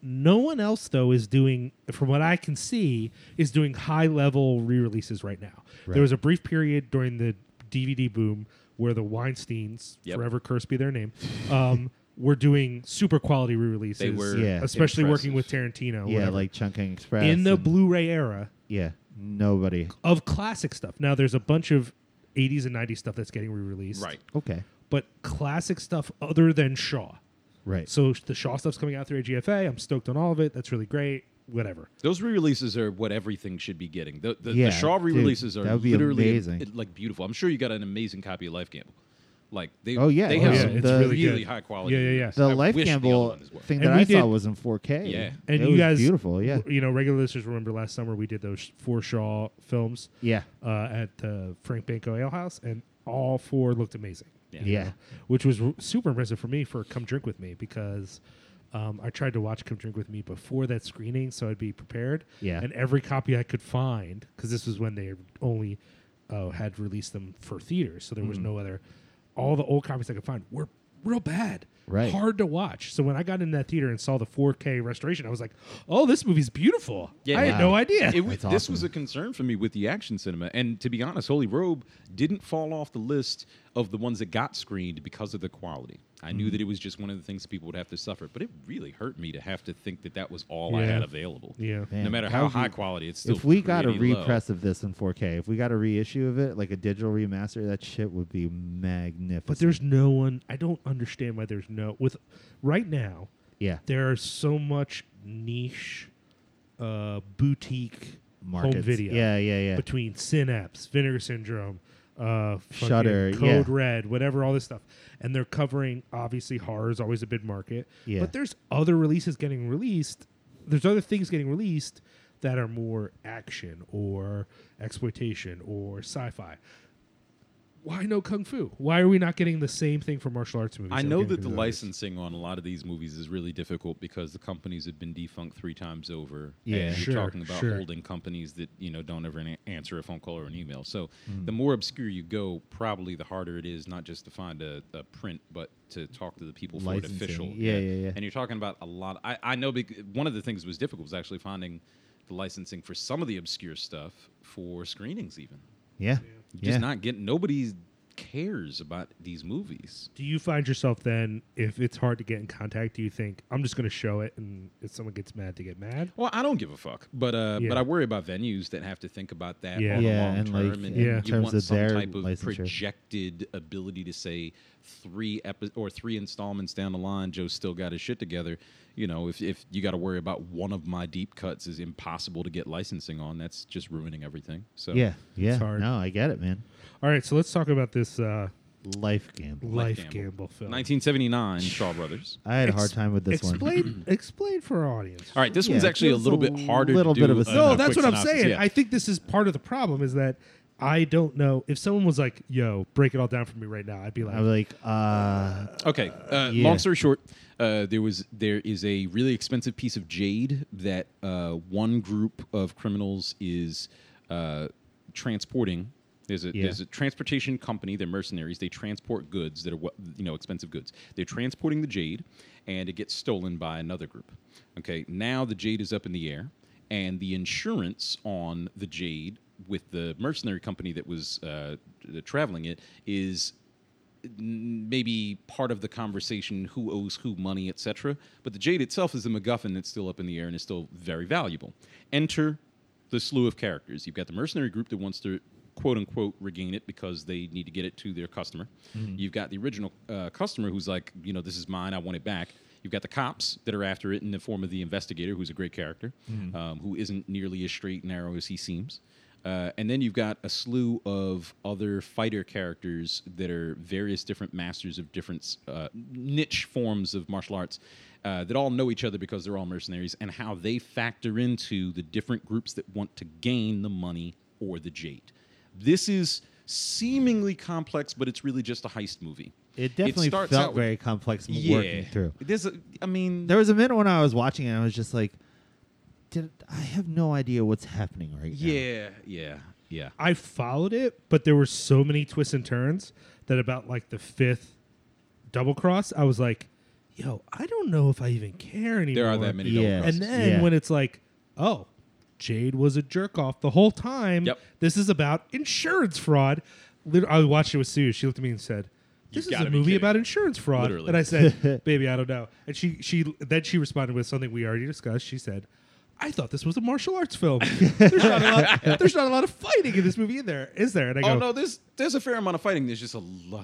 B: No one else though is doing, from what I can see, is doing high level re releases right now.
A: Right.
B: There was a brief period during the DVD boom where the Weinstein's,
C: Yep.
B: forever cursed be their name, um, were doing super quality re releases.
C: They were
A: Yeah.
B: especially working with
C: impressive.
B: Tarantino.
A: yeah,
B: whatever.
A: like Chunking Express
B: in the
A: and-
B: Blu-ray era
A: Yeah, nobody.
B: of classic stuff. Now there's a bunch of 80s and 90s stuff that's getting re-released.
C: Right.
A: Okay,
B: But classic stuff other than Shaw.
A: right.
B: So the Shaw stuff's coming out through AGFA. I'm stoked on all of it. That's really great. whatever.
C: Those re-releases are what everything should be getting. The, the,
A: Yeah,
C: the Shaw
A: dude,
C: re-releases are
A: that would be
C: literally
A: amazing.
C: it- like beautiful. I'm sure you got an amazing copy of Life Gamble. Like they,
A: Oh, yeah.
C: they
A: Oh,
C: have
A: yeah,
C: some
A: it's
C: really,
A: really
B: good.
C: high quality.
B: Yeah, yeah, yeah.
C: movies.
A: The
C: I
A: Life
C: wish other
A: Gamble
C: ones were.
A: thing
B: And
A: that
B: we
A: I
B: did-
A: saw was in 4K.
C: Yeah.
B: And
A: It
B: you
A: was
B: guys,
A: beautiful. Yeah,
B: You know, regular listeners remember last summer we did those four Shaw films
A: yeah,
B: uh, at the Frank Banco Ale House, and all four looked amazing.
C: Yeah.
A: yeah.
B: which was r- super impressive for me for Come Drink With Me because um, I tried to watch Come Drink With Me before that screening so I'd be prepared.
A: Yeah.
B: And every copy I could find, because this was when they only uh, had released them for theaters, so there was no other. All the old copies I could find were real bad.
A: Right.
B: Hard to watch. So when I got in that theater and saw the 4K restoration, I was like, oh, this movie's beautiful.
C: Yeah.
B: I had no idea.
C: It, w-
A: That's
C: This was
A: awesome.
C: a concern for me with the action cinema, and to be honest, Holy Robe didn't fall off the list of the ones that got screened because of the quality. I
A: Mm-hmm.
C: knew that it was just one of the things people would have to suffer, but it really hurt me to have to think that that was all I
B: Yeah.
C: had available.
B: yeah.
A: Man,
C: no matter
A: that
C: how
A: would be-
C: high quality, it's still
A: If we got a
C: pretty low.
A: repress of this in 4K, if we got a reissue of it, like a digital remaster, that shit would be magnificent.
B: But there's no one. I don't understand why there's no with right now.
A: yeah,
B: there are so much niche uh, boutique
A: markets.
B: home video
A: Yeah, yeah, yeah.
B: between Synapse, Vinegar Syndrome, uh, fucking
A: Shudder,
B: Code
A: yeah.
B: Red, whatever, all this stuff. And they're covering obviously horror is always a big market,
A: Yeah.
B: but there's other releases getting released. There's other things getting released that are more action or exploitation or sci-fi. Why no kung fu? Why are we not getting the same thing for martial arts movies?
C: I
B: that we're
C: know
B: getting
C: that
B: for
C: the
B: others?
C: licensing on a lot of these movies is really difficult because the companies have been defunct three times over.
A: Yeah.
C: and
B: Sure,
C: you're talking about
B: sure.
C: holding companies that you know don't ever an- answer a phone call or an email. So
A: Mm.
C: the more obscure you go, probably the harder it is not just to find a, a print, but to talk to the people for it
A: Licensing.
C: official.
A: Yeah, yeah, yeah.
C: And you're talking about a lot. I I know bec- one of the things that was difficult was actually finding the licensing for some of the obscure stuff for screenings. Even
A: yeah.
C: just
A: yeah.
C: not getting nobody cares about these movies.
B: Do you find yourself then, if it's hard to get in contact, do you think I'm just going to show it, and if someone gets mad, they get mad?
C: Well, I don't give a fuck, but uh,
B: Yeah.
C: but I worry about venues that have to think about that
B: Yeah.
C: on
A: Yeah,
C: the long
A: and,
C: term,
A: like,
C: and,
A: in
C: you
A: terms
C: want
A: of
C: some
A: their
C: type of
A: licensure.
C: projected ability to say three epi- or three installments down the line, Joe's still got his shit together. You know, if if you got to worry about one of my deep cuts is impossible to get licensing on, that's just ruining everything. So
A: Yeah, yeah.
B: hard.
A: No, I get it, man.
B: All right, so let's talk about this uh,
A: Life gamble.
B: life gamble,
C: Gamble.
B: film.
C: 1979 Shaw Brothers.
A: I had a hard
B: Ex-
A: time with this one.
B: explain, explain for our audience.
C: All right, this
A: Yeah,
C: one's actually a
A: give us
C: little
A: a
C: bit harder.
A: little
C: to
A: bit
C: do
A: of a No,
C: a-
B: No,
C: a
B: that's
C: quick
B: what I'm
C: synopsis,
B: saying.
C: yeah.
B: I think this is part of the problem is that I don't know if someone was like, "Yo, break it all down for me right now," I'd be like,
A: I was like, uh,
C: Okay. Uh,
A: Yeah.
C: Long story short, uh, there was there is a really expensive piece of jade that uh, one group of criminals is uh, transporting. There's a
A: Yeah.
C: there's a transportation company. They're mercenaries. They transport goods that are what you know expensive goods. They're transporting the jade, and it gets stolen by another group. Okay. Now the jade is up in the air, and the insurance on the jade with the mercenary company that was uh, traveling it is n- maybe part of the conversation who owes who money etc but the jade itself is the macguffin that's still up in the air and is still very valuable enter the slew of characters you've got the mercenary group that wants to quote unquote regain it because they need to get it to their customer you've got the original uh, customer who's like you know this is mine i want it back You've got the cops that are after it in the form of the investigator, who's a great character,
A: Mm-hmm.
C: um, who isn't nearly as straight and narrow as he seems. Uh, and then you've got a slew of other fighter characters that are various different masters of different uh, niche forms of martial arts uh, that all know each other because they're all mercenaries and how they factor into the different groups that want to gain the money or the jade. This is seemingly complex, but it's really just a heist movie.
A: it definitely
C: starts out
A: felt
C: with-
A: very complex m-
C: yeah.
A: working through.
C: There's, a, I mean,
A: There was a minute when I was watching it, and I was just like, "Did I have no idea what's happening right now?"
C: Yeah, yeah, yeah.
B: I followed it, but there were so many twists and turns that about like the fifth double cross, I was like, "Yo, I don't know if I even care anymore."
C: There are that many
A: Yeah.
C: double crosses.
B: And then
A: Yeah.
B: when it's like, "Oh, Jade was a jerk off the whole time,"
C: Yep.
B: this is about insurance fraud. Lit- I watched it with Sue. She looked at me and said. This is
C: gotta
B: a
C: be
B: movie
C: kidding.
B: about insurance fraud,
C: Literally.
B: and I said, "Baby, I don't know." And she she then she responded with something we already discussed. She said, I thought this was a martial arts film. there's, not a lot, there's not a lot of fighting in this movie, in there is there? And I go,
C: Oh no, there's there's a fair amount of fighting. There's just a lot,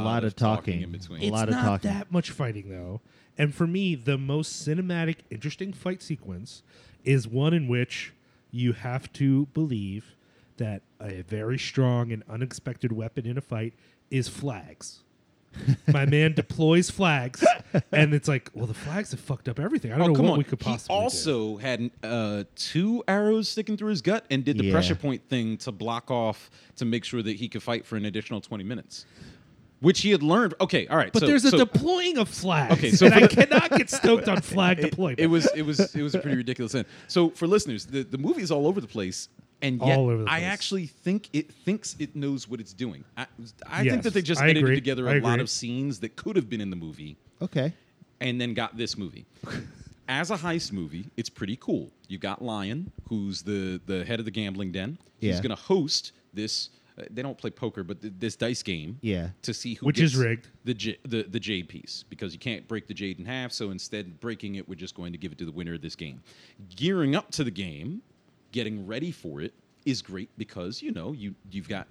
A: A lot of talking.
C: in between. Oh,
A: A
B: it's
A: lot of
B: not
A: talking.
B: that much fighting though. And for me, the most cinematic, interesting fight sequence is one in which you have to believe that a very strong and unexpected weapon in a fight is flags. My man deploys flags, and it's like, well, the flags have fucked up everything. I don't
C: Oh
B: know
C: come
B: what
C: on!
B: we could possibly
C: he
B: do.
C: also had uh, two arrows sticking through his gut and did the
A: Yeah.
C: pressure point thing to block off to make sure that he could fight for an additional twenty minutes, which he had learned. Okay, all right.
B: But
C: so-
B: there's a
C: so
B: deploying of flags.
C: Okay, so
B: and I
C: for-
B: cannot get stoked on flag deployment.
C: It was it was it was a pretty ridiculous end. So for listeners, the, the movie is all over the place, and yet
B: All over the
C: I
B: place.
C: actually think it thinks it knows what it's doing. I, I
B: Yes,
C: think that they just
B: I
C: edited
B: agree.
C: together
B: I
C: a lot
B: agree.
C: of scenes that could have been in the movie,
A: Okay.
C: and then got this movie. As a heist movie, it's pretty cool. You got Lion, who's the the head of the gambling den. He's
A: Yeah.
C: going to host this. uh, they don't play poker, but th- this dice game.
A: Yeah.
C: To see who
B: Which is
C: gets
B: rigged.
C: The, J, the the jade piece because you can't break the jade in half. So instead of breaking it, we're just going to give it to the winner of this game. Gearing up to the game, getting ready for it is great because you know you you've got.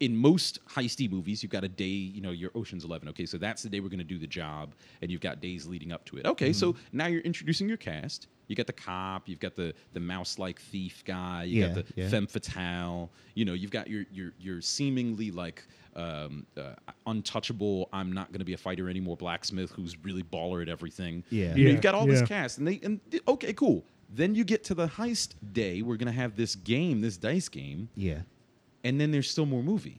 C: In most heisty movies, you've got a day, you know, your Ocean's Eleven. Okay, so that's the day we're going to do the job, and you've got days leading up to it. Okay, so
A: Mm-hmm.
C: now you're introducing your cast. You got the cop, you've got the the mouse-like thief guy, you
A: Yeah,
C: got the
A: yeah.
C: femme fatale. You know, you've got your your your seemingly like um, uh, untouchable. I'm not going to be a fighter anymore. Blacksmith, who's really baller at everything.
A: Yeah.
C: you know,
B: Yeah,
C: you've got all
B: yeah.
C: this cast, and they and th- okay, cool. Then you get to the heist day. We're going to have this game, this dice game,
A: Yeah.
C: and then there's still more movie.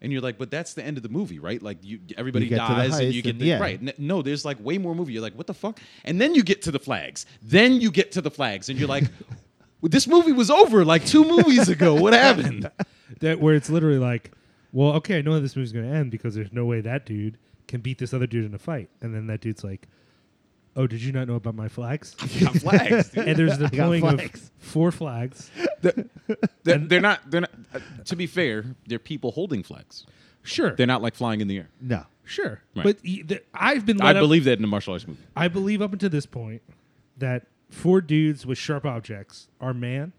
C: And you're like, but that's the end of the movie, right? Like you, everybody
A: You get to the
C: dies, and
A: heist
C: you get
A: and-
C: the,
A: yeah.
C: right. N- No, there's like way more movie. You're like, what the fuck? And then you get to the flags. Then you get to the flags, and you're like, well, this movie was over like two movies ago. What happened?
B: that where it's literally like, well, okay, I know how this movie's going to end because there's no way that dude can beat this other dude in a fight, and then that dude's like, oh, did you not know about my flags?
C: Got flags. dude.
B: and there's a deploying of
A: flags.
B: four flags.
C: They're, they're not. They're not. uh, to be fair, they're people holding flags.
B: Sure,
C: They're not like flying in the air.
A: No.
B: sure,
C: Right.
B: but y- th- I've been.
C: I
B: led up-
C: believe that in a martial arts movie.
B: I believe up until this point that four dudes with sharp objects are man.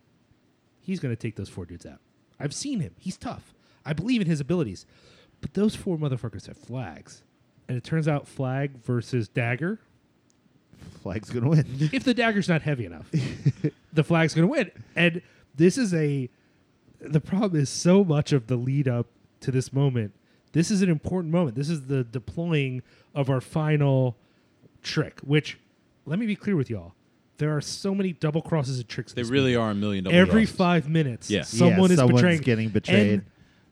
B: He's going to take those four dudes out. I've seen him. He's tough. I believe in his abilities. But those four motherfuckers have flags. And it turns out flag versus dagger.
A: Flag's gonna win.
B: If the dagger's not heavy enough, the flag's going to win. And this is a the problem is so much of the lead up to this moment. This is an important moment. This is the deploying of our final trick, which let me be clear with y'all. There are so many double crosses and tricks. in
C: They
B: this
C: really
B: movie.
C: are a million dollar.
B: Every
C: crosses.
B: five minutes,
C: Yeah. Yeah,
B: someone is
A: someone's
B: betraying.
A: getting betrayed.
B: And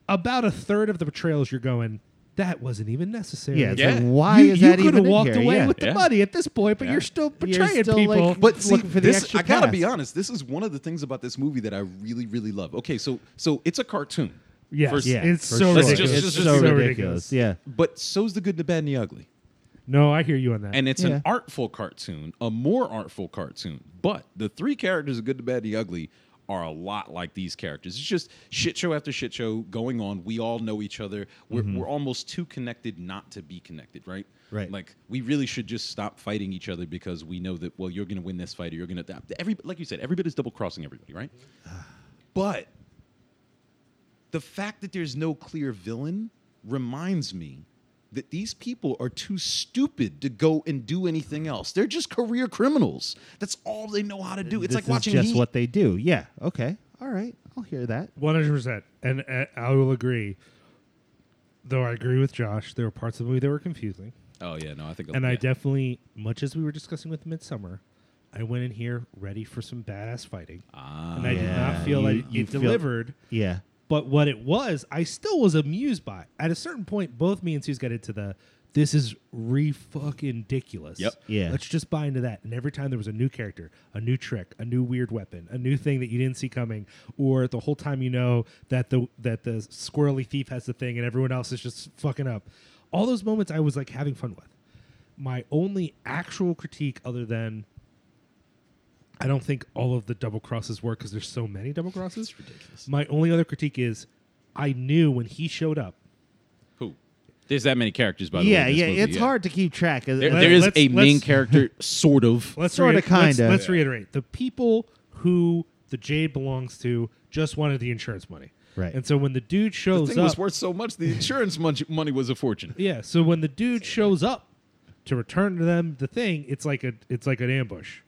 B: about a third of the betrayals, you're going, that wasn't even necessary.
A: Yeah. It's
C: Yeah.
A: Like, why
B: you,
A: is
B: you
A: that
B: could
A: even
B: have
A: in
B: walked
A: here?
B: away
A: Yeah.
B: with the
C: Yeah.
B: money at this point, but
C: Yeah.
B: you're still betraying
A: still, like,
B: people.
A: But
C: But see,
A: looking for the
C: this
A: extra
C: I gotta
A: pass.
C: be honest. This is one of the things about this movie that I really, really love. Okay, so so it's a cartoon.
B: yes,
C: First-
A: yeah,
B: it's
A: for
B: so
A: sure.
C: Let's
B: ridiculous.
C: just-
A: It's
C: just-
A: so
C: just-
A: ridiculous. Yeah.
C: But so's the good, the bad, and the ugly.
B: No, I hear you on that.
C: And it's
A: Yeah.
C: an artful cartoon, a more artful cartoon. But the three characters, the good, the bad, and the ugly, are a lot like these characters. It's just shit show after shit show going on. We all know each other. We're, we're almost too connected not to be connected, right?
A: Right.
C: Like we really should just stop fighting each other because we know that well, you're going to win this fight or you're going to. Every like you said, everybody's double crossing everybody, right? But the fact that there's no clear villain reminds me that these people are too stupid to go and do anything else. They're just career criminals. That's all they know how to do. It's
A: This
C: like
A: is
C: watching
A: just
C: Heat.
A: what they do. Yeah. Okay. All right. I'll hear that.
B: One hundred percent, and uh, I will agree. Though I agree with Josh, there were parts of the movie that were confusing,
C: Oh yeah, no, I think.
B: and
C: yeah.
B: I definitely, much as we were discussing with Midsummer, I went in here ready for some badass fighting,
C: Ah.
B: and I did
A: Yeah,
B: not feel
A: you-
B: like
A: you
B: it
A: feel-
B: delivered.
A: Yeah.
B: But what it was, I still was amused by. At a certain point, both me and Suze got into the this is re fucking ridiculous.
C: Yep.
A: Yeah.
B: Let's just buy into that. And every time there was a new character, a new trick, a new weird weapon, a new thing that you didn't see coming, or the whole time you know that the that the squirrely thief has the thing and everyone else is just fucking up. All those moments I was like having fun with. My only actual critique other than I don't think all of the double crosses work because there's so many double crosses.
C: ridiculous.
B: My only other critique is I knew when he showed up,
C: Who? There's that many characters, by the
A: yeah,
C: way. in this
A: yeah,
C: movie,
A: it's hard to keep track of.
C: There-
A: uh,
C: there is
B: let's-
C: a main
B: let's-
C: character, sort of.
B: Let's
A: Sorta,
B: reiter- let's-
A: kinda.
B: Let's reiterate: the people who the jade belongs to just wanted the insurance money,
A: Right.
B: And so when the dude
C: The
B: shows
C: thing
B: up,
C: was worth so much, the insurance mon- money was a fortune.
B: yeah. So when the dude shows up to return to them the thing, it's like a it's like an ambush,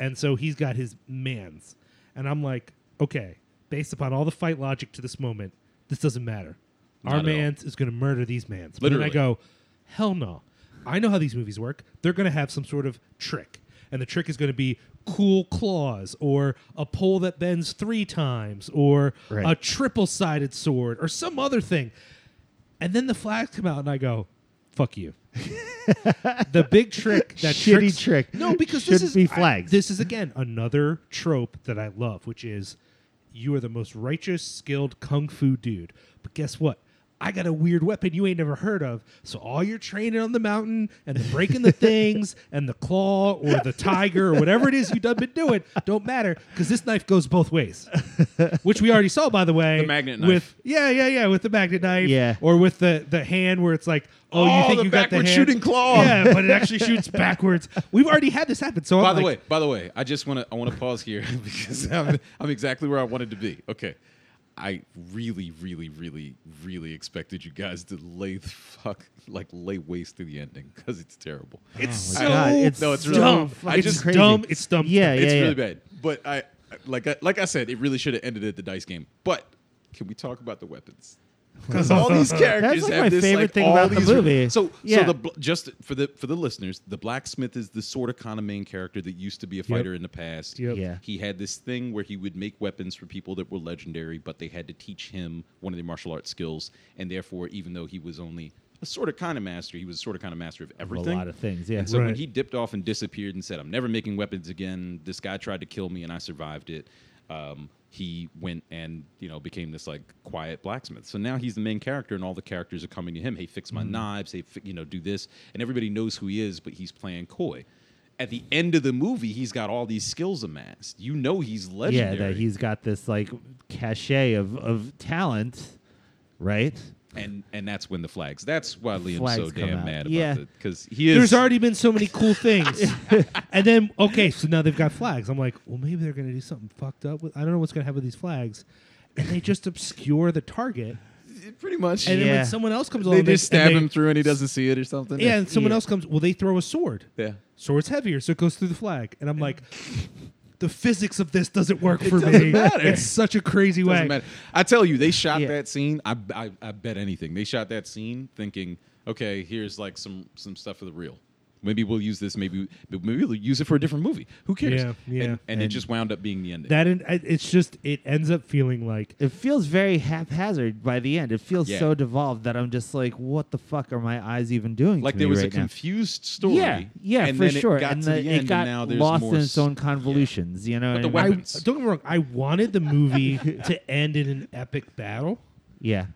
B: and so he's got his man's, and I'm like, okay, based upon all the fight logic to this moment, this doesn't matter.
C: Not
B: Our
C: at all.
B: man's is going to murder these mans. But then I
C: Literally.
B: go, hell no. I know how these movies work. They're going to have some sort of trick, and the trick is going to be cool claws or a pole that bends three times or
A: Right.
B: a triple-sided sword or some other thing. And then the flags come out, and I go, "Fuck you." the big trick that
A: Shitty
B: tricks-
A: trick.
B: No, because this
A: Should
B: is
A: be
B: I-
A: flags.
B: this is again another trope that I love, which is you are the most righteous, skilled kung fu dude. But guess what? I got a weird weapon you ain't never heard of. So all your training on the mountain and the breaking the things and the claw or the tiger or whatever it is you done been doing don't matter because this knife goes both ways, which we already saw by the way.
C: The magnet
B: With
C: knife.
B: yeah, yeah, yeah, with the magnet knife.
A: Yeah.
B: Or with the the hand where it's like, oh, you
C: Oh,
B: think
C: the
B: you got the
C: backward
B: hand.
C: shooting claw.
B: Yeah, but it actually shoots backwards. We've already had this happen. So
C: By
B: I'm
C: the
B: like,
C: way, by the way, I just want to I want to pause here because I'm, I'm exactly where I wanted to be. Okay. I really, really, really, really expected you guys to lay the fuck like lay waste to the ending because it's terrible.
B: it's
A: Oh my
B: so
A: God, it's
C: No, it's really-
B: dumb.
A: I
B: it's
C: just-
B: dumb. It's dumb.
A: Yeah,
C: it's
A: yeah,
C: really
A: yeah.
C: bad. But I like I, like I said, it really should have ended at the dice game. But can we talk about the weapons? Because all these characters
A: That's like
C: have
A: my
C: this,
A: favorite
C: like,
A: thing
C: all
A: about the
C: these re-
A: movie.
C: So,
A: Yeah.
C: so the bl- just for the for the listeners, the blacksmith is the sort of kind of main character that used to be a fighter in the past.
B: Yep.
A: Yeah.
C: He had this thing where he would make weapons for people that were legendary, but they had to teach him one of their martial arts skills, and therefore, even though he was only a sort of kind of master, he was a sort of kind of master of everything.
A: lot of things, yeah.
C: And so when
B: Right.
C: he dipped off and disappeared and said, "I'm never making weapons again," this guy tried to kill me, and I survived it. Um, he went and you know became this like quiet blacksmith. So now he's the main character, and all the characters are coming to him. Hey, fix my knives. Hey, fi- you know, do this, and everybody knows who he is, but he's playing coy. At the end of the movie, he's got all these skills amassed. You know he's legendary.
A: Yeah, that he's got this like cachet of of talent, right?
C: and and that's when the flags. That's why Liam's so
A: Flags come
C: damn
A: out.
C: mad about
A: Yeah.
C: it because he is.
B: There's already been so many cool things. and then okay, so now they've got flags. I'm like, well, maybe they're gonna do something fucked up with I don't know what's gonna happen with these flags. And they just obscure the target.
C: pretty much.
B: And then
A: Yeah.
B: when someone else comes
C: they
B: along,
C: just
B: and
C: stab
B: they-
C: him through, and he doesn't see it or something.
B: Yeah, and someone
A: Yeah.
B: else comes. Well, they throw a sword.
C: Yeah.
B: sword's heavier, so it goes through the flag. And I'm like, the physics of this doesn't work for
C: doesn't
B: me.
C: matter.
B: It's such a crazy
C: Doesn't
B: way.
C: matter. I tell you, they shot
A: Yeah.
C: that scene. I, I I bet anything they shot that scene thinking, okay, here's like some some stuff for the real. Maybe we'll use this. Maybe maybe we'll use it for a different movie. Who cares?
B: Yeah, yeah.
C: And, and it
A: And-
C: just wound up being the ending.
B: That and I- it's just it ends up feeling like
A: It feels very haphazard by the end. It feels
C: Yeah.
A: so devolved that I'm just like, what the fuck are my eyes even doing?
C: like
A: to
C: there
A: me
C: was
A: right
C: a
A: now?
C: confused story.
A: Yeah, yeah,
C: and
A: for
C: then
A: sure.
C: It got
A: and
C: to
A: the,
C: the,
A: it
C: end,
A: got
C: and now there's
A: lost
C: more
A: in
C: s-
A: its own convolutions. You know,
C: But the
A: what I mean?
B: I,
C: weapon-
B: don't get me wrong. I wanted the movie to end in an epic battle.
A: yeah,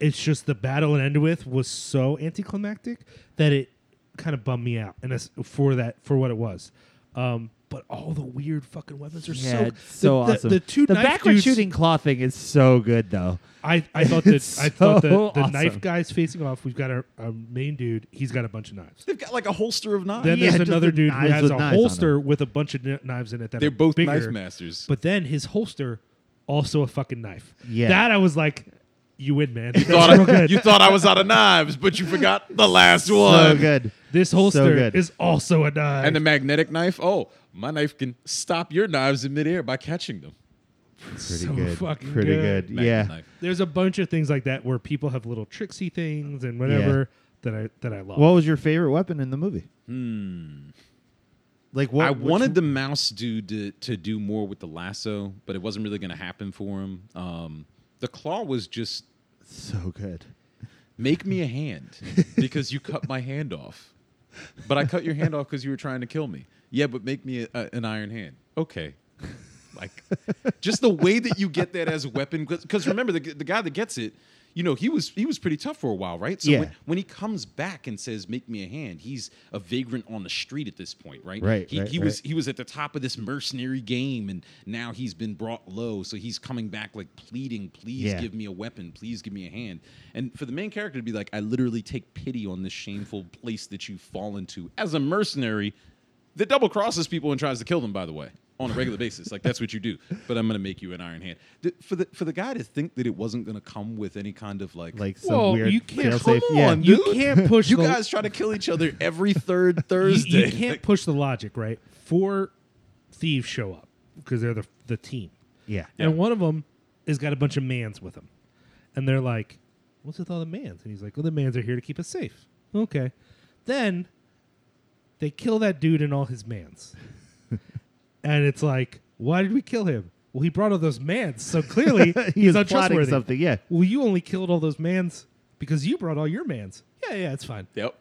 B: It's just the battle it ended with was so anticlimactic that it kind of bummed me out, and that's for that for what it was. Um, but all the weird fucking weapons are
A: yeah,
B: so
A: it's so
B: the,
A: awesome.
B: The, the two knife
A: backward
B: dudes-
A: shooting claw thing is so good though.
B: I, I thought that
A: It's
B: I thought that
A: so
B: the knife
A: awesome.
B: guy's facing off. We've got our, our main dude. He's got a bunch of knives.
C: They've got like a holster of knives.
B: Then
A: Yeah,
B: there's
A: just
B: another
A: the
B: dude who
A: knives
B: has
A: with
B: a
A: knives on
B: holster with a bunch of kn- knives in it. That
C: They're
B: are
C: both
B: bigger,
C: knife masters.
B: But then his holster, also a fucking knife.
A: Yeah.
B: That I was like, you win, man. That's
C: you, thought
B: real
C: I,
B: good.
C: you thought I was out of knives, but you forgot the last
A: So
C: one.
A: good.
B: this
A: So
B: holster
A: good.
B: is also a knife.
C: And the magnetic knife. Oh, my knife can stop your knives in midair by catching them.
A: Pretty
B: so
A: good.
B: fucking
A: Pretty
B: good.
A: good.
C: Magnet
A: Yeah.
C: knife.
B: there's a bunch of things like that where people have little tricksy things and whatever that I that I love.
A: What was your favorite weapon in the movie? Hmm. Like what?
C: I
A: which-
C: wanted the mouse dude to, to do more with the lasso, but it wasn't really going to happen for him. Um, the claw was just
A: so good.
C: make me a hand because you cut my hand off. But I cut your hand off because you were trying to kill me. Yeah, but make me a, a- an iron hand. Okay. Like, just the way that you get that as a weapon. Because remember, the, g- the guy that gets it, you know, he was he was pretty tough for a while, right? So
A: Yeah.
C: when, when he comes back and says, "Make me a hand," he's a vagrant on the street at this point, right?
A: Right,
C: He,
A: right,
C: he was
A: right.
C: he was at the top of this mercenary game, and now he's been brought low. So he's coming back like pleading, "Please
A: Yeah.
C: give me a weapon. Please give me a hand." And for the main character to be like, "I literally take pity on this shameful place that you fall into as a mercenary," that double crosses people and tries to kill them. By the way. On a regular basis, like that's what you do. But I'm gonna make you an Iron Hand. Th- for the for the guy to think that it wasn't gonna come with any kind of like
A: like some
B: Well,
A: weird
B: you can't
A: fail-safe.
C: Come
A: yeah.
C: on,
B: You
C: dude.
B: can't push
C: You
B: the-
C: guys try to kill each other every third
B: You-
C: Thursday.
B: You, can't push the logic, right? Four thieves show up because they're the, the team.
A: yeah.
B: And one of them has got a bunch of mans with him. And they're like, what's with all the mans? And he's like, well, the mans are here to keep us safe. Okay. Then they kill that dude and all his mans. and it's like, why did we kill him? Well, he brought all those mans. So
A: He
B: clearly he's
A: was plotting
B: untrustworthy.
A: something, yeah.
B: Well, you only killed all those mans because you brought all your mans. Yeah, yeah, it's fine.
C: Yep.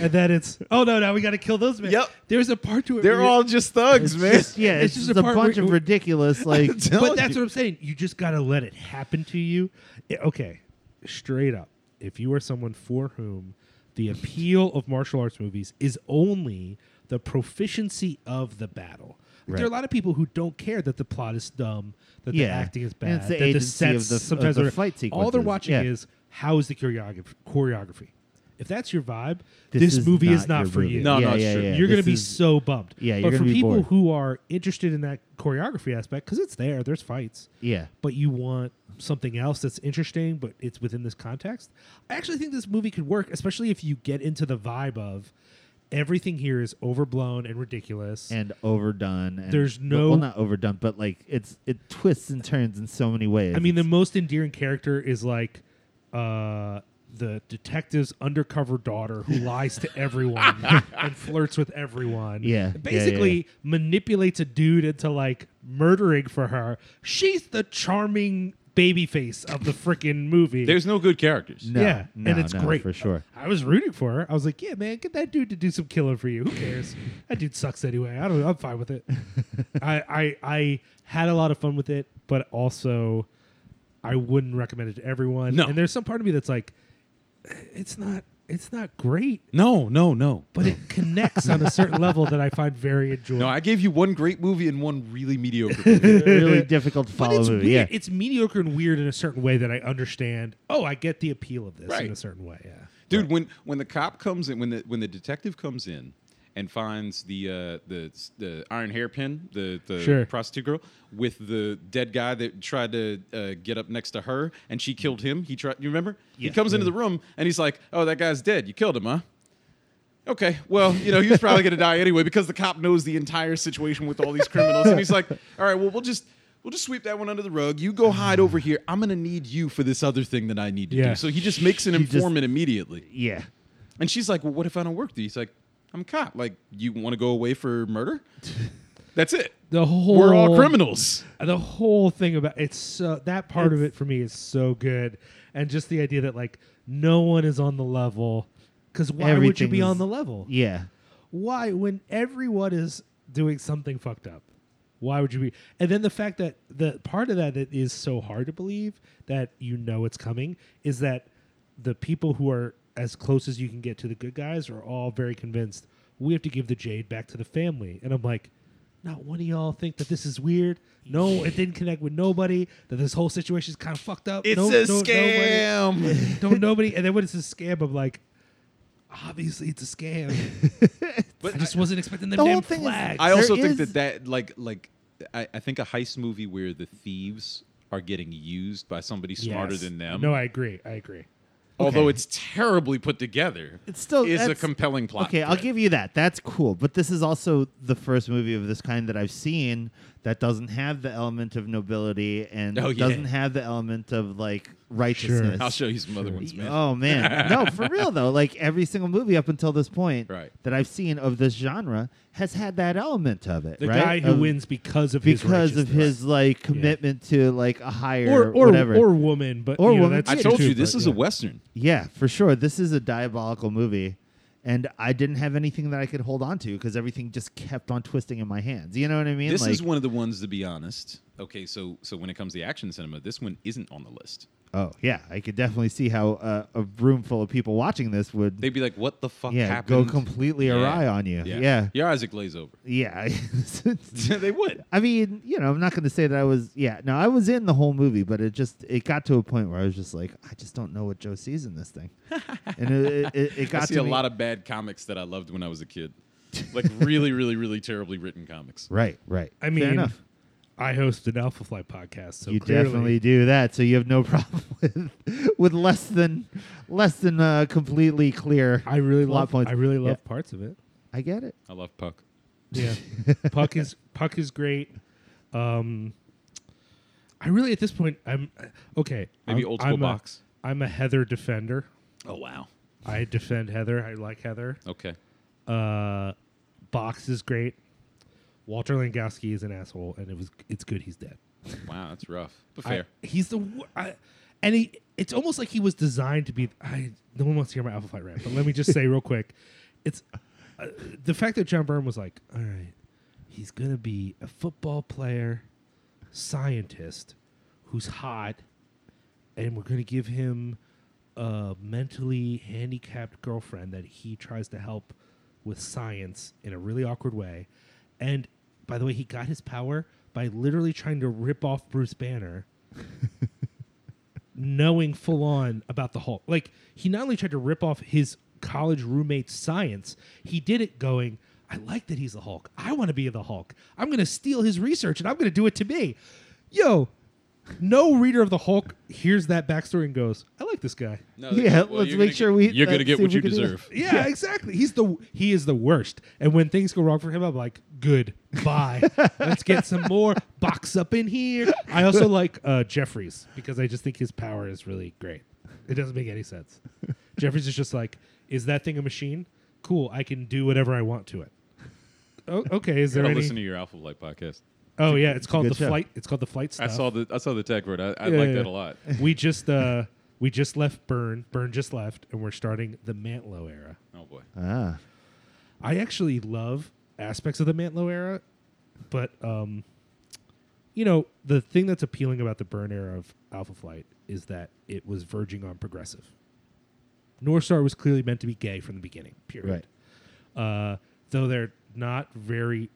B: And then it's, oh, no, now we got to kill those mans.
C: Yep.
B: There's a part to it.
C: They're
B: where
C: all just thugs, man.
A: Yeah, it's, just, a,
B: part
A: bunch
B: where-
A: of ridiculous like
B: but that's what I'm saying. You just gotta let it happen to you. I- okay, straight up. If you are someone for whom the appeal of martial arts movies is only the proficiency of the battle. Like, There are a
A: Right.
B: lot of people who don't care that the plot is dumb, that the
A: Yeah.
B: acting is bad,
A: And it's the
B: that the
A: agency of
B: sets
A: the- of
B: sometimes
A: the
B: are-
A: fight
B: All they're
A: sequences.
B: watching
A: Yeah.
B: is how is the choreography. choreography. If that's your vibe,
A: This
B: this,
A: is
B: movie
A: not
B: is not
A: your
B: for
A: movie.
B: you
C: No,
A: Yeah,
C: no, it's
A: yeah,
C: true.
A: yeah.
B: you're going to
A: This
B: be
A: is-
B: so bummed.
A: Yeah, you're
B: but
A: gonna
B: for
A: be
B: people
A: bored.
B: who are interested in that choreography aspect, because it's there, there's fights.
A: Yeah.
B: But you want something else that's interesting, but it's within this context. I actually think this movie could work, especially if you get into the vibe of everything here is overblown and ridiculous.
A: and overdone. And,
B: There's no-
A: well, not overdone, but like it's it twists and turns in so many ways.
B: I mean, the
A: It's-
B: most endearing character is like uh, the detective's undercover daughter who lies to everyone and flirts with everyone.
A: Yeah, yeah, yeah,
B: Basically manipulates a dude into like murdering for her. She's the charming baby face of the freaking movie.
C: There's no good characters.
A: no,
B: yeah,
A: no,
B: and it's
A: no,
B: great
A: for sure.
B: I was rooting for her. I was like, "Yeah, man, get that dude to do some killing for you. Who cares? that dude sucks anyway. I don't. I'm fine with it. I, I I had a lot of fun with it, but also I wouldn't recommend it to everyone.
C: No.
B: And there's some part of me that's like, it's not it's not great,
C: No, no, no.
B: but it connects on a certain level that I find very enjoyable.
C: No, I gave you one great movie and one really mediocre movie.
A: really difficult to follow
B: but it's
A: movie.
B: weird.
A: Yeah,
B: It's mediocre and weird in a certain way that I understand. Oh, I get the appeal of this
C: Right.
B: in a certain way. Yeah.
C: Dude, when when the cop comes in, when the when the detective comes in and finds the uh, the the iron hairpin, the the
B: Sure.
C: prostitute girl with the dead guy that tried to uh, get up next to her and she killed him. He tried. You remember? He comes into the room and he's like, "Oh, that guy's dead. You killed him, huh?" Okay, well, you know, he was probably going to die anyway because the cop knows the entire situation with all these criminals, and he's like, "All right, well, we'll just we'll just sweep that one under the rug. You go hide over here. I'm going to need you for this other thing that I need to
B: Yeah.
C: do." So he just makes an
A: He just-
C: informant immediately.
A: yeah.
C: And she's like, "Well, what if I don't work?" There? He's like, "I'm a cop. Like, you want to go away for murder? That's it.
B: The whole
C: We're all criminals."
B: the whole thing about it's so that part of it for me is so good and just the idea that like no one is on the level because why would you be
A: Everything's-
B: on the level
A: Yeah,
B: why when everyone is doing something fucked up why would you be and then the fact that the part of that that is so hard to believe that you know it's coming is that the people who are as close as you can get to the good guys are all very convinced we have to give the jade back to the family and i'm like not one of y'all think that this is weird no it didn't connect with nobody that this whole situation is kind of fucked up
C: It's
B: No-
C: a
B: no- nobody-
C: scam.
B: don't nobody and then when it's a scam i'm like obviously it's a scam
C: But
B: I just wasn't expecting them
A: The
B: damn
A: whole thing is-
B: flags.
C: I also
A: is-
C: think that that like like I, I think a heist movie where the thieves are getting used by somebody smarter
B: Yes.
C: than them.
B: No, I agree. I agree.
C: although it's terribly put together.
A: it's still
C: is a
A: that's-
C: compelling plot.
A: Okay, I'll
C: thread.
A: give you that. That's cool. But this is also the first movie of this kind that I've seen that doesn't have the element of nobility and
C: Oh, yeah.
A: doesn't have the element of like righteousness.
C: I'll show you some other ones, man.
A: Oh man, no, for real though. Like every single movie up until this point
C: Right.
A: that I've seen of this genre has had that element of it.
B: The guy
A: right?
B: who
A: Of-
B: wins because of his
A: because of
B: righteousness.
A: his like commitment to like a higher
B: or or,
A: whatever.
B: or woman, but
A: Or
B: you know,
A: woman.
B: that's
C: I
B: it
C: told
B: too,
C: you this
B: but
C: is
B: yeah.
C: a western.
A: yeah, for sure. This is a diabolical movie. And I didn't have anything that I could hold on to because everything just kept on twisting in my hands. You know what I mean?
C: This is
A: Like,
C: one of the ones to be honest. Okay, so so when it comes to action cinema, this one isn't on the list.
A: Oh yeah, I could definitely see how uh, a room full of people watching this would
C: They'd be like, "What the fuck
A: yeah
C: happened?"
A: go completely
C: Yeah.
A: awry on you. Yeah,
C: Your eyes would glaze over.
A: yeah.
C: they would.
A: I mean, you know, I'm not going to say that I was. Yeah, no, I was in the whole movie, but it just it got to a point where I was just like, I just don't know what Joe sees in this thing, and it, it- it, it got
C: I see
A: to
C: a
A: me-
C: lot of bad comics that I loved when I was a kid, like really, really, really terribly written comics.
A: right, right.
B: I mean,
A: Fair enough.
B: I host an Alpha Flight podcast, so
A: you
B: clearly
A: definitely do that, so you have no problem with with less than less than uh, completely clear.
B: I really
A: plot
B: love.
A: points.
B: I really love
A: Yeah,
B: parts of it.
A: I get it.
C: I love Puck.
B: Yeah, Puck is Puck is great. Um, I really at this point I'm okay.
C: Maybe
B: I'm,
C: old school
B: I'm
C: box.
B: A, I'm a Heather defender.
C: Oh wow.
B: I defend Heather. I like Heather.
C: Okay.
B: Uh, Box is great. Walter Langowski is an asshole, and it was it's good he's dead.
C: Wow, that's rough, but
B: I-
C: fair.
B: he's the wor- I, and he it's almost like he was designed to be. I no one wants to hear my Alpha Flight rant, but let me just say real quick, it's uh, the fact that John Byrne was like, all right, he's gonna be a football player, scientist, who's hot, and we're gonna give him a mentally handicapped girlfriend that he tries to help with science in a really awkward way, and by the way, he got his power by literally trying to rip off Bruce Banner knowing full on about the Hulk. Like he not only tried to rip off his college roommate's science, he did it going, I like that he's the Hulk. I want to be the Hulk. I'm going to steal his research and I'm going to do it to me. Yo, no reader of the Hulk hears that backstory and goes, I like this guy.
C: No,
A: Yeah,
C: you're-
A: let's
C: you're
A: make
C: gonna
A: sure
C: get-
A: we-
C: You're
A: uh,
C: gonna get
A: see if
C: what
A: we
C: you
A: can do
C: deserve.
B: Yeah, exactly. He's the he is the worst. And when things go wrong for him, I'm like, good, bye. Let's get some more box up in here. I also like uh, Jeffries because I just think his power is really great. It doesn't make any sense. Jeffries is just like, is that thing a machine? Cool, I can do whatever I want to it. Oh, okay, is there
C: Gotta
B: any?
C: listen to your Alpha Light podcast.
B: oh yeah, it's called
A: good
B: the
A: show.
B: flight. It's called the flight
C: I
B: stuff.
C: saw the I saw the tag word. I, I
B: Yeah,
C: like
B: yeah,
C: that
B: yeah.
C: a lot.
B: we just uh, we just left Burn. Burn just left, and we're starting the Mantlo era.
C: Oh boy.
A: Ah,
B: I actually love aspects of the Mantlo era, but um, you know the thing that's appealing about the Burn era of Alpha Flight is that it was verging on progressive. North Star was clearly meant to be gay from the beginning. Period. Uh, though they're not very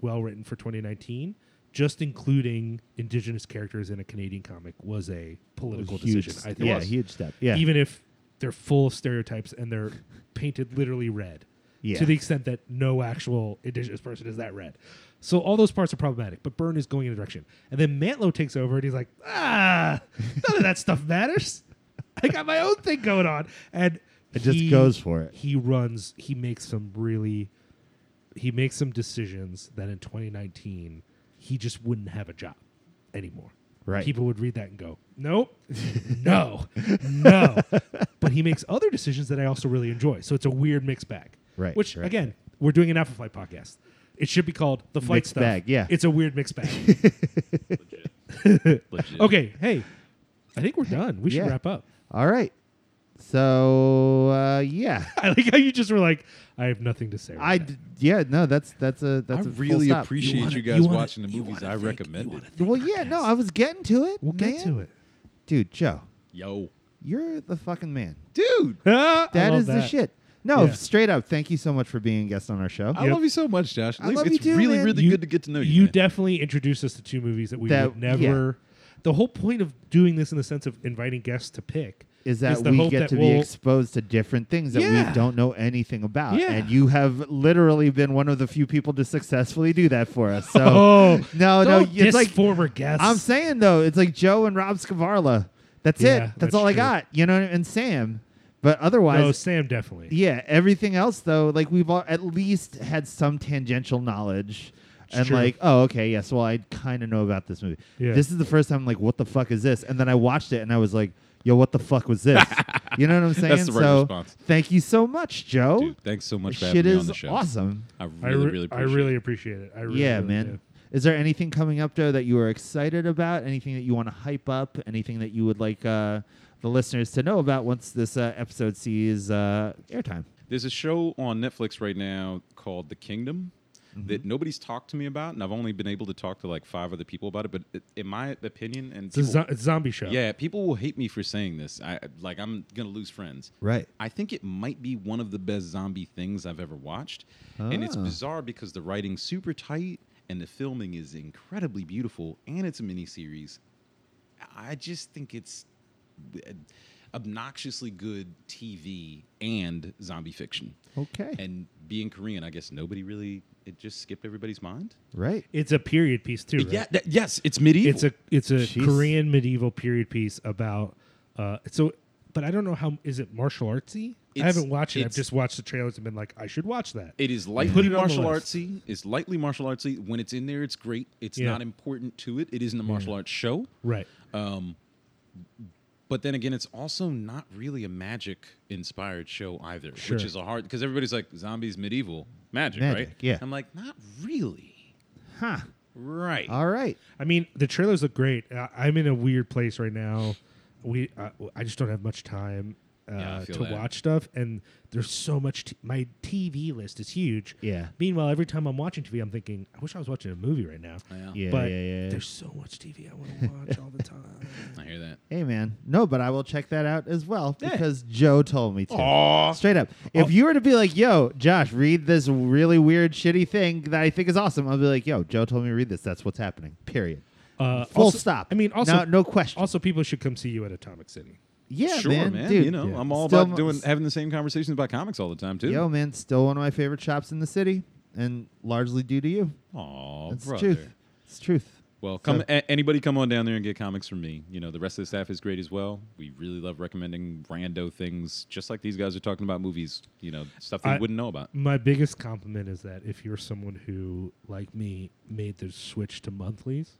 B: well written for 2019. Just including indigenous characters in a Canadian comic was a political
A: huge,
B: decision. I think
A: yeah,
B: It was.
A: huge step. Yeah,
B: even if they're full of stereotypes and they're painted literally red
A: Yeah.
B: to the extent that no actual indigenous person is that red. So all those parts are problematic, but Byrne is going in a direction. And then Mantlo takes over and he's like, ah, none of that stuff matters. I got my own thing going on. And
A: It just goes for it.
B: He runs, he makes some really, he makes some decisions that in 2019, he just wouldn't have a job anymore.
A: Right.
B: People would read that and go, nope, no, no. But he makes other decisions that I also really enjoy. So it's a weird mixed bag.
A: Right,
B: Which,
A: right.
B: again, we're doing an Alpha Flight podcast. It should be called The Flight
A: Mixed
B: Stuff.
A: bag, yeah.
B: It's a weird mixed bag.
C: Legit.
B: okay, hey, I think we're done. We should
A: yeah.
B: wrap up.
A: all right. So uh, yeah.
B: I like how you just were like, I have nothing to say. Right
A: I
B: now.
A: d- yeah no that's that's a that's
C: I
A: a full
C: really
A: stop.
C: appreciate you,
B: wanna-
C: guys
B: you wanna-
C: watching the
B: you
C: movies
B: wanna
C: I
B: think- you
C: recommended.
B: wanna think
A: Well,
B: about
A: yeah, no,
B: this.
A: I was getting to it.
B: We'll get to it.
A: dude. Joe,
C: Yo,
A: you're the fucking man.
C: dude,
B: Ah, I
A: That
B: love
A: is the
B: that.
A: shit. No,
B: Yeah.
A: straight up. Thank you so much for being a guest on our show.
C: I
B: Yep.
C: love you so much, Josh.
A: I love
C: it's
A: you too,
C: really,
A: man.
C: really
B: You-
C: good to get to know you.
B: You
C: man.
B: definitely introduced us to two movies that we
A: That-
B: would never. The whole point of doing this, in the sense of inviting guests to pick,
A: Is that
B: the
A: we
B: hope
A: get
B: that
A: to be
B: we'll-
A: exposed to different things that
B: Yeah.
A: we don't know anything about,
B: Yeah.
A: and you have literally been one of the few people to successfully do that for us. So
B: Oh,
A: no, no,
B: don't
A: it's
B: diss
A: like
B: former guests.
A: I'm saying though, it's like Joe and Rob Scavarla. That's
B: Yeah,
A: it. That's,
B: that's
A: all I
B: true.
A: got. You know, and Sam. But otherwise,
B: Oh, Sam definitely.
A: yeah everything else though like we've all at least had some tangential knowledge
B: It's
A: and
B: true.
A: like oh okay yes well i kind of know about this movie
B: Yeah.
A: this is the first time I'm like what the fuck is this and then i watched it and i was like yo what the fuck was this you know what i'm saying
C: That's the right
A: so
C: response.
A: thank you so much joe
C: Dude, thanks so much for
A: shit
C: having me
A: is
C: on the show.
A: awesome
C: I
B: I
C: really,
B: re-
C: really,
B: I
C: appreciate
B: really appreciate it. I really,
A: yeah
B: really
A: man
B: do.
A: is there anything coming up joe that you are excited about anything that you want to hype up anything that you would like uh, the listeners to know about once this uh, episode sees uh, airtime
C: There's a show on Netflix right now called The Kingdom. that nobody's talked to me about, and I've only been able to talk to like five other people about it. But it, in my opinion, and
B: It's a,
C: people-
B: zo- it's a zombie show.
C: yeah, people will hate me for saying this. I like I'm gonna lose friends.
A: Right.
C: I think it might be one of the best zombie things I've ever watched, and it's
A: Ah.
C: bizarre because the writing's super tight and the filming is incredibly beautiful, and it's a miniseries. I just think it's eh, obnoxiously good TV and zombie fiction.
A: Okay.
C: And being Korean, I guess nobody really it just skipped everybody's mind.
A: right.
B: It's a period piece too. Right?
C: Yeah, that- yes, it's medieval.
B: It's a it's a
A: Jeez.
B: Korean medieval period piece about uh so but I don't know how is it martial artsy? I
C: It's-
B: haven't watched it. I've
C: it's-
B: just watched the trailers and been like, I should watch that.
C: It is lightly
B: Put it on the
C: martial
B: list.
C: artsy. It's lightly martial artsy. When it's in there, it's great. It's
B: Yeah.
C: not important to it. It isn't a martial arts show.
B: right.
C: Um, but then again, it's also not really a magic inspired show either,
B: Sure.
C: which is a hard because everybody's like zombies medieval magic,
A: Magic,
C: right?
A: yeah.
C: I'm like, not really.
A: Huh.
C: Right.
A: All right.
B: I mean, the trailers look great. I, I'm in a weird place right now. We uh, I just don't have much time uh,
C: Yeah, I
B: to
C: feel that.
B: watch stuff, and there's so much. T- my TV list is huge.
A: Yeah.
B: Meanwhile, every time I'm watching TV, I'm thinking, I wish I was watching a movie right now.
C: Yeah.
A: Yeah,
B: but
A: yeah, yeah.
B: there's so much TV I want to watch all the time.
C: I hear that.
A: Hey man, no, but I will check that out as well because Joe told me to. Straight up, if you were to be like, "Yo, Josh, read this really weird, shitty thing that I think is awesome," I'll be like, "Yo, Joe told me to read this. That's what's happening. Period.
B: Uh,
A: Full
B: also-
A: stop.
B: I mean, also
A: no, no question.
B: Also, people should come see you at Atomic City.
A: yeah,
C: sure, man.
A: man. Dude,
C: you know,
A: yeah.
C: I'm all
A: Still
C: about
A: m-
C: doing having the same conversations about comics all the time too.
A: Yo, man, still one of my favorite shops in the city, and largely due to you.
C: Aw,
A: That's the
C: Oh, brother.
A: truth. It's the truth.
C: Well, come
A: So-
C: a- anybody come on down there and get comics from me. You know, the rest of the staff is great as well. We really love recommending rando things, just like these guys are talking about movies. You know, stuff they
B: I-
C: wouldn't know about.
B: My biggest compliment is that if you're someone who, like me, made the switch to monthlies,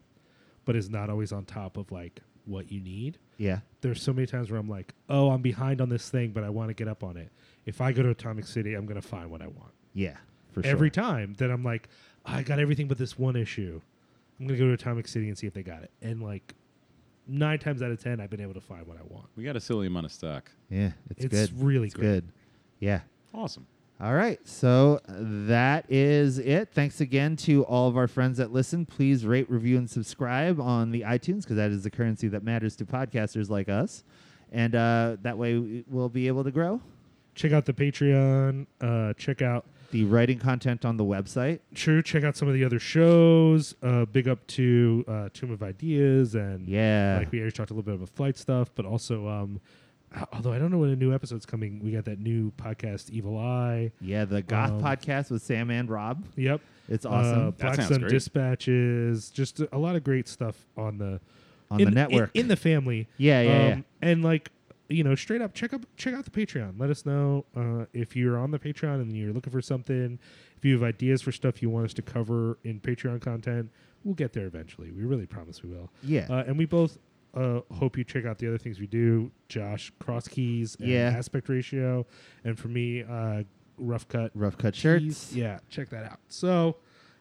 B: but is not always on top of like what you need,
A: Yeah.
B: there's so many times where I'm like, oh, I'm behind on this thing, but I want to get up on it. If I go to Atomic City, I'm gonna find what I want
A: Yeah. For
B: every
A: sure.
B: time. That I'm like, I got everything but this one issue. I'm gonna go to Atomic City and see if they got it. And like nine times out of ten, I've been able to find what I want.
C: We got a silly amount of stock.
A: yeah, it's,
B: It's
A: good.
B: really
A: it's
B: great.
A: good. Yeah.
C: Awesome.
A: All right. So that is it. Thanks again to all of our friends that listen. Please rate, review, and subscribe on the iTunes because that is the currency that matters to podcasters like us. And uh, that way we- we'll be able to grow.
B: Check out the Patreon. Uh, check out
A: The writing content on the website.
B: True. Check out some of the other shows. Uh, big up to uh, Tomb of Ideas and
A: Yeah.
B: like we already talked a little bit about flight stuff, but also um, although I don't know when a new episode's coming, we got that new podcast Evil Eye.
A: yeah, the Goth
B: Um,
A: podcast with Sam and Rob.
B: Yep,
A: It's
B: Uh,
A: awesome.
B: Black
C: sounds
B: Sun
C: great.
B: Dispatches. Just a, a lot of great stuff on the
A: On
B: in-
A: the network.
B: in, in the family. Um,
A: Yeah, yeah,
B: And like you know, straight up, check up check out the Patreon. Let us know uh, if you're on the Patreon and you're looking for something. If you have ideas for stuff you want us to cover in Patreon content, we'll get there eventually. We really promise we will.
A: Yeah.
B: Uh, and we both uh, hope you check out the other things we do. Josh cross keys, and
A: Yeah.
B: aspect ratio, and for me, uh, rough cut
A: Rough cut shirts.
B: Keys. Yeah, check that out. So,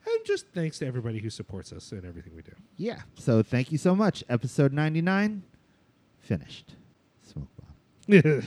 B: and just thanks to everybody who supports us and everything we do.
A: Yeah. So thank you so much. Episode 99 finished. Smoke bomb.
B: yeah.